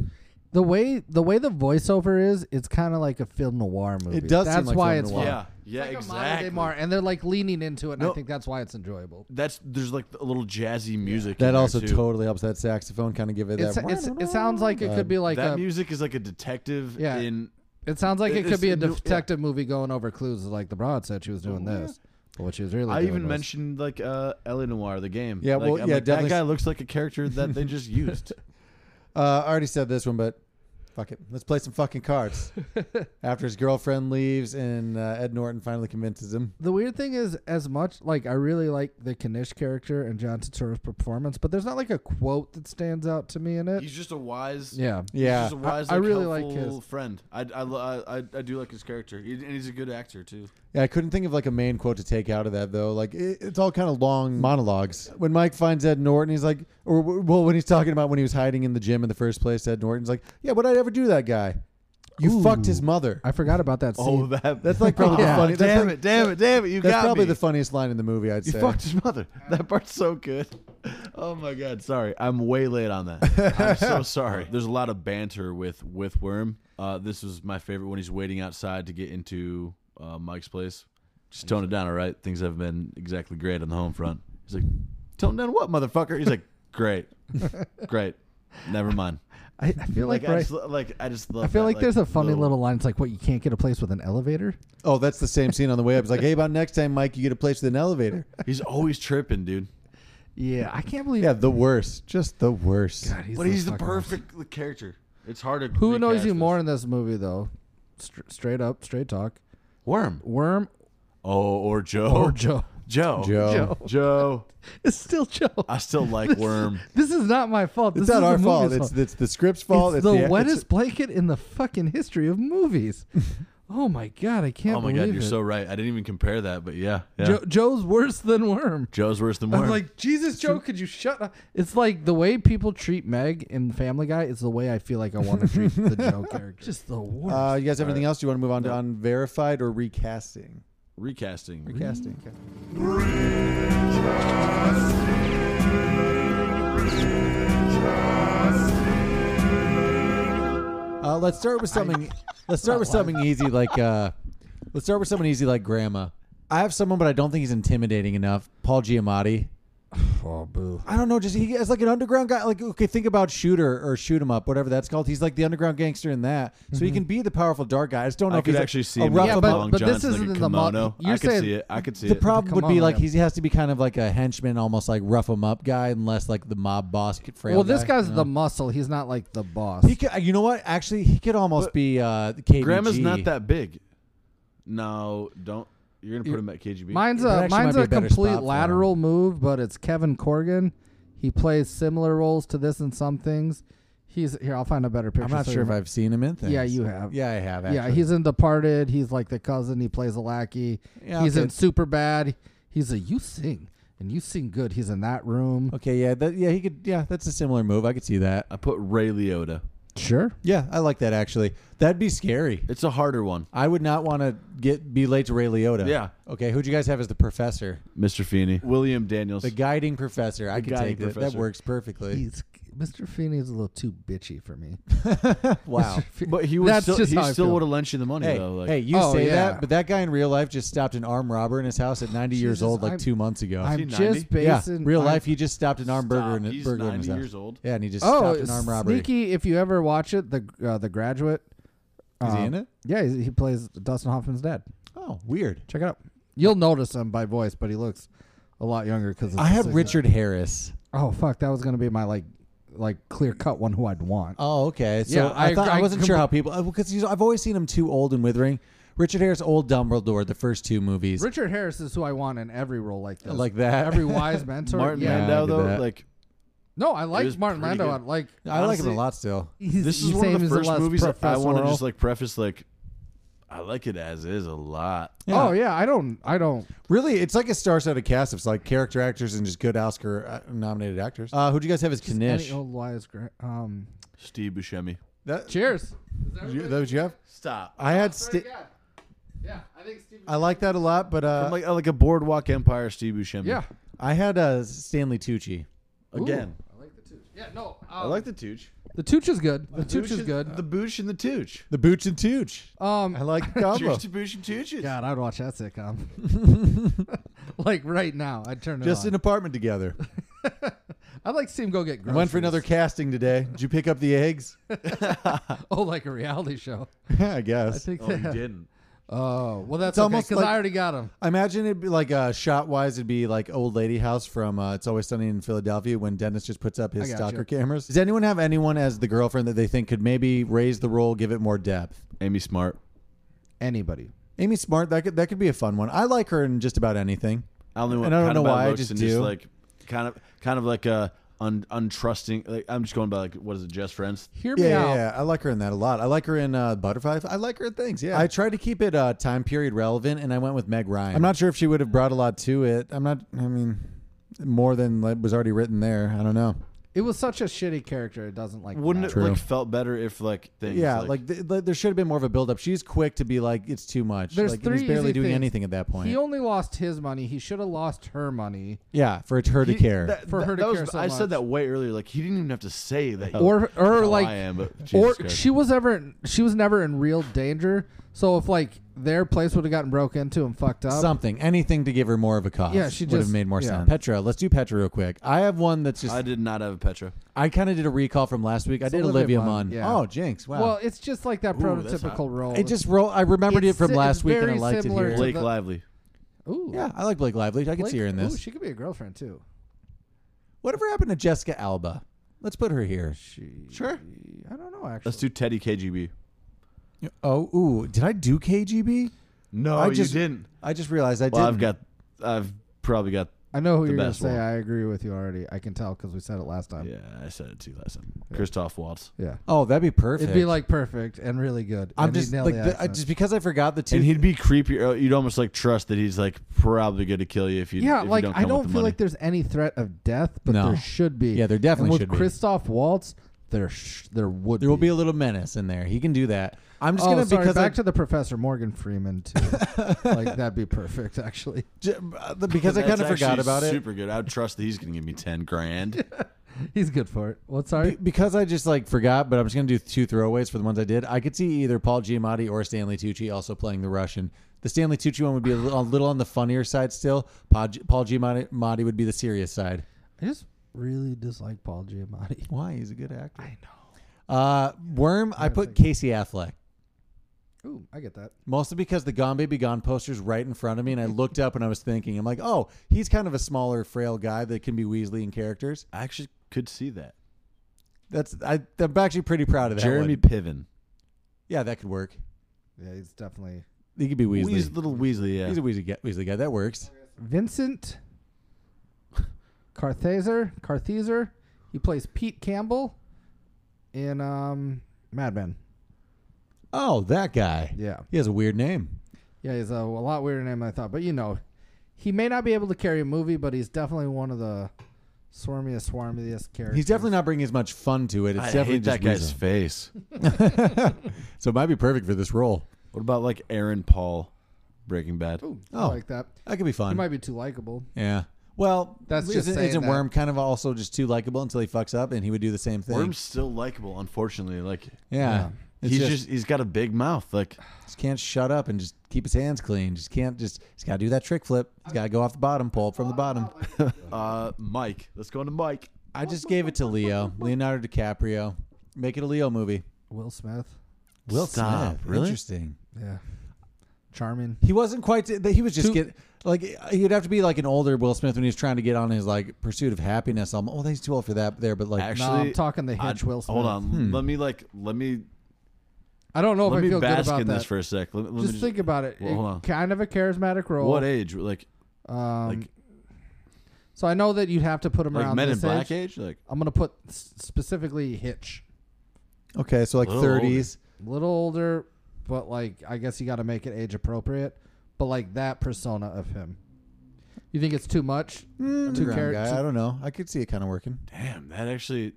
Speaker 1: the way the way the voiceover is, it's kind of like a film noir movie.
Speaker 2: It does seem
Speaker 1: That's
Speaker 2: like
Speaker 1: why
Speaker 2: film
Speaker 1: it's
Speaker 2: noir.
Speaker 1: fun.
Speaker 3: yeah, yeah,
Speaker 1: Like a modern day
Speaker 3: exactly.
Speaker 1: noir, and they're like leaning into it, and
Speaker 3: No.
Speaker 1: I think that's why it's enjoyable.
Speaker 3: That's there's like a little jazzy music. in
Speaker 2: That
Speaker 3: there,
Speaker 2: also
Speaker 3: too.
Speaker 2: totally helps that saxophone kind of give it
Speaker 1: It's,
Speaker 2: that.
Speaker 1: it's, it sounds like it could be like
Speaker 2: uh,
Speaker 3: that
Speaker 1: a
Speaker 3: music is like a detective.
Speaker 1: Yeah.
Speaker 3: in
Speaker 1: It sounds like it
Speaker 3: It's
Speaker 1: could be a
Speaker 3: new- yeah.
Speaker 1: detective movie going over clues. Like the broad said, she was doing this, but what she was really.
Speaker 3: I
Speaker 1: doing
Speaker 3: even
Speaker 1: was-
Speaker 3: mentioned like uh, Ellie Noir, the game.
Speaker 2: Yeah,
Speaker 3: Like,
Speaker 2: well,
Speaker 3: I'm
Speaker 2: yeah,
Speaker 3: like,
Speaker 2: definitely
Speaker 3: that guy
Speaker 2: s-
Speaker 3: looks like a character that they
Speaker 2: (laughs)
Speaker 3: just used.
Speaker 2: (laughs) Uh, I already said this one, but fuck it. Let's play some fucking cards. After his girlfriend leaves and uh, Ed Norton finally convinces him.
Speaker 1: The weird thing is, as much like I really like the Kanish character and John Turturro's performance, but there's not like a quote that stands out to me in it.
Speaker 3: He's just a wise,
Speaker 1: Yeah.
Speaker 3: he's
Speaker 2: Yeah.
Speaker 3: just a wise,
Speaker 1: I- I
Speaker 3: like,
Speaker 1: really like
Speaker 3: helpful
Speaker 1: his-
Speaker 3: friend. I, I, lo- I, I I do like his character, He- and he's a good actor too.
Speaker 2: Yeah, I couldn't think of like a main quote to take out of that though. Like it, it's all kind of long monologues. When Mike finds Ed Norton, he's like, or w- well, when he's talking about when he was hiding in the gym in the first place, Ed Norton's like, yeah, would I ever do to that guy? You
Speaker 1: Ooh.
Speaker 2: fucked his mother.
Speaker 1: I forgot about that scene.
Speaker 3: Oh, that,
Speaker 2: That's
Speaker 3: (laughs)
Speaker 2: like probably
Speaker 1: Yeah.
Speaker 2: the funny. that's
Speaker 3: damn
Speaker 2: like-
Speaker 3: it, damn it, damn it! You
Speaker 2: that's
Speaker 3: got
Speaker 2: probably
Speaker 3: me.
Speaker 2: the funniest line in the movie. I'd
Speaker 3: You
Speaker 2: say.
Speaker 3: fucked his mother. (laughs) That part's so good. Oh my god, sorry. I'm way late on that. I'm (laughs) so sorry. There's a lot of banter with with Worm. Uh, this was my favorite when he's waiting outside to get into uh, Mike's place. Just tone it down, all right? Things haven't been exactly great on the home front. He's like, tone down what, motherfucker? He's like, (laughs) great, great. Never mind.
Speaker 1: I, (laughs) I feel like,
Speaker 3: Like, I
Speaker 1: right.
Speaker 3: just lo- like I just love.
Speaker 1: I feel
Speaker 3: that,
Speaker 1: like, there's a funny little, line. It's like, what you can't get a place with an elevator.
Speaker 2: Oh, that's the same scene on the way up. It's like, hey, about next time, Mike, you get a place with an elevator.
Speaker 3: He's always tripping, dude.
Speaker 1: Yeah, I can't believe.
Speaker 2: Yeah, the worst. Just the worst.
Speaker 1: God,
Speaker 3: but he's the
Speaker 1: fucking-
Speaker 3: perfect character. It's hard to.
Speaker 1: Who annoys
Speaker 3: recast
Speaker 1: you
Speaker 3: this.
Speaker 1: more in this movie, though? Str straight up, straight talk.
Speaker 3: Worm.
Speaker 1: Worm
Speaker 3: Oh, or Joe.
Speaker 1: or Joe? (laughs)
Speaker 3: Joe. (laughs)
Speaker 2: Joe.
Speaker 3: Joe.
Speaker 1: It's still Joe.
Speaker 3: I still like Worm.
Speaker 1: This is not my fault.
Speaker 2: It's
Speaker 1: this
Speaker 2: not
Speaker 1: is
Speaker 2: our
Speaker 1: the
Speaker 2: fault.
Speaker 1: movie's
Speaker 2: It's, it's the script's fault.
Speaker 1: It's the
Speaker 2: it's-
Speaker 1: wettest blanket in the fucking history of movies. oh my god, I can't.
Speaker 3: Oh my
Speaker 1: believe
Speaker 3: god, you're
Speaker 1: it.
Speaker 3: so right. I didn't even compare that, but yeah. yeah.
Speaker 1: Jo- Joe's worse than Worm.
Speaker 3: Joe's worse than Worm.
Speaker 1: I'm like Jesus, Joe. Could you shut up? It's like the way people treat Meg in Family Guy is the way I feel like I want to treat the Joe character. Just the worst.
Speaker 2: Uh, you guys have anything else? Do you want to move on to unverified or recasting?
Speaker 3: recasting.
Speaker 2: Recasting. Okay. Uh, let's start with something. let's start with something easy, like uh, let's start with something easy, like grandma. I have someone, but I don't think he's intimidating enough. Paul Giamatti.
Speaker 1: Oh, boo.
Speaker 2: I don't know. Just he as like an underground guy. Like okay, think about Shooter or Shoot 'Em Up, whatever that's called. He's like the underground gangster in that, so he
Speaker 1: Mhm.
Speaker 2: can be the powerful dark guy. I just don't
Speaker 3: Mm-hmm. I
Speaker 2: know if
Speaker 3: could
Speaker 2: he's
Speaker 3: actually
Speaker 2: like
Speaker 3: see
Speaker 2: a
Speaker 3: him
Speaker 2: rough
Speaker 3: in
Speaker 1: Yeah,
Speaker 3: a
Speaker 1: but-
Speaker 3: long
Speaker 1: but this
Speaker 3: john, like
Speaker 1: isn't
Speaker 3: a
Speaker 1: in the mo-
Speaker 3: kimono.
Speaker 1: you're
Speaker 3: I could
Speaker 1: saying-
Speaker 3: see it. I could see
Speaker 2: the
Speaker 3: it.
Speaker 2: problem would
Speaker 1: Come
Speaker 2: be
Speaker 1: on,
Speaker 2: like
Speaker 1: yeah.
Speaker 2: he's, he has to be kind of like a henchman, almost like rough him up guy, unless like the mob boss. could- Frail
Speaker 1: well, this
Speaker 2: guy,
Speaker 1: guy's
Speaker 2: you know?
Speaker 1: the muscle. He's not like the boss.
Speaker 2: He could, you know what? Actually, he could almost
Speaker 3: But
Speaker 2: be uh, KBG.
Speaker 3: Grandma's not that big. No, don't. You're gonna put him at KGB.
Speaker 1: Mine's
Speaker 2: That
Speaker 1: a
Speaker 2: actually
Speaker 1: mine's
Speaker 2: might be
Speaker 1: a,
Speaker 2: a better spot
Speaker 1: complete
Speaker 2: for
Speaker 1: lateral move, but it's Kevin Corgan. He plays similar roles to this in some things. He's here. I'll find a better picture.
Speaker 2: I'm not
Speaker 1: so
Speaker 2: sure
Speaker 1: you
Speaker 2: if I've seen him in things.
Speaker 1: Yeah, you have.
Speaker 2: Yeah, I have. Actually.
Speaker 1: Yeah, he's in Departed. He's like the cousin. He plays a lackey.
Speaker 2: Yeah,
Speaker 1: he's
Speaker 2: okay.
Speaker 1: in Super Bad. He's a you sing and you sing good. He's in that room.
Speaker 2: okay. Yeah, that, yeah, he could. Yeah, that's a similar move. I could see that. Uh,
Speaker 3: I put Ray Liotta.
Speaker 1: Sure.
Speaker 2: Yeah, I like that actually. That'd be scary.
Speaker 3: It's a harder one.
Speaker 2: I would not want to get be late to Ray Liotta.
Speaker 3: Yeah.
Speaker 2: Okay, who'd you guys have as the professor?
Speaker 3: Mr. Feeney, William Daniels.
Speaker 2: The guiding professor. I
Speaker 3: The
Speaker 2: could
Speaker 3: guiding
Speaker 2: take that. That
Speaker 3: professor.
Speaker 2: works perfectly.
Speaker 1: He's Mr. Feeney's a little too bitchy for me. (laughs)
Speaker 2: wow.
Speaker 3: but he would
Speaker 1: That's
Speaker 3: still,
Speaker 1: just
Speaker 3: he
Speaker 1: how I
Speaker 3: still
Speaker 1: feel.
Speaker 3: would have lent you the money
Speaker 2: Hey,
Speaker 3: though. Like,
Speaker 2: hey, you
Speaker 1: Oh,
Speaker 2: say
Speaker 1: yeah.
Speaker 2: that, but that guy in real life just stopped an armed robber in his house at 90 years
Speaker 1: Jesus,
Speaker 2: old, like
Speaker 1: I'm-
Speaker 2: two months ago.
Speaker 1: I'm
Speaker 3: Is he
Speaker 1: just
Speaker 3: 90?
Speaker 2: yeah,
Speaker 1: basing
Speaker 2: real
Speaker 1: I'm-
Speaker 2: life, he just stopped an armed burger in,
Speaker 3: Stop. He's
Speaker 2: burger in
Speaker 3: 90
Speaker 2: his house.
Speaker 3: years old.
Speaker 2: Yeah, and he just
Speaker 1: Oh,
Speaker 2: stopped an armed robbery.
Speaker 1: sneaky! If you ever watch it, the uh, the Graduate.
Speaker 2: Is he
Speaker 1: uh,
Speaker 2: in it?
Speaker 1: Yeah, he's, he plays Dustin Hoffman's dad.
Speaker 2: Oh, weird.
Speaker 1: Check it out. You'll notice him by voice, but he looks a lot younger because
Speaker 2: I had Richard Harris.
Speaker 1: Oh fuck, that was gonna be my like like clear cut one who I'd
Speaker 3: Uh,
Speaker 1: want.
Speaker 2: Oh, okay. So
Speaker 1: Yeah,
Speaker 2: I,
Speaker 1: I
Speaker 2: thought,
Speaker 1: agree.
Speaker 2: I
Speaker 1: I
Speaker 2: wasn't sure how people because I've always seen him too old and withering. Richard Harris, old Dumbledore, the first two movies.
Speaker 1: Richard Harris is who I want in every role like this,
Speaker 2: Like
Speaker 3: (laughs)
Speaker 2: that.
Speaker 1: Every wise mentor.
Speaker 3: Martin
Speaker 1: yeah.
Speaker 2: I
Speaker 3: Landau
Speaker 2: did
Speaker 3: though,
Speaker 2: that.
Speaker 3: like
Speaker 1: No, I
Speaker 3: was
Speaker 1: like Martin
Speaker 3: pretty
Speaker 1: Landau. I
Speaker 3: good.
Speaker 1: like.
Speaker 2: I like him a
Speaker 3: honestly,
Speaker 2: lot still.
Speaker 1: He's,
Speaker 3: this is
Speaker 1: he's
Speaker 3: one of
Speaker 1: same
Speaker 3: the
Speaker 1: as
Speaker 3: first
Speaker 1: last
Speaker 3: movies that I want to
Speaker 1: professor.
Speaker 3: just like preface like I like it as is a lot.
Speaker 1: Oh yeah, I don't. I don't.
Speaker 2: Really, it's like a star-studded cast. It's like character actors and just good Oscar-nominated actors. Uh, who do you guys have as
Speaker 1: Any
Speaker 2: Kanish?
Speaker 1: old wise. gra- Um.
Speaker 3: Steve Buscemi.
Speaker 2: that,
Speaker 1: Cheers.
Speaker 2: you, that what you have?
Speaker 3: Stop.
Speaker 2: I had. Sti-
Speaker 1: Yeah, I think Steve.
Speaker 2: I like that a lot, but uh,
Speaker 3: I'm like like a boardwalk empire Steve Buscemi.
Speaker 1: Yeah.
Speaker 2: I had uh, Stanley Tucci.
Speaker 3: Again.
Speaker 1: I like the Tooch. Yeah, no.
Speaker 3: I like the Tooch.
Speaker 1: the Tooch is good. The
Speaker 3: Tooch
Speaker 1: Tooch is good.
Speaker 3: The Booch and the Tooch.
Speaker 2: The Booch and Tooch.
Speaker 1: Um,
Speaker 2: I like
Speaker 1: (laughs)
Speaker 2: the combo.
Speaker 3: Cheers to Booch and Tooches.
Speaker 1: God, I'd watch that sitcom. (laughs) like right now, I'd turn it
Speaker 2: Just
Speaker 1: on.
Speaker 2: an
Speaker 1: (laughs)
Speaker 2: apartment together.
Speaker 1: I'd like to see him go get
Speaker 2: I
Speaker 1: groceries.
Speaker 2: went for another casting today. Did you pick up the
Speaker 1: (laughs)
Speaker 2: eggs? (laughs)
Speaker 1: Oh, like a reality show.
Speaker 2: Yeah, I guess.
Speaker 1: I think
Speaker 3: Oh, you
Speaker 1: that.
Speaker 3: didn't.
Speaker 1: Oh, well, that's
Speaker 2: It's
Speaker 1: okay
Speaker 2: almost
Speaker 1: because
Speaker 2: like-
Speaker 1: I already got him.
Speaker 2: I imagine it'd be like uh, shot wise, it'd be like Old Lady House from uh, It's Always Sunny in Philadelphia when Dennis just puts up his
Speaker 1: I gotcha.
Speaker 2: stalker cameras. Does anyone have anyone as the girlfriend that they think could maybe raise the role, give it more depth?
Speaker 3: (laughs) Amy Smart.
Speaker 1: Anybody.
Speaker 2: Amy Smart, that could that could be a fun one. I like her in just about anything.
Speaker 3: I only went
Speaker 2: And I don't
Speaker 3: kind of
Speaker 2: know
Speaker 3: by
Speaker 2: why, I
Speaker 3: looks
Speaker 2: just
Speaker 3: and
Speaker 2: do.
Speaker 3: like kind of kind of like a un, untrusting. Like I'm just going by like what is it? Just friends.
Speaker 1: Hear
Speaker 2: Yeah,
Speaker 1: me
Speaker 2: yeah,
Speaker 1: out.
Speaker 2: yeah, I like her in that a lot. I like her in uh, Butterfly. I like her in things. Yeah, I tried to keep it uh, time period relevant, and I went with Meg Ryan. I'm not sure if she would have brought a lot to it. I'm not. I mean, more than like, was already written there. I don't know.
Speaker 1: It was such a shitty character. It doesn't like.
Speaker 3: Wouldn't
Speaker 1: matter.
Speaker 3: it like felt better if like things?
Speaker 2: Yeah, like, th- th- there should have been more of a buildup. She's quick to be like, it's too much.
Speaker 1: There's
Speaker 2: like, and
Speaker 1: three
Speaker 2: he's barely
Speaker 1: easy
Speaker 2: doing
Speaker 1: things.
Speaker 2: anything at that point.
Speaker 1: He only lost his money. He should have lost her money.
Speaker 2: yeah, for her to
Speaker 3: He-
Speaker 2: care.
Speaker 3: that-
Speaker 1: For
Speaker 3: that-
Speaker 1: her to
Speaker 3: that was-
Speaker 1: care so
Speaker 3: I said
Speaker 1: much.
Speaker 3: that way earlier. Like he didn't even have to say that. he-
Speaker 1: or or
Speaker 3: how
Speaker 1: like
Speaker 3: I am, but
Speaker 1: or
Speaker 3: Jesus Christ.
Speaker 1: she was ever she was never in real danger. So if like their place would have gotten broke into and fucked up,
Speaker 2: Something, anything to give her more of a cause.
Speaker 1: uh, Yeah, she
Speaker 2: would have
Speaker 1: just-
Speaker 2: made more
Speaker 1: yeah.
Speaker 2: sense. Petra, let's do Petra real quick. I have one that's just.
Speaker 3: I did not have a Petra.
Speaker 2: I kind of did a recall from last week. I
Speaker 1: It's
Speaker 2: did Olivia
Speaker 1: Olivia Munn,
Speaker 2: Munn.
Speaker 1: yeah.
Speaker 2: Oh, jinx! Wow.
Speaker 1: well, it's just like that
Speaker 3: Ooh, that's
Speaker 1: prototypical
Speaker 3: hot.
Speaker 1: role.
Speaker 2: It just roll. I remembered it
Speaker 1: It's
Speaker 2: from
Speaker 1: si-
Speaker 2: last
Speaker 1: it's
Speaker 2: week, and I
Speaker 1: very
Speaker 2: liked it
Speaker 1: similar
Speaker 2: here.
Speaker 1: to
Speaker 3: Blake
Speaker 1: the-
Speaker 3: Lively.
Speaker 1: ooh
Speaker 2: Yeah, I like Blake Lively. I could see her in
Speaker 1: Blake- ooh,
Speaker 2: this.
Speaker 1: she could be a girlfriend too.
Speaker 2: Whatever happened to Jessica Alba? Let's put her here.
Speaker 1: She,
Speaker 3: Sure.
Speaker 1: I don't know actually.
Speaker 3: Let's do Teddy KGB.
Speaker 2: Oh, ooh, did I do KGB?
Speaker 3: No,
Speaker 2: I just
Speaker 3: Oh, you didn't.
Speaker 2: I just realized I
Speaker 3: Well,
Speaker 2: didn't.
Speaker 3: I've got. I've probably got.
Speaker 1: I know who
Speaker 3: the
Speaker 1: you're gonna
Speaker 3: best
Speaker 1: say.
Speaker 3: one.
Speaker 1: I agree with you already. I can tell because we said it last time.
Speaker 3: Yeah, I said it too last time. Christoph Waltz.
Speaker 1: Yeah.
Speaker 2: Oh, that'd be perfect.
Speaker 1: It'd be like perfect and really good.
Speaker 2: I'm
Speaker 1: And he'd
Speaker 2: just
Speaker 1: nail
Speaker 2: like
Speaker 1: the
Speaker 2: the, I-
Speaker 1: accent.
Speaker 2: just because I forgot the two.
Speaker 3: And he'd be creepier. Oh, You'd almost like trust that he's like probably going to kill you if you.
Speaker 1: yeah,
Speaker 3: if you
Speaker 1: like
Speaker 3: don't come
Speaker 1: I
Speaker 3: with
Speaker 1: don't
Speaker 3: the
Speaker 1: feel
Speaker 3: money.
Speaker 1: like there's any threat of death, but
Speaker 2: No.
Speaker 1: there should be.
Speaker 2: Yeah, there definitely
Speaker 1: and with
Speaker 2: should be.
Speaker 1: Christoph Waltz, there sh- there would
Speaker 2: there will be a little menace in there. He can do that. I'm just
Speaker 1: oh,
Speaker 2: gonna
Speaker 1: sorry,
Speaker 2: because
Speaker 1: back
Speaker 2: I,
Speaker 1: to the professor Morgan Freeman
Speaker 2: (laughs)
Speaker 1: too. like that'd be perfect actually. (laughs)
Speaker 2: j- uh, the- because I
Speaker 3: That's
Speaker 2: kind of forgot
Speaker 3: actually
Speaker 2: about it.
Speaker 3: Super good. I would trust that he's going to give me ten
Speaker 2: (laughs)
Speaker 3: grand.
Speaker 1: He's good for it. What's
Speaker 2: Be-
Speaker 1: sorry?
Speaker 2: because I just like forgot, but I'm just gonna do two throwaways for the ones I did. I could see either Paul Giamatti or Stanley Tucci also playing the Russian. The Stanley Tucci one would be a little, a little on the funnier side still. Paul G- Paul Giamatti would be the serious side.
Speaker 1: I just really dislike Paul Giamatti.
Speaker 2: Why? He's a good actor.
Speaker 1: I
Speaker 2: Uh, Worm, I put Casey Affleck.
Speaker 1: know. Ooh, I get that.
Speaker 2: Mostly because the Gone Baby Gone poster's right in front of me, and I looked up and I was thinking, I'm like, oh, he's kind of a smaller, frail guy that can be Weasley in characters.
Speaker 3: I actually could see that.
Speaker 2: That's I, I'm actually pretty proud of that.
Speaker 3: Jeremy
Speaker 2: one.
Speaker 3: Piven.
Speaker 2: yeah, that could work.
Speaker 1: Yeah, he's definitely
Speaker 2: He could be Weasley.
Speaker 3: Weas- little Weasley, yeah.
Speaker 2: He's a Weasley guy, Weasley guy. That works.
Speaker 1: Vincent Carthaser. Carthaser. He plays Pete Campbell in um, Mad Men.
Speaker 2: Oh, that guy.
Speaker 1: Yeah.
Speaker 2: He has a weird name.
Speaker 1: Yeah, he's a, a lot weirder name than I thought, but you know, he may not be able to carry a movie, but he's definitely one of the swarmiest, swarmiest characters.
Speaker 2: He's definitely not bringing as much fun to it. It's
Speaker 3: I
Speaker 2: definitely
Speaker 3: hate
Speaker 2: just
Speaker 3: that guy's
Speaker 2: Weasley.
Speaker 3: face.
Speaker 2: so it might be perfect for this role.
Speaker 3: What about like Aaron Paul, Breaking Bad?
Speaker 1: Ooh, I
Speaker 2: Oh,
Speaker 1: like that.
Speaker 2: That could be fun.
Speaker 1: He might be too likable.
Speaker 2: yeah. Well,
Speaker 1: That's just
Speaker 2: isn't,
Speaker 1: saying
Speaker 2: isn't
Speaker 1: that.
Speaker 2: Worm kind of also just too likable until he fucks up, and he would do the same thing.
Speaker 3: Worm's still likable, unfortunately. Like
Speaker 2: yeah. It's
Speaker 3: he's just, he's got a big mouth. (sighs) Like
Speaker 2: Just can't shut up and just keep his hands clean. Just can't just he's gotta do that trick flip. He's gotta go off the bottom, pull up from the bottom. (laughs)
Speaker 3: uh, Mike. Let's go on to Mike.
Speaker 2: I just gave it to Leo. Leonardo DiCaprio. Make it a Leo movie.
Speaker 1: Will Smith.
Speaker 2: Will
Speaker 3: Stop,
Speaker 2: Smith.
Speaker 3: really?
Speaker 2: Interesting.
Speaker 1: Yeah. Charming.
Speaker 2: He wasn't quite he was just
Speaker 1: Too-
Speaker 2: get like he'd have to be like an older Will Smith when he was trying to get on his like pursuit of happiness. I'm oh he's too old for that there, but like
Speaker 3: Actually,
Speaker 1: I'm talking the hitch Will Smith.
Speaker 3: Hold on. Let me like let me
Speaker 1: I don't know
Speaker 3: let
Speaker 1: if I
Speaker 3: me
Speaker 1: feel good
Speaker 3: bask
Speaker 1: about
Speaker 3: in
Speaker 1: that.
Speaker 3: this for a sec. Let, me- let me
Speaker 1: just, think about it.
Speaker 3: Well,
Speaker 1: It-
Speaker 3: hold on.
Speaker 1: Kind of a charismatic role.
Speaker 3: What age? Like
Speaker 1: Um,
Speaker 3: like
Speaker 1: so I know that you'd have to put him
Speaker 3: like
Speaker 1: around
Speaker 3: Men in
Speaker 1: this
Speaker 3: Black
Speaker 1: age.
Speaker 3: age? Like
Speaker 1: I'm gonna put s- specifically Hitch.
Speaker 2: Okay, so like
Speaker 3: A little older.
Speaker 2: thirties.
Speaker 1: A little older, but like I guess you got to make it age appropriate. But like that persona of him, you think it's too much? Two
Speaker 2: Mm, Underground
Speaker 1: characters.
Speaker 2: guy. I don't know. I could see it kind of working.
Speaker 3: damn, that actually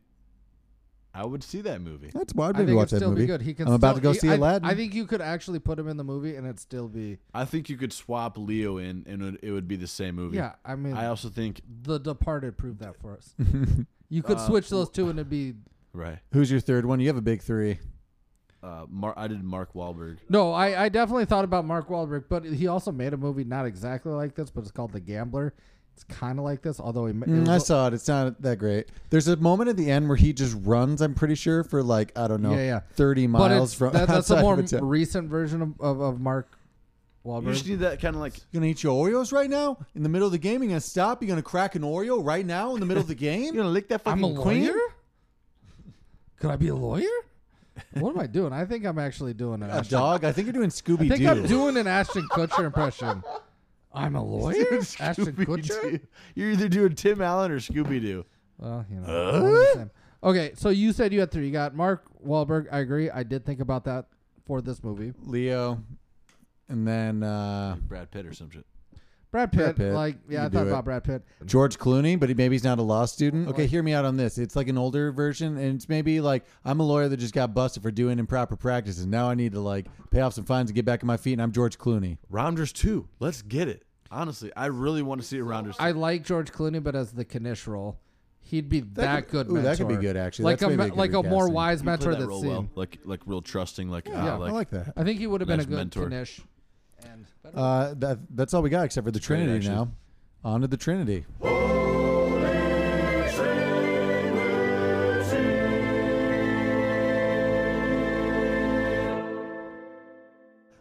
Speaker 3: I would see that movie.
Speaker 2: That's why I'd
Speaker 1: I
Speaker 2: maybe
Speaker 1: think
Speaker 2: watch
Speaker 1: it'd
Speaker 2: that
Speaker 1: still
Speaker 2: movie.
Speaker 1: be good. He can
Speaker 2: I'm about to
Speaker 1: still-
Speaker 2: go see
Speaker 1: I,
Speaker 2: Aladdin.
Speaker 1: I think you could actually put him in the movie and it'd still be.
Speaker 3: I think you could swap Leo in and it would, it would be the same movie.
Speaker 1: Yeah, I mean,
Speaker 3: I also think
Speaker 1: The Departed proved that for
Speaker 2: (laughs)
Speaker 1: us. you
Speaker 2: Uh,
Speaker 1: could switch those two and it'd be.
Speaker 3: right.
Speaker 2: Who's your third one? You have a big three.
Speaker 3: Uh, Mar- I did Mark Wahlberg.
Speaker 1: No, I, I definitely thought about Mark Wahlberg, but he also made a movie not exactly like this, but it's called The Gambler. It's kind of like this, although he. ma- it
Speaker 2: Mm,
Speaker 1: was
Speaker 2: I
Speaker 1: a-
Speaker 2: saw it. It's not that great. There's a moment at the end where he just runs. I'm pretty sure for like I don't know,
Speaker 1: Yeah, yeah.
Speaker 2: thirty miles
Speaker 1: it's-
Speaker 2: from.
Speaker 1: that- that's
Speaker 2: outside
Speaker 1: a
Speaker 2: of
Speaker 1: more
Speaker 2: a town.
Speaker 1: recent version of, of, of Mark Wahlberg.
Speaker 3: You just need that kind of like
Speaker 2: You gonna eat your Oreos right now in the middle of the game? You gonna stop? You gonna crack an Oreo right now in the middle of the
Speaker 3: you
Speaker 2: game?
Speaker 3: gonna lick that
Speaker 1: I'm
Speaker 3: fucking
Speaker 1: a (laughs)
Speaker 3: queen?
Speaker 1: lawyer. Could I be a lawyer? What am I doing? I think I'm actually doing an.
Speaker 2: a
Speaker 1: Ashton,
Speaker 2: dog? (laughs) I think you're doing Scooby
Speaker 1: I
Speaker 2: Doo.
Speaker 1: think I'm doing an Ashton Kutcher impression. I'm
Speaker 2: (laughs)
Speaker 1: a lawyer. Ashton Kutcher.
Speaker 3: (laughs) Scooby-Doo. You're either doing Tim Allen or Scooby Doo.
Speaker 1: Well, you know. one and the same. Okay, so you said you had three. You got Mark Wahlberg. I agree. I did think about that for this movie.
Speaker 2: Leo, and then uh,
Speaker 3: Brad Pitt or some shit.
Speaker 1: Brad Pitt.
Speaker 2: Brad Pitt.
Speaker 1: Like,
Speaker 2: You
Speaker 1: yeah, I
Speaker 2: can
Speaker 1: thought
Speaker 2: do
Speaker 1: about
Speaker 2: it.
Speaker 1: Brad Pitt.
Speaker 2: George Clooney, but he, maybe he's not a law student. Okay, hear me out on this. It's like an older version, and it's maybe like I'm a lawyer that just got busted for doing improper practices. Now I need to like pay off some fines and get back on my feet, and I'm George Clooney.
Speaker 3: Rounders two. Let's get it. Honestly, I really want to see a Rounders.
Speaker 1: I
Speaker 3: two.
Speaker 1: like George Clooney, but as the Knish role, he'd be that,
Speaker 2: could-
Speaker 1: good.
Speaker 2: ooh,
Speaker 1: mentor.
Speaker 2: that could be good, actually.
Speaker 1: Like
Speaker 2: That's
Speaker 1: a
Speaker 2: maybe
Speaker 1: me-
Speaker 2: a good
Speaker 1: like a more
Speaker 2: recasting.
Speaker 1: wise
Speaker 3: He played
Speaker 1: mentor
Speaker 3: that
Speaker 1: that's
Speaker 3: role
Speaker 1: seen.
Speaker 3: well. Like like real trusting. Like
Speaker 2: Yeah,
Speaker 3: ah,
Speaker 2: I like that.
Speaker 1: I think he would have been a
Speaker 3: Nice
Speaker 1: good
Speaker 3: mentor.
Speaker 1: Knish. And
Speaker 2: Uh, that, that's all we got except for the
Speaker 3: great,
Speaker 2: Trinity
Speaker 3: actually.
Speaker 2: now. On to the Trinity.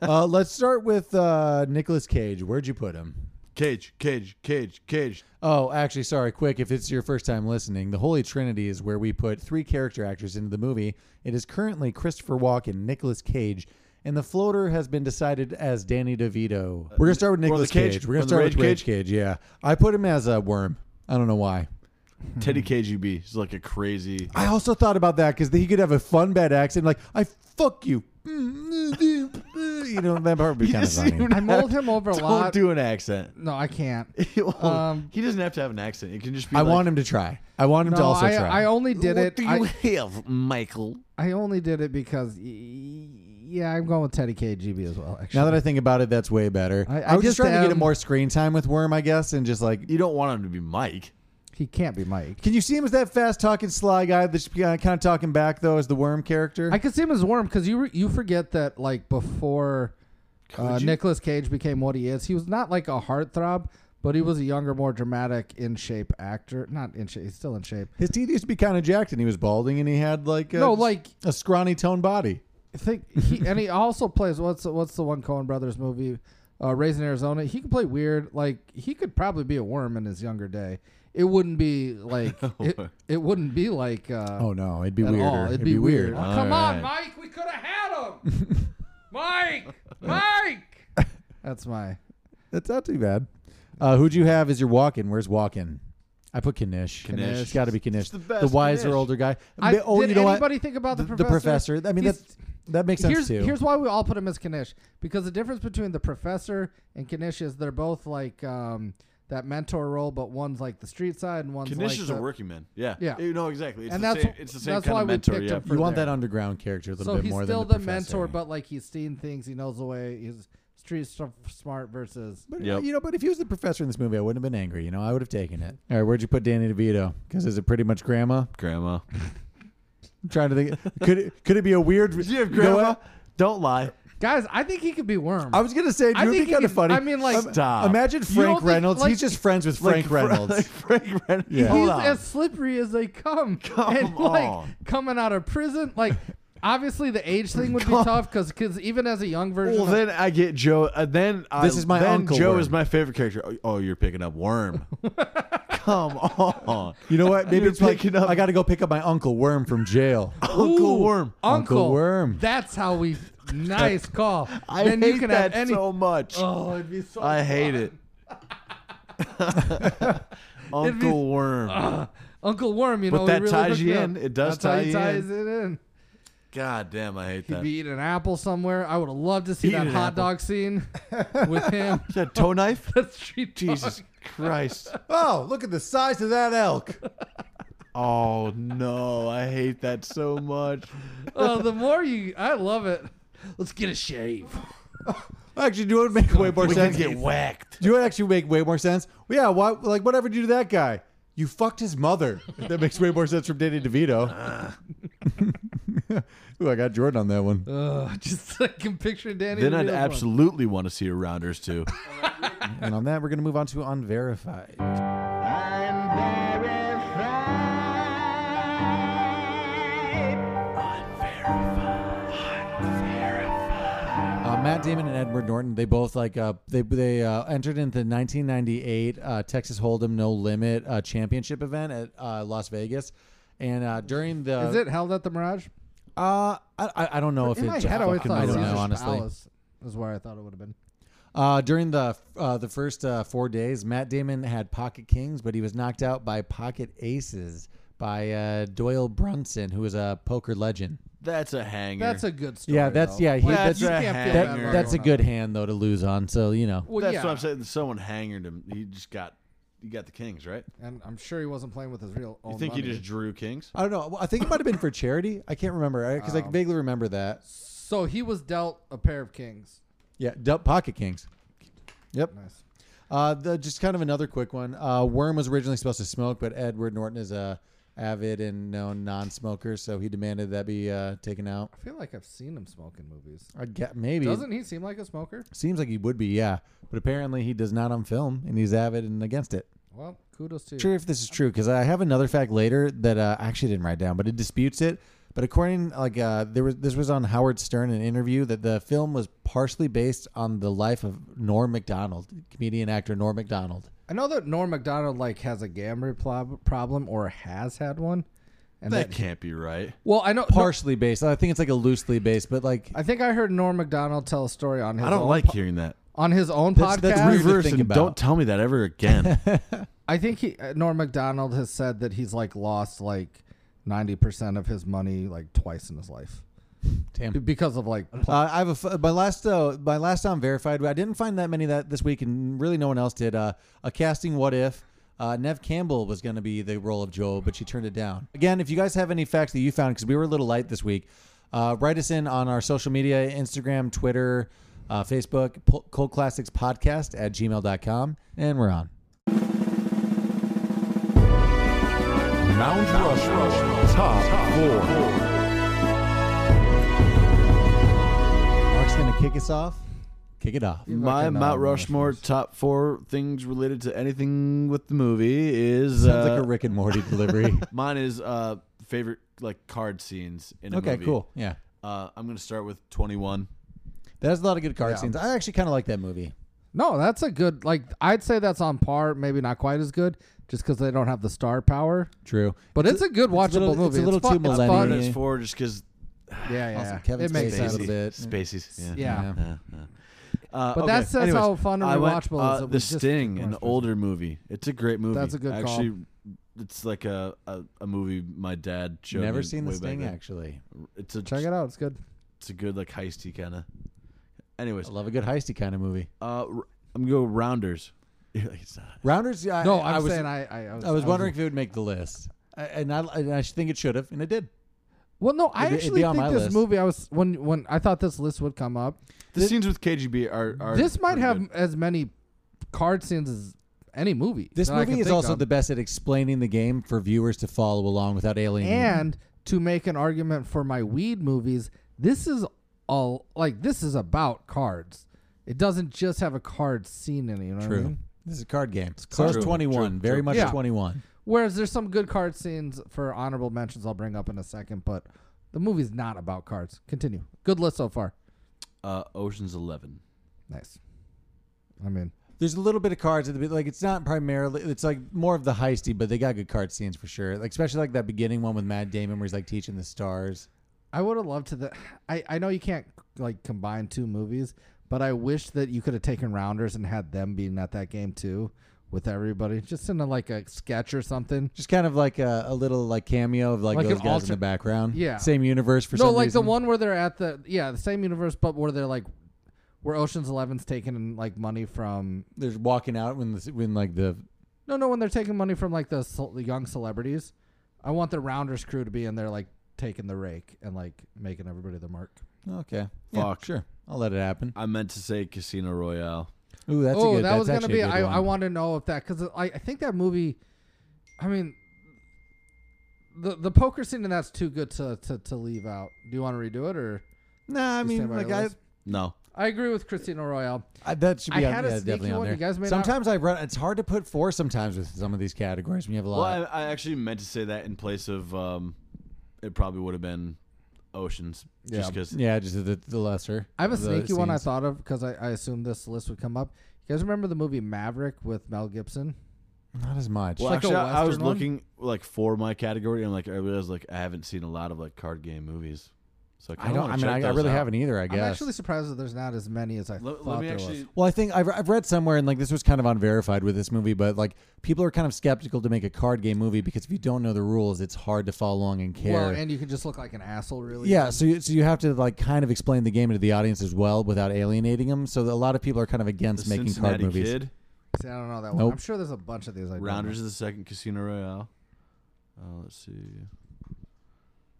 Speaker 2: uh, let's start with uh, Nicolas Cage. Where'd you put him?
Speaker 3: Cage, cage, cage, cage.
Speaker 2: Oh, actually, sorry, quick. If it's your first time listening, the Holy Trinity is where we put three character actors into the movie. It is currently Christopher Walken, Nicolas Cage, and the floater has been decided as Danny DeVito. We're going to start with
Speaker 3: Or Uh, the
Speaker 2: Nicolas
Speaker 3: Cage-
Speaker 2: Cage. We're
Speaker 3: or
Speaker 2: going to
Speaker 3: the
Speaker 2: start
Speaker 3: Rage
Speaker 2: with Rage
Speaker 3: Cage?
Speaker 2: Cage, yeah. I put him as a worm. I don't know why.
Speaker 1: Hmm.
Speaker 3: Teddy KGB. He's like
Speaker 1: (laughs)
Speaker 3: a crazy. (laughs)
Speaker 2: I also thought about that because he could have a fun bad accent like, I fuck you. (laughs) you know, that part would be kind of
Speaker 3: (laughs) Yes, you
Speaker 2: funny.
Speaker 1: I mulled him over a
Speaker 3: (laughs) Don't
Speaker 1: lot.
Speaker 3: do an accent.
Speaker 1: no, I
Speaker 2: (laughs)
Speaker 1: can't.
Speaker 3: Well,
Speaker 1: Um,
Speaker 3: (laughs) he doesn't have to have an accent. It can just be.
Speaker 2: I
Speaker 3: like,
Speaker 2: want him to try. I want him
Speaker 1: No,
Speaker 2: to also
Speaker 1: I,
Speaker 2: try.
Speaker 1: I only did
Speaker 3: what
Speaker 1: it.
Speaker 3: do
Speaker 1: I,
Speaker 3: you have, Michael?
Speaker 1: (laughs) I only did it because, y- yeah, I'm going with Teddy KGB as well. Actually,
Speaker 2: Now that I think about it, that's way better.
Speaker 1: I-
Speaker 2: I,
Speaker 1: I
Speaker 2: was
Speaker 1: just
Speaker 2: just trying to get
Speaker 1: am-
Speaker 2: him more screen time with Worm, I guess, and just like,
Speaker 3: You don't want him to be Mike.
Speaker 1: he can't be Mike.
Speaker 2: can you see him as that fast talking sly guy that's kind of talking back though, as the Worm character?
Speaker 1: I could see him as Worm because you re- you forget that like before Uh,
Speaker 3: Could you-
Speaker 1: Nicholas Cage became what he is. He was not like a heartthrob, but he was a younger, more dramatic, in shape actor. Not in shape. He's still in shape.
Speaker 2: His teeth used to be kind of jacked, and he was balding, and he had like a,
Speaker 1: No, like-
Speaker 2: a scrawny toned body.
Speaker 1: I think he and he also plays what's the- what's the one Coen Brothers movie, uh, Raising Arizona. He can play weird. Like he could probably be a worm in his younger day. It wouldn't be like it, it wouldn't be like. Uh,
Speaker 2: Oh, no, it'd be
Speaker 1: at all.
Speaker 2: weirder.
Speaker 1: It'd, be, weird. Oh,
Speaker 2: All
Speaker 1: Come on,
Speaker 2: right.
Speaker 1: Mike. We could have had
Speaker 2: (laughs)
Speaker 1: him. Mike, Mike. That's my.
Speaker 2: That's not too bad. Uh, who'd you have as your walk-in? Where's walk-in? I put Kanish.
Speaker 3: Kanish.
Speaker 2: It's got to be Kanish.
Speaker 3: the best
Speaker 2: wiser,
Speaker 3: Kanish.
Speaker 2: older guy.
Speaker 1: I,
Speaker 2: Ma- oh,
Speaker 1: did
Speaker 2: you know what?
Speaker 1: anybody think about the
Speaker 2: The-
Speaker 1: professor?
Speaker 2: the professor. I mean,
Speaker 1: He's-
Speaker 2: that- that makes sense,
Speaker 1: here's,
Speaker 2: too.
Speaker 1: Here's why we all put him as Kanish because the difference between the professor and Kanish is they're both like um, that mentor role, but one's like the street side and one's
Speaker 3: Kanish
Speaker 1: like
Speaker 3: is
Speaker 1: the,
Speaker 3: a working man. Yeah.
Speaker 1: yeah.
Speaker 3: You know exactly. It's
Speaker 1: and
Speaker 3: the
Speaker 1: that's
Speaker 3: same-
Speaker 1: wh-
Speaker 3: it's the same
Speaker 1: that's
Speaker 3: kind
Speaker 1: why
Speaker 3: of
Speaker 1: we
Speaker 3: mentor,
Speaker 1: picked
Speaker 3: yeah.
Speaker 1: him for
Speaker 2: you want
Speaker 1: there.
Speaker 2: that underground character a little
Speaker 1: so
Speaker 2: bit
Speaker 1: he's
Speaker 2: more
Speaker 1: still
Speaker 2: than the,
Speaker 1: the,
Speaker 2: professor.
Speaker 1: mentor, but like he's seeing things, he knows the way, he's street stuff smart versus.
Speaker 2: But, You know, but if he was the professor in this movie, I wouldn't have been angry. You know, I would have taken it. All right, where'd you put Danny DeVito? Because is it pretty much grandma?
Speaker 3: (laughs) Grandma.
Speaker 2: I'm trying to think. (laughs) could it, could it be a weird? Did you have grandma?
Speaker 3: Don't lie.
Speaker 1: Guys, I think he could be Worm.
Speaker 2: I was gonna say it
Speaker 1: I
Speaker 2: would be
Speaker 1: think he
Speaker 2: kind of
Speaker 1: could-
Speaker 2: funny.
Speaker 1: I mean, like,
Speaker 2: Um,
Speaker 1: Stop.
Speaker 2: Imagine
Speaker 1: You don't
Speaker 2: Frank
Speaker 1: think,
Speaker 2: Reynolds.
Speaker 1: like-
Speaker 2: He's just friends with
Speaker 3: Like (laughs)
Speaker 2: Frank
Speaker 3: Fra-
Speaker 2: Reynolds.
Speaker 3: like Frank Reynolds.
Speaker 2: Yeah.
Speaker 1: he's
Speaker 2: Hold on.
Speaker 1: as slippery as they come.
Speaker 3: (laughs) Come
Speaker 1: and
Speaker 3: on.
Speaker 1: like coming out of prison,
Speaker 3: (laughs)
Speaker 1: like obviously the age thing would be
Speaker 3: Come-
Speaker 1: tough because even as a young version,
Speaker 3: Well,
Speaker 1: of-
Speaker 3: then I get Joe. Uh, then I,
Speaker 2: This is my
Speaker 3: then
Speaker 2: Uncle
Speaker 3: Joe
Speaker 2: Worm.
Speaker 3: is my favorite character. Oh, oh, you're picking up (laughs) Worm. Come on.
Speaker 2: You know what? Maybe
Speaker 3: You're
Speaker 2: it's like
Speaker 3: picking up-
Speaker 2: I got to go pick up my Uncle Worm from jail.
Speaker 3: Uncle
Speaker 1: Ooh,
Speaker 3: Worm.
Speaker 1: Uncle,
Speaker 2: Uncle Worm.
Speaker 1: That's how
Speaker 3: (laughs)
Speaker 1: we. Nice call.
Speaker 3: I
Speaker 1: then
Speaker 3: hate
Speaker 1: you can
Speaker 3: that
Speaker 1: have any.
Speaker 3: so much.
Speaker 1: Oh, it'd be so.
Speaker 3: I hate it. (laughs)
Speaker 1: It'd be-
Speaker 3: Uncle Worm.
Speaker 1: Ugh. Uncle Worm, you
Speaker 3: But
Speaker 1: know,
Speaker 3: that
Speaker 1: he really
Speaker 3: ties
Speaker 1: hooked
Speaker 3: you
Speaker 1: me up.
Speaker 3: in. It does
Speaker 1: That's how
Speaker 3: tie
Speaker 1: he
Speaker 3: you
Speaker 1: ties
Speaker 3: in.
Speaker 1: it in.
Speaker 3: God damn, I hate
Speaker 1: He'd
Speaker 3: that.
Speaker 1: be eating an apple somewhere. I would have loved to see
Speaker 3: Eat
Speaker 1: that
Speaker 3: an
Speaker 1: hot
Speaker 3: apple.
Speaker 1: dog
Speaker 3: (laughs)
Speaker 1: scene with him.
Speaker 3: Is that a toe (laughs) knife?
Speaker 1: That street dog.
Speaker 3: Jesus Christ.
Speaker 2: (laughs) Oh, look at the size of that elk.
Speaker 3: Oh no, I hate that so much.
Speaker 1: (laughs) Oh, the more you, I love it. Let's get a shave.
Speaker 2: Actually, do you want to make way more
Speaker 3: We can
Speaker 2: sense?
Speaker 3: get whacked.
Speaker 2: do you want to actually make way more sense? Well, yeah, why, like whatever you do to that guy, you fucked his mother. (laughs) that makes way more sense from Danny DeVito.
Speaker 3: Ah.
Speaker 2: (laughs) Ooh, I got Jordan on that one.
Speaker 1: Ugh, (laughs) just like I'm picturing Danny.
Speaker 3: Then I'd
Speaker 1: DeVito's one.
Speaker 3: absolutely want to see a Rounders too.
Speaker 2: and on that, we're gonna move on to unverified. Uh, Matt Damon and Edward Norton, they both like uh, they they uh, entered into the 1998 uh, Texas Hold'em No Limit uh, championship event at uh, Las Vegas, and uh, during the
Speaker 1: Is it held at the Mirage?
Speaker 2: Uh, I I I don't know if
Speaker 1: In
Speaker 2: it.
Speaker 1: my head, I always
Speaker 2: fucking-
Speaker 1: thought
Speaker 2: I
Speaker 1: it was
Speaker 2: don't know
Speaker 1: Caesar's
Speaker 2: honestly.
Speaker 1: Palace. Is where I thought it would have been.
Speaker 2: Uh, during the uh, the first uh, four days, Matt Damon had pocket kings, but he was knocked out by pocket aces by uh, Doyle Brunson, who is a poker legend.
Speaker 3: That's a hanger.
Speaker 1: That's a good story.
Speaker 2: Yeah, that's
Speaker 1: though.
Speaker 2: yeah. He,
Speaker 1: Like,
Speaker 2: that's
Speaker 1: you
Speaker 3: a
Speaker 1: can't feel
Speaker 3: hanger.
Speaker 1: bad
Speaker 2: that-
Speaker 1: about
Speaker 2: that's a
Speaker 1: going
Speaker 2: good
Speaker 1: out.
Speaker 2: hand though to lose on. So you know,
Speaker 1: Well,
Speaker 3: That's
Speaker 1: yeah.
Speaker 3: what I'm saying. Someone hangered him. He just got he got the kings, right?
Speaker 1: And I'm sure he wasn't playing with his real. Own
Speaker 3: You think he
Speaker 1: Oh, money.
Speaker 3: just drew kings?
Speaker 2: I don't know. Well, I think it might have been for charity. I can't remember because I
Speaker 1: Um,
Speaker 2: vaguely remember that.
Speaker 1: So he was dealt a pair of kings.
Speaker 2: Yeah, du- pocket kings. Yep.
Speaker 1: Nice.
Speaker 2: Uh, the, just kind of another quick one. Uh, Worm was originally supposed to smoke, but Edward Norton is a avid and known non-smoker, so he demanded that be uh, taken out.
Speaker 1: I feel like I've seen him smoke in movies.
Speaker 2: I get maybe
Speaker 1: Doesn't he seem like a smoker?
Speaker 2: seems like he would be, yeah. But apparently he does not on film, and he's avid and against it.
Speaker 1: Well, kudos to you.
Speaker 2: Sure, if this is true, because I have another fact later that uh, I actually didn't write down, but it disputes it. But according, like uh, there was this was on Howard Stern an interview that the film was partially based on the life of Norm Macdonald, comedian actor Norm Macdonald.
Speaker 1: I know that Norm Macdonald like has a gambling plob- problem or has had one, and
Speaker 3: That
Speaker 1: that.
Speaker 3: can't be right.
Speaker 1: well, I know. no,
Speaker 2: partially based. I think it's like a loosely based, but like
Speaker 1: I think I heard Norm Macdonald tell a story on his.
Speaker 3: I don't
Speaker 1: own
Speaker 3: like
Speaker 1: po-
Speaker 3: hearing that.
Speaker 1: on his own
Speaker 2: That's-
Speaker 1: podcast.
Speaker 2: that's weird. to
Speaker 3: Reverse
Speaker 2: think
Speaker 3: and
Speaker 2: about.
Speaker 3: don't tell me that ever again.
Speaker 1: I think he uh, Norm Macdonald has said that he's like lost like ninety percent of his money like twice in his life b-
Speaker 2: damn.
Speaker 1: because of like pl-
Speaker 2: Uh, I have a f- my last uh, my last on verified. I didn't find that many that this week, and really no one else did. Uh, a casting what if. Uh, Nev Campbell was going to be the role of Joel, but she turned it down. Again, if you guys have any facts that you found, because we were a little light this week, uh, write us in on our social media Instagram, Twitter, uh, Facebook, Pol- Cold Classics Podcast at gmail.com, and we're on.
Speaker 6: Mount Rushmore, top four.
Speaker 2: Mark's going to kick us off Kick it off.
Speaker 3: My Mount Rushmore top four things related to anything with the movie is
Speaker 2: Sounds like
Speaker 3: uh,
Speaker 2: a Rick and
Speaker 3: (laughs)
Speaker 2: Morty delivery.
Speaker 3: Mine is uh, favorite like card scenes in a
Speaker 2: Okay,
Speaker 3: movie.
Speaker 2: cool. Yeah.
Speaker 3: uh, I'm gonna start with 21.
Speaker 2: That has a lot of good card
Speaker 3: Yeah.
Speaker 2: scenes. I actually kind of like that movie.
Speaker 1: No, that's a good. Like I'd say that's on par. Maybe not quite as good, just because they don't have the star power.
Speaker 2: True,
Speaker 1: but it's, a good watchable
Speaker 2: little- it's a
Speaker 1: movie.
Speaker 2: little
Speaker 1: fun-
Speaker 2: too
Speaker 1: it's
Speaker 2: millennial.
Speaker 1: fun.
Speaker 3: But it's four just because.
Speaker 1: Yeah, yeah.
Speaker 2: Also, Kevin
Speaker 1: it makes
Speaker 2: Spacey.
Speaker 1: sense.
Speaker 2: A little bit.
Speaker 3: Spaces. Yeah.
Speaker 1: Yeah.
Speaker 3: yeah. Uh,
Speaker 1: But
Speaker 3: okay.
Speaker 1: that's- that's
Speaker 3: Anyways,
Speaker 1: how fun and
Speaker 3: I went,
Speaker 1: rewatchable
Speaker 3: uh,
Speaker 1: is that we
Speaker 3: The
Speaker 1: just-
Speaker 3: Sting, an older movie. It's a great movie.
Speaker 1: That's a good call.
Speaker 3: Actually, it's like a, a, a movie my dad showed
Speaker 2: Never
Speaker 3: me
Speaker 2: seen The
Speaker 3: way back
Speaker 2: Sting,
Speaker 3: then.
Speaker 2: actually.
Speaker 3: It's a
Speaker 1: Check it out. It's good.
Speaker 3: It's a good like heisty kind of. Anyways,
Speaker 2: I love a good heisty kind of movie.
Speaker 3: Uh, r- I'm gonna go Rounders. (laughs) You're like, it's not.
Speaker 2: Rounders. Yeah,
Speaker 1: No,
Speaker 2: I,
Speaker 1: Oh, I'm
Speaker 2: I was,
Speaker 1: saying I- I- I was- I was-
Speaker 2: wondering if it would make the list, I, and I and I think it should have, and it did.
Speaker 1: Well, no, I
Speaker 2: It'd be- it'd
Speaker 1: actually
Speaker 2: be on
Speaker 1: think
Speaker 2: my
Speaker 1: this
Speaker 2: list.
Speaker 1: movie. I was when when I thought this list would come up.
Speaker 3: The scenes with KGB are. are
Speaker 1: this might
Speaker 3: pretty
Speaker 1: have
Speaker 3: good.
Speaker 1: as many card scenes as any movie.
Speaker 2: This
Speaker 1: that I
Speaker 2: movie
Speaker 1: can
Speaker 2: is
Speaker 1: think
Speaker 2: also
Speaker 1: of.
Speaker 2: the best at explaining the game for viewers to follow along without alienating.
Speaker 1: and to make an argument for my weed movies, this is all like this is about cards. It doesn't just have a card scene in it. You know what I
Speaker 2: True.
Speaker 1: mean?
Speaker 2: This is a card game. So it's
Speaker 1: True,
Speaker 2: 21.
Speaker 1: true,
Speaker 2: very
Speaker 1: true.
Speaker 2: much
Speaker 1: Yeah.
Speaker 2: 21.
Speaker 1: Whereas there's some good card scenes for honorable mentions I'll bring up in a second, but the movie's not about cards. Continue. Good list so far.
Speaker 3: Uh, Ocean's Eleven.
Speaker 1: Nice. I mean,
Speaker 2: There's a little bit of cards at the be- like it's not primarily it's like more of the heisty, but they got good card scenes for sure. Like especially like that beginning one with Matt Damon where he's like teaching the stars.
Speaker 1: I would have loved to the I, I know you can't like combine two movies, but I wish that you could have taken rounders and had them being at that game too with everybody. Just in a, like a sketch or something.
Speaker 2: Just kind of like a, a little like cameo of like,
Speaker 1: Like an
Speaker 2: those guys in
Speaker 1: alter-
Speaker 2: the background.
Speaker 1: Yeah.
Speaker 2: Same universe for
Speaker 1: no,
Speaker 2: some
Speaker 1: like
Speaker 2: reason.
Speaker 1: the one where they're at the yeah, the same universe but where they're like where Ocean's Eleven's taking like money from
Speaker 2: There's walking out when the when like the
Speaker 1: No, no, when they're taking money from like the, cel- the young celebrities, I want the Rounders crew to be in there like taking the rake and like making everybody the mark.
Speaker 2: Okay. Yeah,
Speaker 3: Fuck.
Speaker 2: sure. I'll let it happen.
Speaker 3: I meant to say Casino Royale.
Speaker 2: Ooh, that's
Speaker 1: oh,
Speaker 2: a good
Speaker 1: that
Speaker 2: that's
Speaker 1: was gonna
Speaker 2: actually
Speaker 1: be.
Speaker 2: a good
Speaker 1: I,
Speaker 2: one.
Speaker 1: I want to know if that because I, I think that movie, I mean, the the poker scene and that's too good to to, to leave out. Do you want to redo it or?
Speaker 2: Nah, I
Speaker 1: You stand
Speaker 2: mean
Speaker 1: by
Speaker 2: like
Speaker 1: your
Speaker 2: I
Speaker 1: list?
Speaker 3: No.
Speaker 1: I agree with Christina Royale.
Speaker 2: I, that should be
Speaker 1: I
Speaker 2: on,
Speaker 1: had a
Speaker 2: yeah,
Speaker 1: sneaky
Speaker 2: definitely on
Speaker 1: one.
Speaker 2: there.
Speaker 1: You guys may not-
Speaker 2: sometimes I run. It's hard to put four sometimes with some of these categories when you have a
Speaker 3: Well,
Speaker 2: lot.
Speaker 3: I, I actually meant to say that in place of. Um, it probably would have been Oceans. Just
Speaker 2: Yeah.
Speaker 3: because.
Speaker 2: yeah, just the, the lesser.
Speaker 1: I have a
Speaker 2: of the
Speaker 1: sneaky one I
Speaker 2: scenes.
Speaker 1: thought of because I, I assumed this list would come up. You guys remember the movie Maverick with Mel Gibson?
Speaker 2: Not as much.
Speaker 3: Well,
Speaker 1: like a
Speaker 3: actually, I I was
Speaker 1: Western one?
Speaker 3: looking like for my category, and like I realized like I haven't seen a lot of like card game movies, so I,
Speaker 2: I
Speaker 3: kinda
Speaker 2: don't.
Speaker 3: wanna
Speaker 2: I mean,
Speaker 3: check
Speaker 2: I, I
Speaker 3: those
Speaker 2: really
Speaker 3: out.
Speaker 2: haven't either. I guess.
Speaker 1: I'm actually surprised that there's not as many as I
Speaker 3: Let,
Speaker 1: thought
Speaker 3: let me
Speaker 1: there
Speaker 3: actually.
Speaker 1: was.
Speaker 2: well, I think I've, I've read somewhere, and like this was kind of unverified with this movie, but like people are kind of skeptical to make a card game movie because if you don't know the rules, it's hard to follow along and care.
Speaker 1: Well, and you can just look like an asshole, really.
Speaker 2: Yeah, so you, so you have to like kind of explain the game to the audience as well without alienating them. So a lot of people are kind of against
Speaker 3: The
Speaker 2: making
Speaker 3: Cincinnati
Speaker 2: card movies.
Speaker 3: Kid,
Speaker 1: See, I don't know that one.
Speaker 2: Nope.
Speaker 1: I'm sure there's a bunch of these. I don't
Speaker 3: Rounders
Speaker 1: know.
Speaker 3: is the second Casino Royale. Uh, let's see.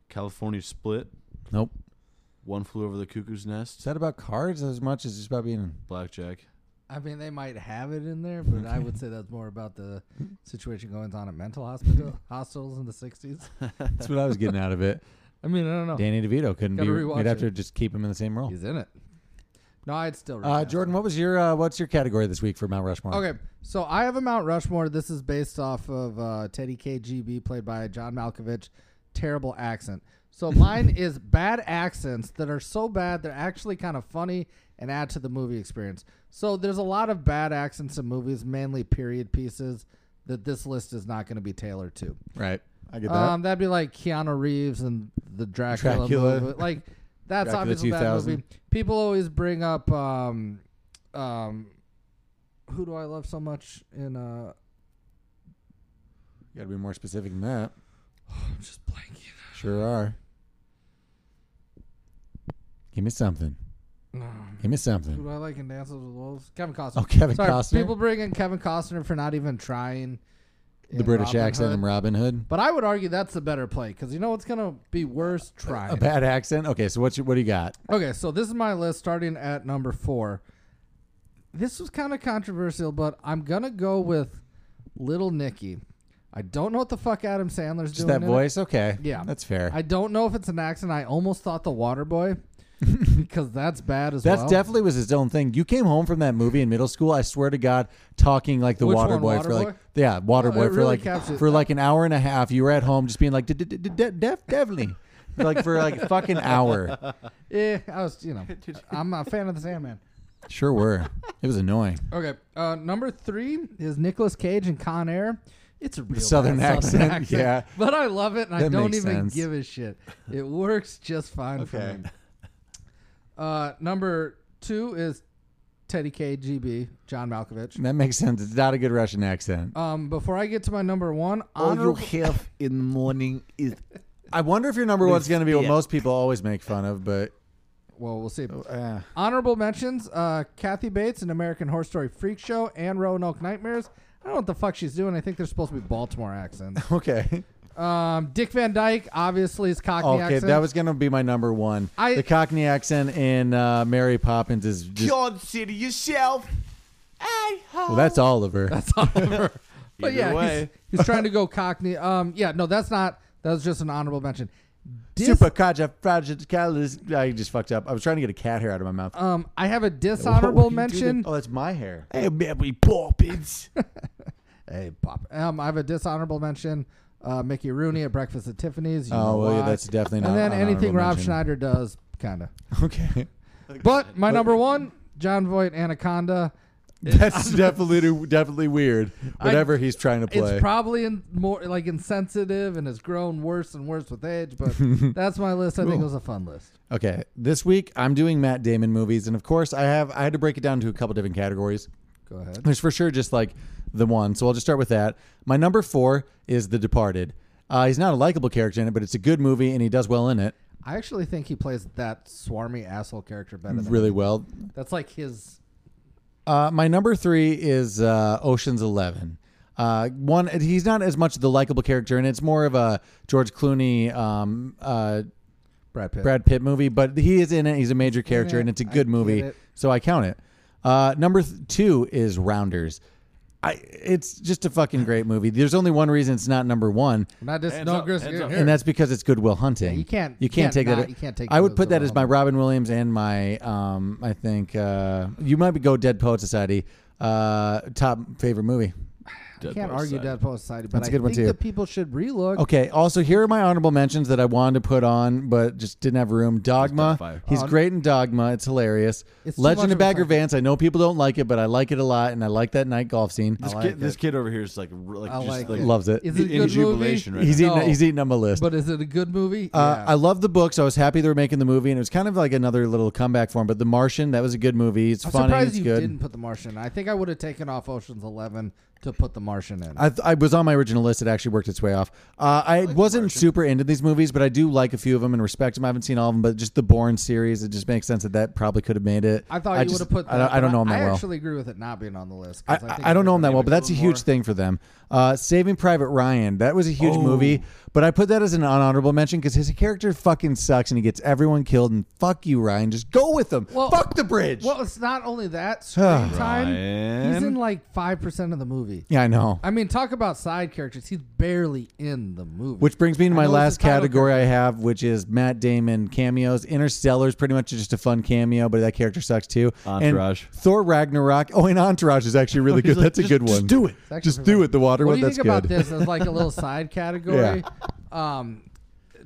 Speaker 3: California Split.
Speaker 2: Nope.
Speaker 3: One flew over the cuckoo's
Speaker 2: Is
Speaker 3: nest.
Speaker 2: that about cards as much as just about being?
Speaker 3: Blackjack.
Speaker 1: I mean, they might have it in there, but I would say that's more about the situation going on at mental
Speaker 2: (laughs)
Speaker 1: hospital hospitals in the '60s.
Speaker 2: That's what I was getting out
Speaker 1: (laughs)
Speaker 2: of it.
Speaker 1: I mean, I don't know.
Speaker 2: Danny DeVito couldn't
Speaker 1: Oh. Gotta
Speaker 2: be.
Speaker 1: rewatch
Speaker 2: We'd have to
Speaker 1: it.
Speaker 2: just keep him in the same role.
Speaker 1: He's in it. No, I'd still.
Speaker 2: Uh,
Speaker 1: recast
Speaker 2: Jordan, what was your uh, what's your category this week for Mount Rushmore?
Speaker 1: Okay, so I have a Mount Rushmore. This is based off of uh, Teddy KGB, played by John Malkovich. Terrible accent.
Speaker 2: (laughs)
Speaker 1: So mine is bad accents that are so bad they're actually kind of funny and add to the movie experience. So there's a lot of bad accents in movies, mainly period pieces, that this list is not going to be tailored to.
Speaker 2: Right. I get that.
Speaker 1: Um, that'd be like Keanu Reeves and the Dracula,
Speaker 2: Dracula.
Speaker 1: movie. Like that's
Speaker 2: Dracula
Speaker 1: obviously that
Speaker 2: 2000.
Speaker 1: movie. People always bring up um, um, who do I love so much in uh,
Speaker 2: you got to be more specific than that.
Speaker 1: I'm just blanking.
Speaker 2: Sure are. Give me something. Give me
Speaker 1: Who
Speaker 2: something.
Speaker 1: do I like in Dances with Wolves? Kevin Costner.
Speaker 2: Oh, Kevin
Speaker 1: Sorry,
Speaker 2: Costner?
Speaker 1: People bring in Kevin Costner for not even trying.
Speaker 2: The
Speaker 1: in
Speaker 2: British
Speaker 1: Robin
Speaker 2: accent
Speaker 1: Hood.
Speaker 2: and Robin Hood.
Speaker 1: But I would argue that's the better play because you know what's gonna be worse trying.
Speaker 2: A bad accent. Okay, so what's your, what do you got?
Speaker 1: Okay, so this is my list starting at number four. This was kind of controversial, but I'm gonna go with Little Nicky. I don't know what the fuck Adam Sandler's
Speaker 2: Just
Speaker 1: doing.
Speaker 2: that
Speaker 1: in it.
Speaker 2: voice. Okay.
Speaker 1: Yeah,
Speaker 2: that's fair. (laughs)
Speaker 1: I don't know if it's an accent. I almost thought the Water Boy, because that's bad as
Speaker 2: That's
Speaker 1: well.
Speaker 2: definitely was his own thing. You came home from that movie in middle school. I swear to God, talking like the
Speaker 1: Which
Speaker 2: water
Speaker 1: one,
Speaker 2: boy for
Speaker 1: Waterboy?
Speaker 2: like yeah, water
Speaker 1: Oh,
Speaker 2: boy
Speaker 1: it
Speaker 2: for
Speaker 1: really
Speaker 2: like
Speaker 1: captures-
Speaker 2: for like an hour and a half. You were at home just being like "D- d- d- d- de- def- definitely like for like a
Speaker 1: (laughs)
Speaker 2: fucking hour.
Speaker 1: Yeah, I was, you know, I'm a fan of the Sandman.
Speaker 2: Sure were. It was annoying.
Speaker 1: Okay, uh, number three is Nicolas Cage and Con Air. It's a real
Speaker 2: Southern
Speaker 1: bad
Speaker 2: accent,
Speaker 1: (laughs)
Speaker 2: (laughs) yeah.
Speaker 1: but I love it, and I
Speaker 2: That
Speaker 1: don't
Speaker 2: makes
Speaker 1: even
Speaker 2: sense.
Speaker 1: give a shit. It works just fine for
Speaker 2: Okay.
Speaker 1: me. Uh, number two is Teddy KGB, John Malkovich.
Speaker 2: That makes sense. It's not a good Russian accent.
Speaker 1: Um, before I get to my number one,
Speaker 2: Oh,
Speaker 1: honorable-
Speaker 2: have in morning is. I wonder if your number one's going to be what
Speaker 1: Yeah.
Speaker 2: most people always make fun of, but (laughs)
Speaker 1: well, we'll see.
Speaker 2: oh, eh.
Speaker 1: Honorable mentions: uh, Kathy Bates in American Horror Story Freak Show and Roanoke Nightmares. I don't know what the fuck she's doing. I think they're supposed to be Baltimore
Speaker 2: (laughs)
Speaker 1: accents.
Speaker 2: okay.
Speaker 1: Um, Dick Van Dyke, obviously, is Cockney
Speaker 2: Okay,
Speaker 1: accent.
Speaker 2: that was going to be my number one.
Speaker 1: I-
Speaker 2: the Cockney accent in uh, Mary Poppins is just.
Speaker 12: Consider yourself at home.
Speaker 2: Well, that's Oliver. That's
Speaker 1: Oliver. But
Speaker 12: Either
Speaker 1: yeah,
Speaker 12: way.
Speaker 1: He's, he's trying to go Cockney. Um, yeah, no, that's not. That was just an honorable mention. Dis-
Speaker 2: (laughs) Super Kaja Fragilis. I just fucked up. I was trying to get a cat hair out of my mouth.
Speaker 1: Um, I have a
Speaker 2: What were
Speaker 1: dishonorable
Speaker 2: you
Speaker 1: mention.
Speaker 2: doing? Oh, that's my hair.
Speaker 12: Hey, Mary Poppins.
Speaker 1: hey, pop. Um, I have a dishonorable mention. Uh, Mickey Rooney at Breakfast at Tiffany's. You
Speaker 2: Oh,
Speaker 1: know
Speaker 2: well, yeah,
Speaker 1: why.
Speaker 2: that's definitely not
Speaker 1: And then
Speaker 2: an
Speaker 1: anything
Speaker 2: honorable
Speaker 1: Rob
Speaker 2: mention.
Speaker 1: Schneider does, kind
Speaker 2: (laughs)
Speaker 1: of.
Speaker 2: (laughs) Okay.
Speaker 1: (laughs) But my number one, John Voight, Anaconda.
Speaker 2: That's definitely definitely weird.
Speaker 1: I-
Speaker 2: Whatever he's trying to play.
Speaker 1: It's probably in more like insensitive and has grown worse and worse with age.
Speaker 2: (laughs)
Speaker 1: But that's my list. I think it
Speaker 2: Cool.
Speaker 1: was a fun list.
Speaker 2: Okay, this week I'm doing Matt Damon movies, and of course I have I had to break it down into a couple different categories.
Speaker 1: Go ahead.
Speaker 2: There's for sure just like the one, so I'll just start with that. My number four is The Departed. Uh, he's not a likable character in it, but it's a good movie, and he does well in it,
Speaker 1: I actually think he plays that swarmy asshole character better. Than
Speaker 2: really well.
Speaker 1: That's like his.
Speaker 2: Uh, my number three is uh, Ocean's Eleven. Uh, one, he's not as much the likable character, and it's more of a George Clooney, um, uh,
Speaker 1: Brad Pitt.
Speaker 2: Brad Pitt movie, but he is in it. He's a major character,
Speaker 1: it.
Speaker 2: and it's a
Speaker 1: I
Speaker 2: good
Speaker 1: get
Speaker 2: movie,
Speaker 1: it.
Speaker 2: so I count it. Uh, number th- two is Rounders. I, it's just a fucking great movie. There's only one reason it's not number one,
Speaker 1: Not just
Speaker 3: Hands
Speaker 1: no
Speaker 3: up,
Speaker 1: gris.
Speaker 3: hands
Speaker 1: here-
Speaker 3: up.
Speaker 1: here.
Speaker 2: and that's because it's Goodwill Hunting.
Speaker 1: Yeah, you can't-
Speaker 2: You
Speaker 1: you
Speaker 2: can't,
Speaker 1: can't
Speaker 2: take that.
Speaker 1: not- you can't take
Speaker 2: I would
Speaker 1: those
Speaker 2: put that
Speaker 1: away.
Speaker 2: as my Robin Williams and my um. I think uh, you might be go Dead Poet Society. Uh, top favorite movie.
Speaker 1: you can't argue Dead Poet Society, but
Speaker 2: That's a
Speaker 1: I
Speaker 2: good one
Speaker 1: think
Speaker 2: too.
Speaker 1: that people should relook.
Speaker 2: Okay. Also, here are my honorable mentions that I wanted to put on, but just didn't have room.
Speaker 3: He's got
Speaker 2: Dogma.
Speaker 3: fire.
Speaker 2: He's,
Speaker 1: Oh, n-
Speaker 2: great in Dogma. It's hilarious.
Speaker 1: It's too much
Speaker 2: Legend of
Speaker 1: of a
Speaker 2: Bagger
Speaker 1: fight.
Speaker 2: Vance. I know people don't like it, but I like it a lot, and I like that night golf scene.
Speaker 3: This kid, this kid over here is like, r- like
Speaker 1: I
Speaker 3: just
Speaker 1: like
Speaker 3: like
Speaker 1: it.
Speaker 2: Loves it.
Speaker 1: Is it a
Speaker 3: In
Speaker 1: good
Speaker 3: jubilation
Speaker 1: movie?
Speaker 3: right
Speaker 2: He's
Speaker 1: now.
Speaker 2: eating.
Speaker 1: No.
Speaker 2: He's eating on my list.
Speaker 1: But is it a good movie?
Speaker 2: Uh,
Speaker 1: Yeah.
Speaker 2: I love the books. I was happy they were making the movie, and it was kind of like another little comeback for him. But The Martian, that was a good movie. It's
Speaker 1: I'm
Speaker 2: funny.
Speaker 1: surprised
Speaker 2: it's
Speaker 1: you
Speaker 2: good.
Speaker 1: didn't put The Martian. I think I would have taken off Ocean's Eleven to put The Martian in.
Speaker 2: I, th- I was on my original list. It actually worked its way off. Uh, I wasn't super into these movies, but I do like a few of them and respect them. I haven't seen all of them, but just the Bourne series, it just makes sense that that probably could have made it.
Speaker 1: I thought you would
Speaker 2: just-
Speaker 1: have put. That,
Speaker 2: I don't, I
Speaker 1: but
Speaker 2: don't know him
Speaker 1: I,
Speaker 2: that well.
Speaker 1: actually agree with it not being on the list. 'cause
Speaker 2: I,
Speaker 1: think
Speaker 2: I don't know him that
Speaker 1: they're
Speaker 2: well, but
Speaker 1: gonna
Speaker 2: that's a
Speaker 1: do
Speaker 2: huge
Speaker 1: more. Oh.
Speaker 2: thing for them. Uh, Saving Private Ryan, that was a huge movie, but I put that as an honorable mention because his character fucking sucks and he gets everyone killed. And fuck you, Ryan, just go with them.
Speaker 1: Well-
Speaker 2: fuck the bridge.
Speaker 1: Well, it's not only
Speaker 2: (sighs)
Speaker 1: that screen time. He's in like five percent of the movie.
Speaker 2: yeah, I know.
Speaker 1: I mean, talk about side characters. He's barely in the movie.
Speaker 2: Which brings me to
Speaker 1: I
Speaker 2: my
Speaker 1: know it's
Speaker 2: last
Speaker 1: a title
Speaker 2: category I have, which is Matt Damon cameos. Interstellar is pretty much just a fun cameo, but that character sucks too. And
Speaker 3: Entourage.
Speaker 2: Thor Ragnarok. Oh, and Entourage is actually
Speaker 1: (laughs)
Speaker 2: really
Speaker 3: He's
Speaker 2: good.
Speaker 3: like,
Speaker 2: That's
Speaker 3: "Just-
Speaker 2: a good
Speaker 3: just
Speaker 2: one.
Speaker 3: do it."
Speaker 1: It's actually
Speaker 2: Just
Speaker 1: pretty
Speaker 2: do
Speaker 1: good.
Speaker 2: it. The water
Speaker 1: What
Speaker 2: one.
Speaker 1: do you
Speaker 2: That's
Speaker 1: think
Speaker 2: good.
Speaker 1: about this as like a little side category? Um,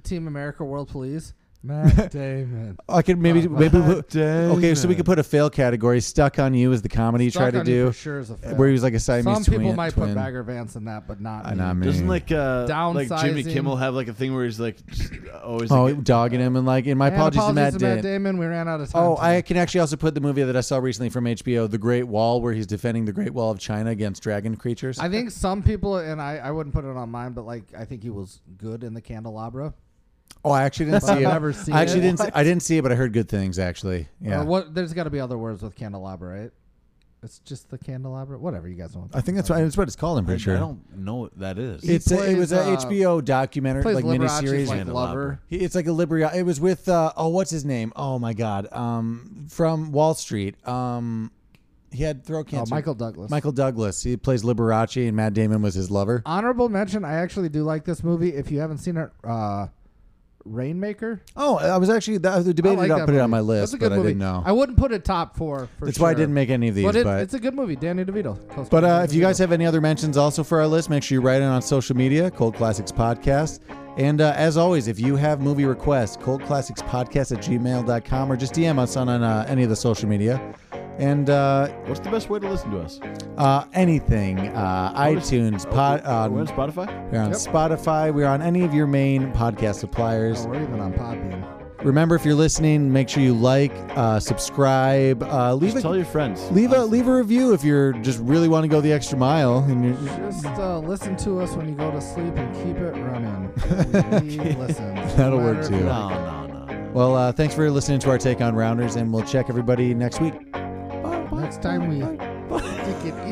Speaker 1: Team America, World Police, Matt Damon.
Speaker 2: (laughs) I could maybe maybe
Speaker 3: Matt
Speaker 2: we- okay, so we could put a fail category. Stuck on you is the comedy
Speaker 1: Stuck
Speaker 2: he tried
Speaker 1: on
Speaker 2: to
Speaker 1: You
Speaker 2: do.
Speaker 1: for sure is a fail.
Speaker 2: Where he was like a Siamese
Speaker 1: Some people
Speaker 2: twin-
Speaker 1: might
Speaker 2: twin.
Speaker 1: put Bagger Vance in that, but not
Speaker 2: I
Speaker 1: me.
Speaker 2: know, I mean-
Speaker 3: Doesn't like uh, like Jimmy
Speaker 1: Downsizing.
Speaker 3: Kimmel have like a thing where he's like just uh, always
Speaker 2: Oh,
Speaker 3: like,
Speaker 2: dogging him and like, and my
Speaker 1: And
Speaker 2: apologies, to Matt
Speaker 1: apologies
Speaker 2: Damon.
Speaker 1: We ran out of time.
Speaker 2: Oh, I
Speaker 1: tonight.
Speaker 2: can actually also put the movie that I saw recently from HBO, The Great Wall, where he's defending the Great Wall of China against dragon creatures.
Speaker 1: I think some people, and I, I wouldn't put it on mine, but like I think he was good in the candelabra.
Speaker 2: Oh, I actually didn't
Speaker 1: But
Speaker 2: see
Speaker 1: I've
Speaker 2: it.
Speaker 1: never seen
Speaker 2: I actually
Speaker 1: it.
Speaker 2: didn't. See, I didn't see it, but I heard good things. Actually, yeah.
Speaker 1: Or what? There's got to be other words with candelabra, right? It's just the candelabra. Whatever you guys want.
Speaker 2: I think that's what, that's what it's called. I'm
Speaker 3: I,
Speaker 2: pretty sure.
Speaker 3: I don't know what that is.
Speaker 2: It's a, it
Speaker 1: plays,
Speaker 2: was a
Speaker 1: uh,
Speaker 2: HBO documentary
Speaker 1: plays
Speaker 2: like
Speaker 1: Liberace's,
Speaker 2: miniseries.
Speaker 1: like, lover.
Speaker 2: He- It's like a Libra. It was with uh, oh, what's his name? Oh my God, um, from Wall Street. Um, he had throat
Speaker 1: Oh,
Speaker 2: cancer.
Speaker 1: Michael Douglas. Ah.
Speaker 2: Michael Douglas. He plays Liberace, and Matt Damon was his lover.
Speaker 1: Honorable mention. I actually do like this movie. If you haven't seen it, uh, Rainmaker.
Speaker 2: Oh, I was actually that, I was debating
Speaker 1: I like
Speaker 2: about
Speaker 1: that
Speaker 2: putting it on
Speaker 1: movie.
Speaker 2: my
Speaker 1: That's
Speaker 2: list,
Speaker 1: a good
Speaker 2: but I
Speaker 1: movie.
Speaker 2: didn't know.
Speaker 1: I wouldn't put a top four. For
Speaker 2: That's why I
Speaker 1: sure.
Speaker 2: didn't make any of these,
Speaker 1: But, it-
Speaker 2: but-
Speaker 1: it's a good movie. Danny DeVito. Close
Speaker 2: But
Speaker 1: call,
Speaker 2: uh,
Speaker 1: Danny
Speaker 2: if you
Speaker 1: DeVito.
Speaker 2: guys have any other mentions also for our list, make sure you write it on social media, Cold Classics Podcast. And uh, as always, if you have movie requests, Cold Classics Podcast at gmail.com or just DM us on, on uh, any of the social media. And uh,
Speaker 3: what's the best way to listen to us? Oh,
Speaker 2: Uh, anything. Uh, iTunes, pod, um,
Speaker 3: We're on Spotify?
Speaker 2: We're on
Speaker 3: Yep.
Speaker 2: Spotify. We're on any of your main podcast suppliers.
Speaker 1: Oh, we're even on Podbean.
Speaker 2: Remember, if you're listening, make sure you like, uh, subscribe, uh, leave
Speaker 3: Just
Speaker 2: a,
Speaker 3: tell your friends.
Speaker 2: leave a leave a review if you're just really want to go the extra mile and you're,
Speaker 1: Just uh, listen to us when you go to sleep and keep it
Speaker 2: (laughs)
Speaker 1: running. We listen.
Speaker 2: That'll work too.
Speaker 3: No, no, no.
Speaker 2: Well, uh, thanks for listening to our take on Rounders, and we'll check everybody next week.
Speaker 1: Next time we stick it in. (laughs)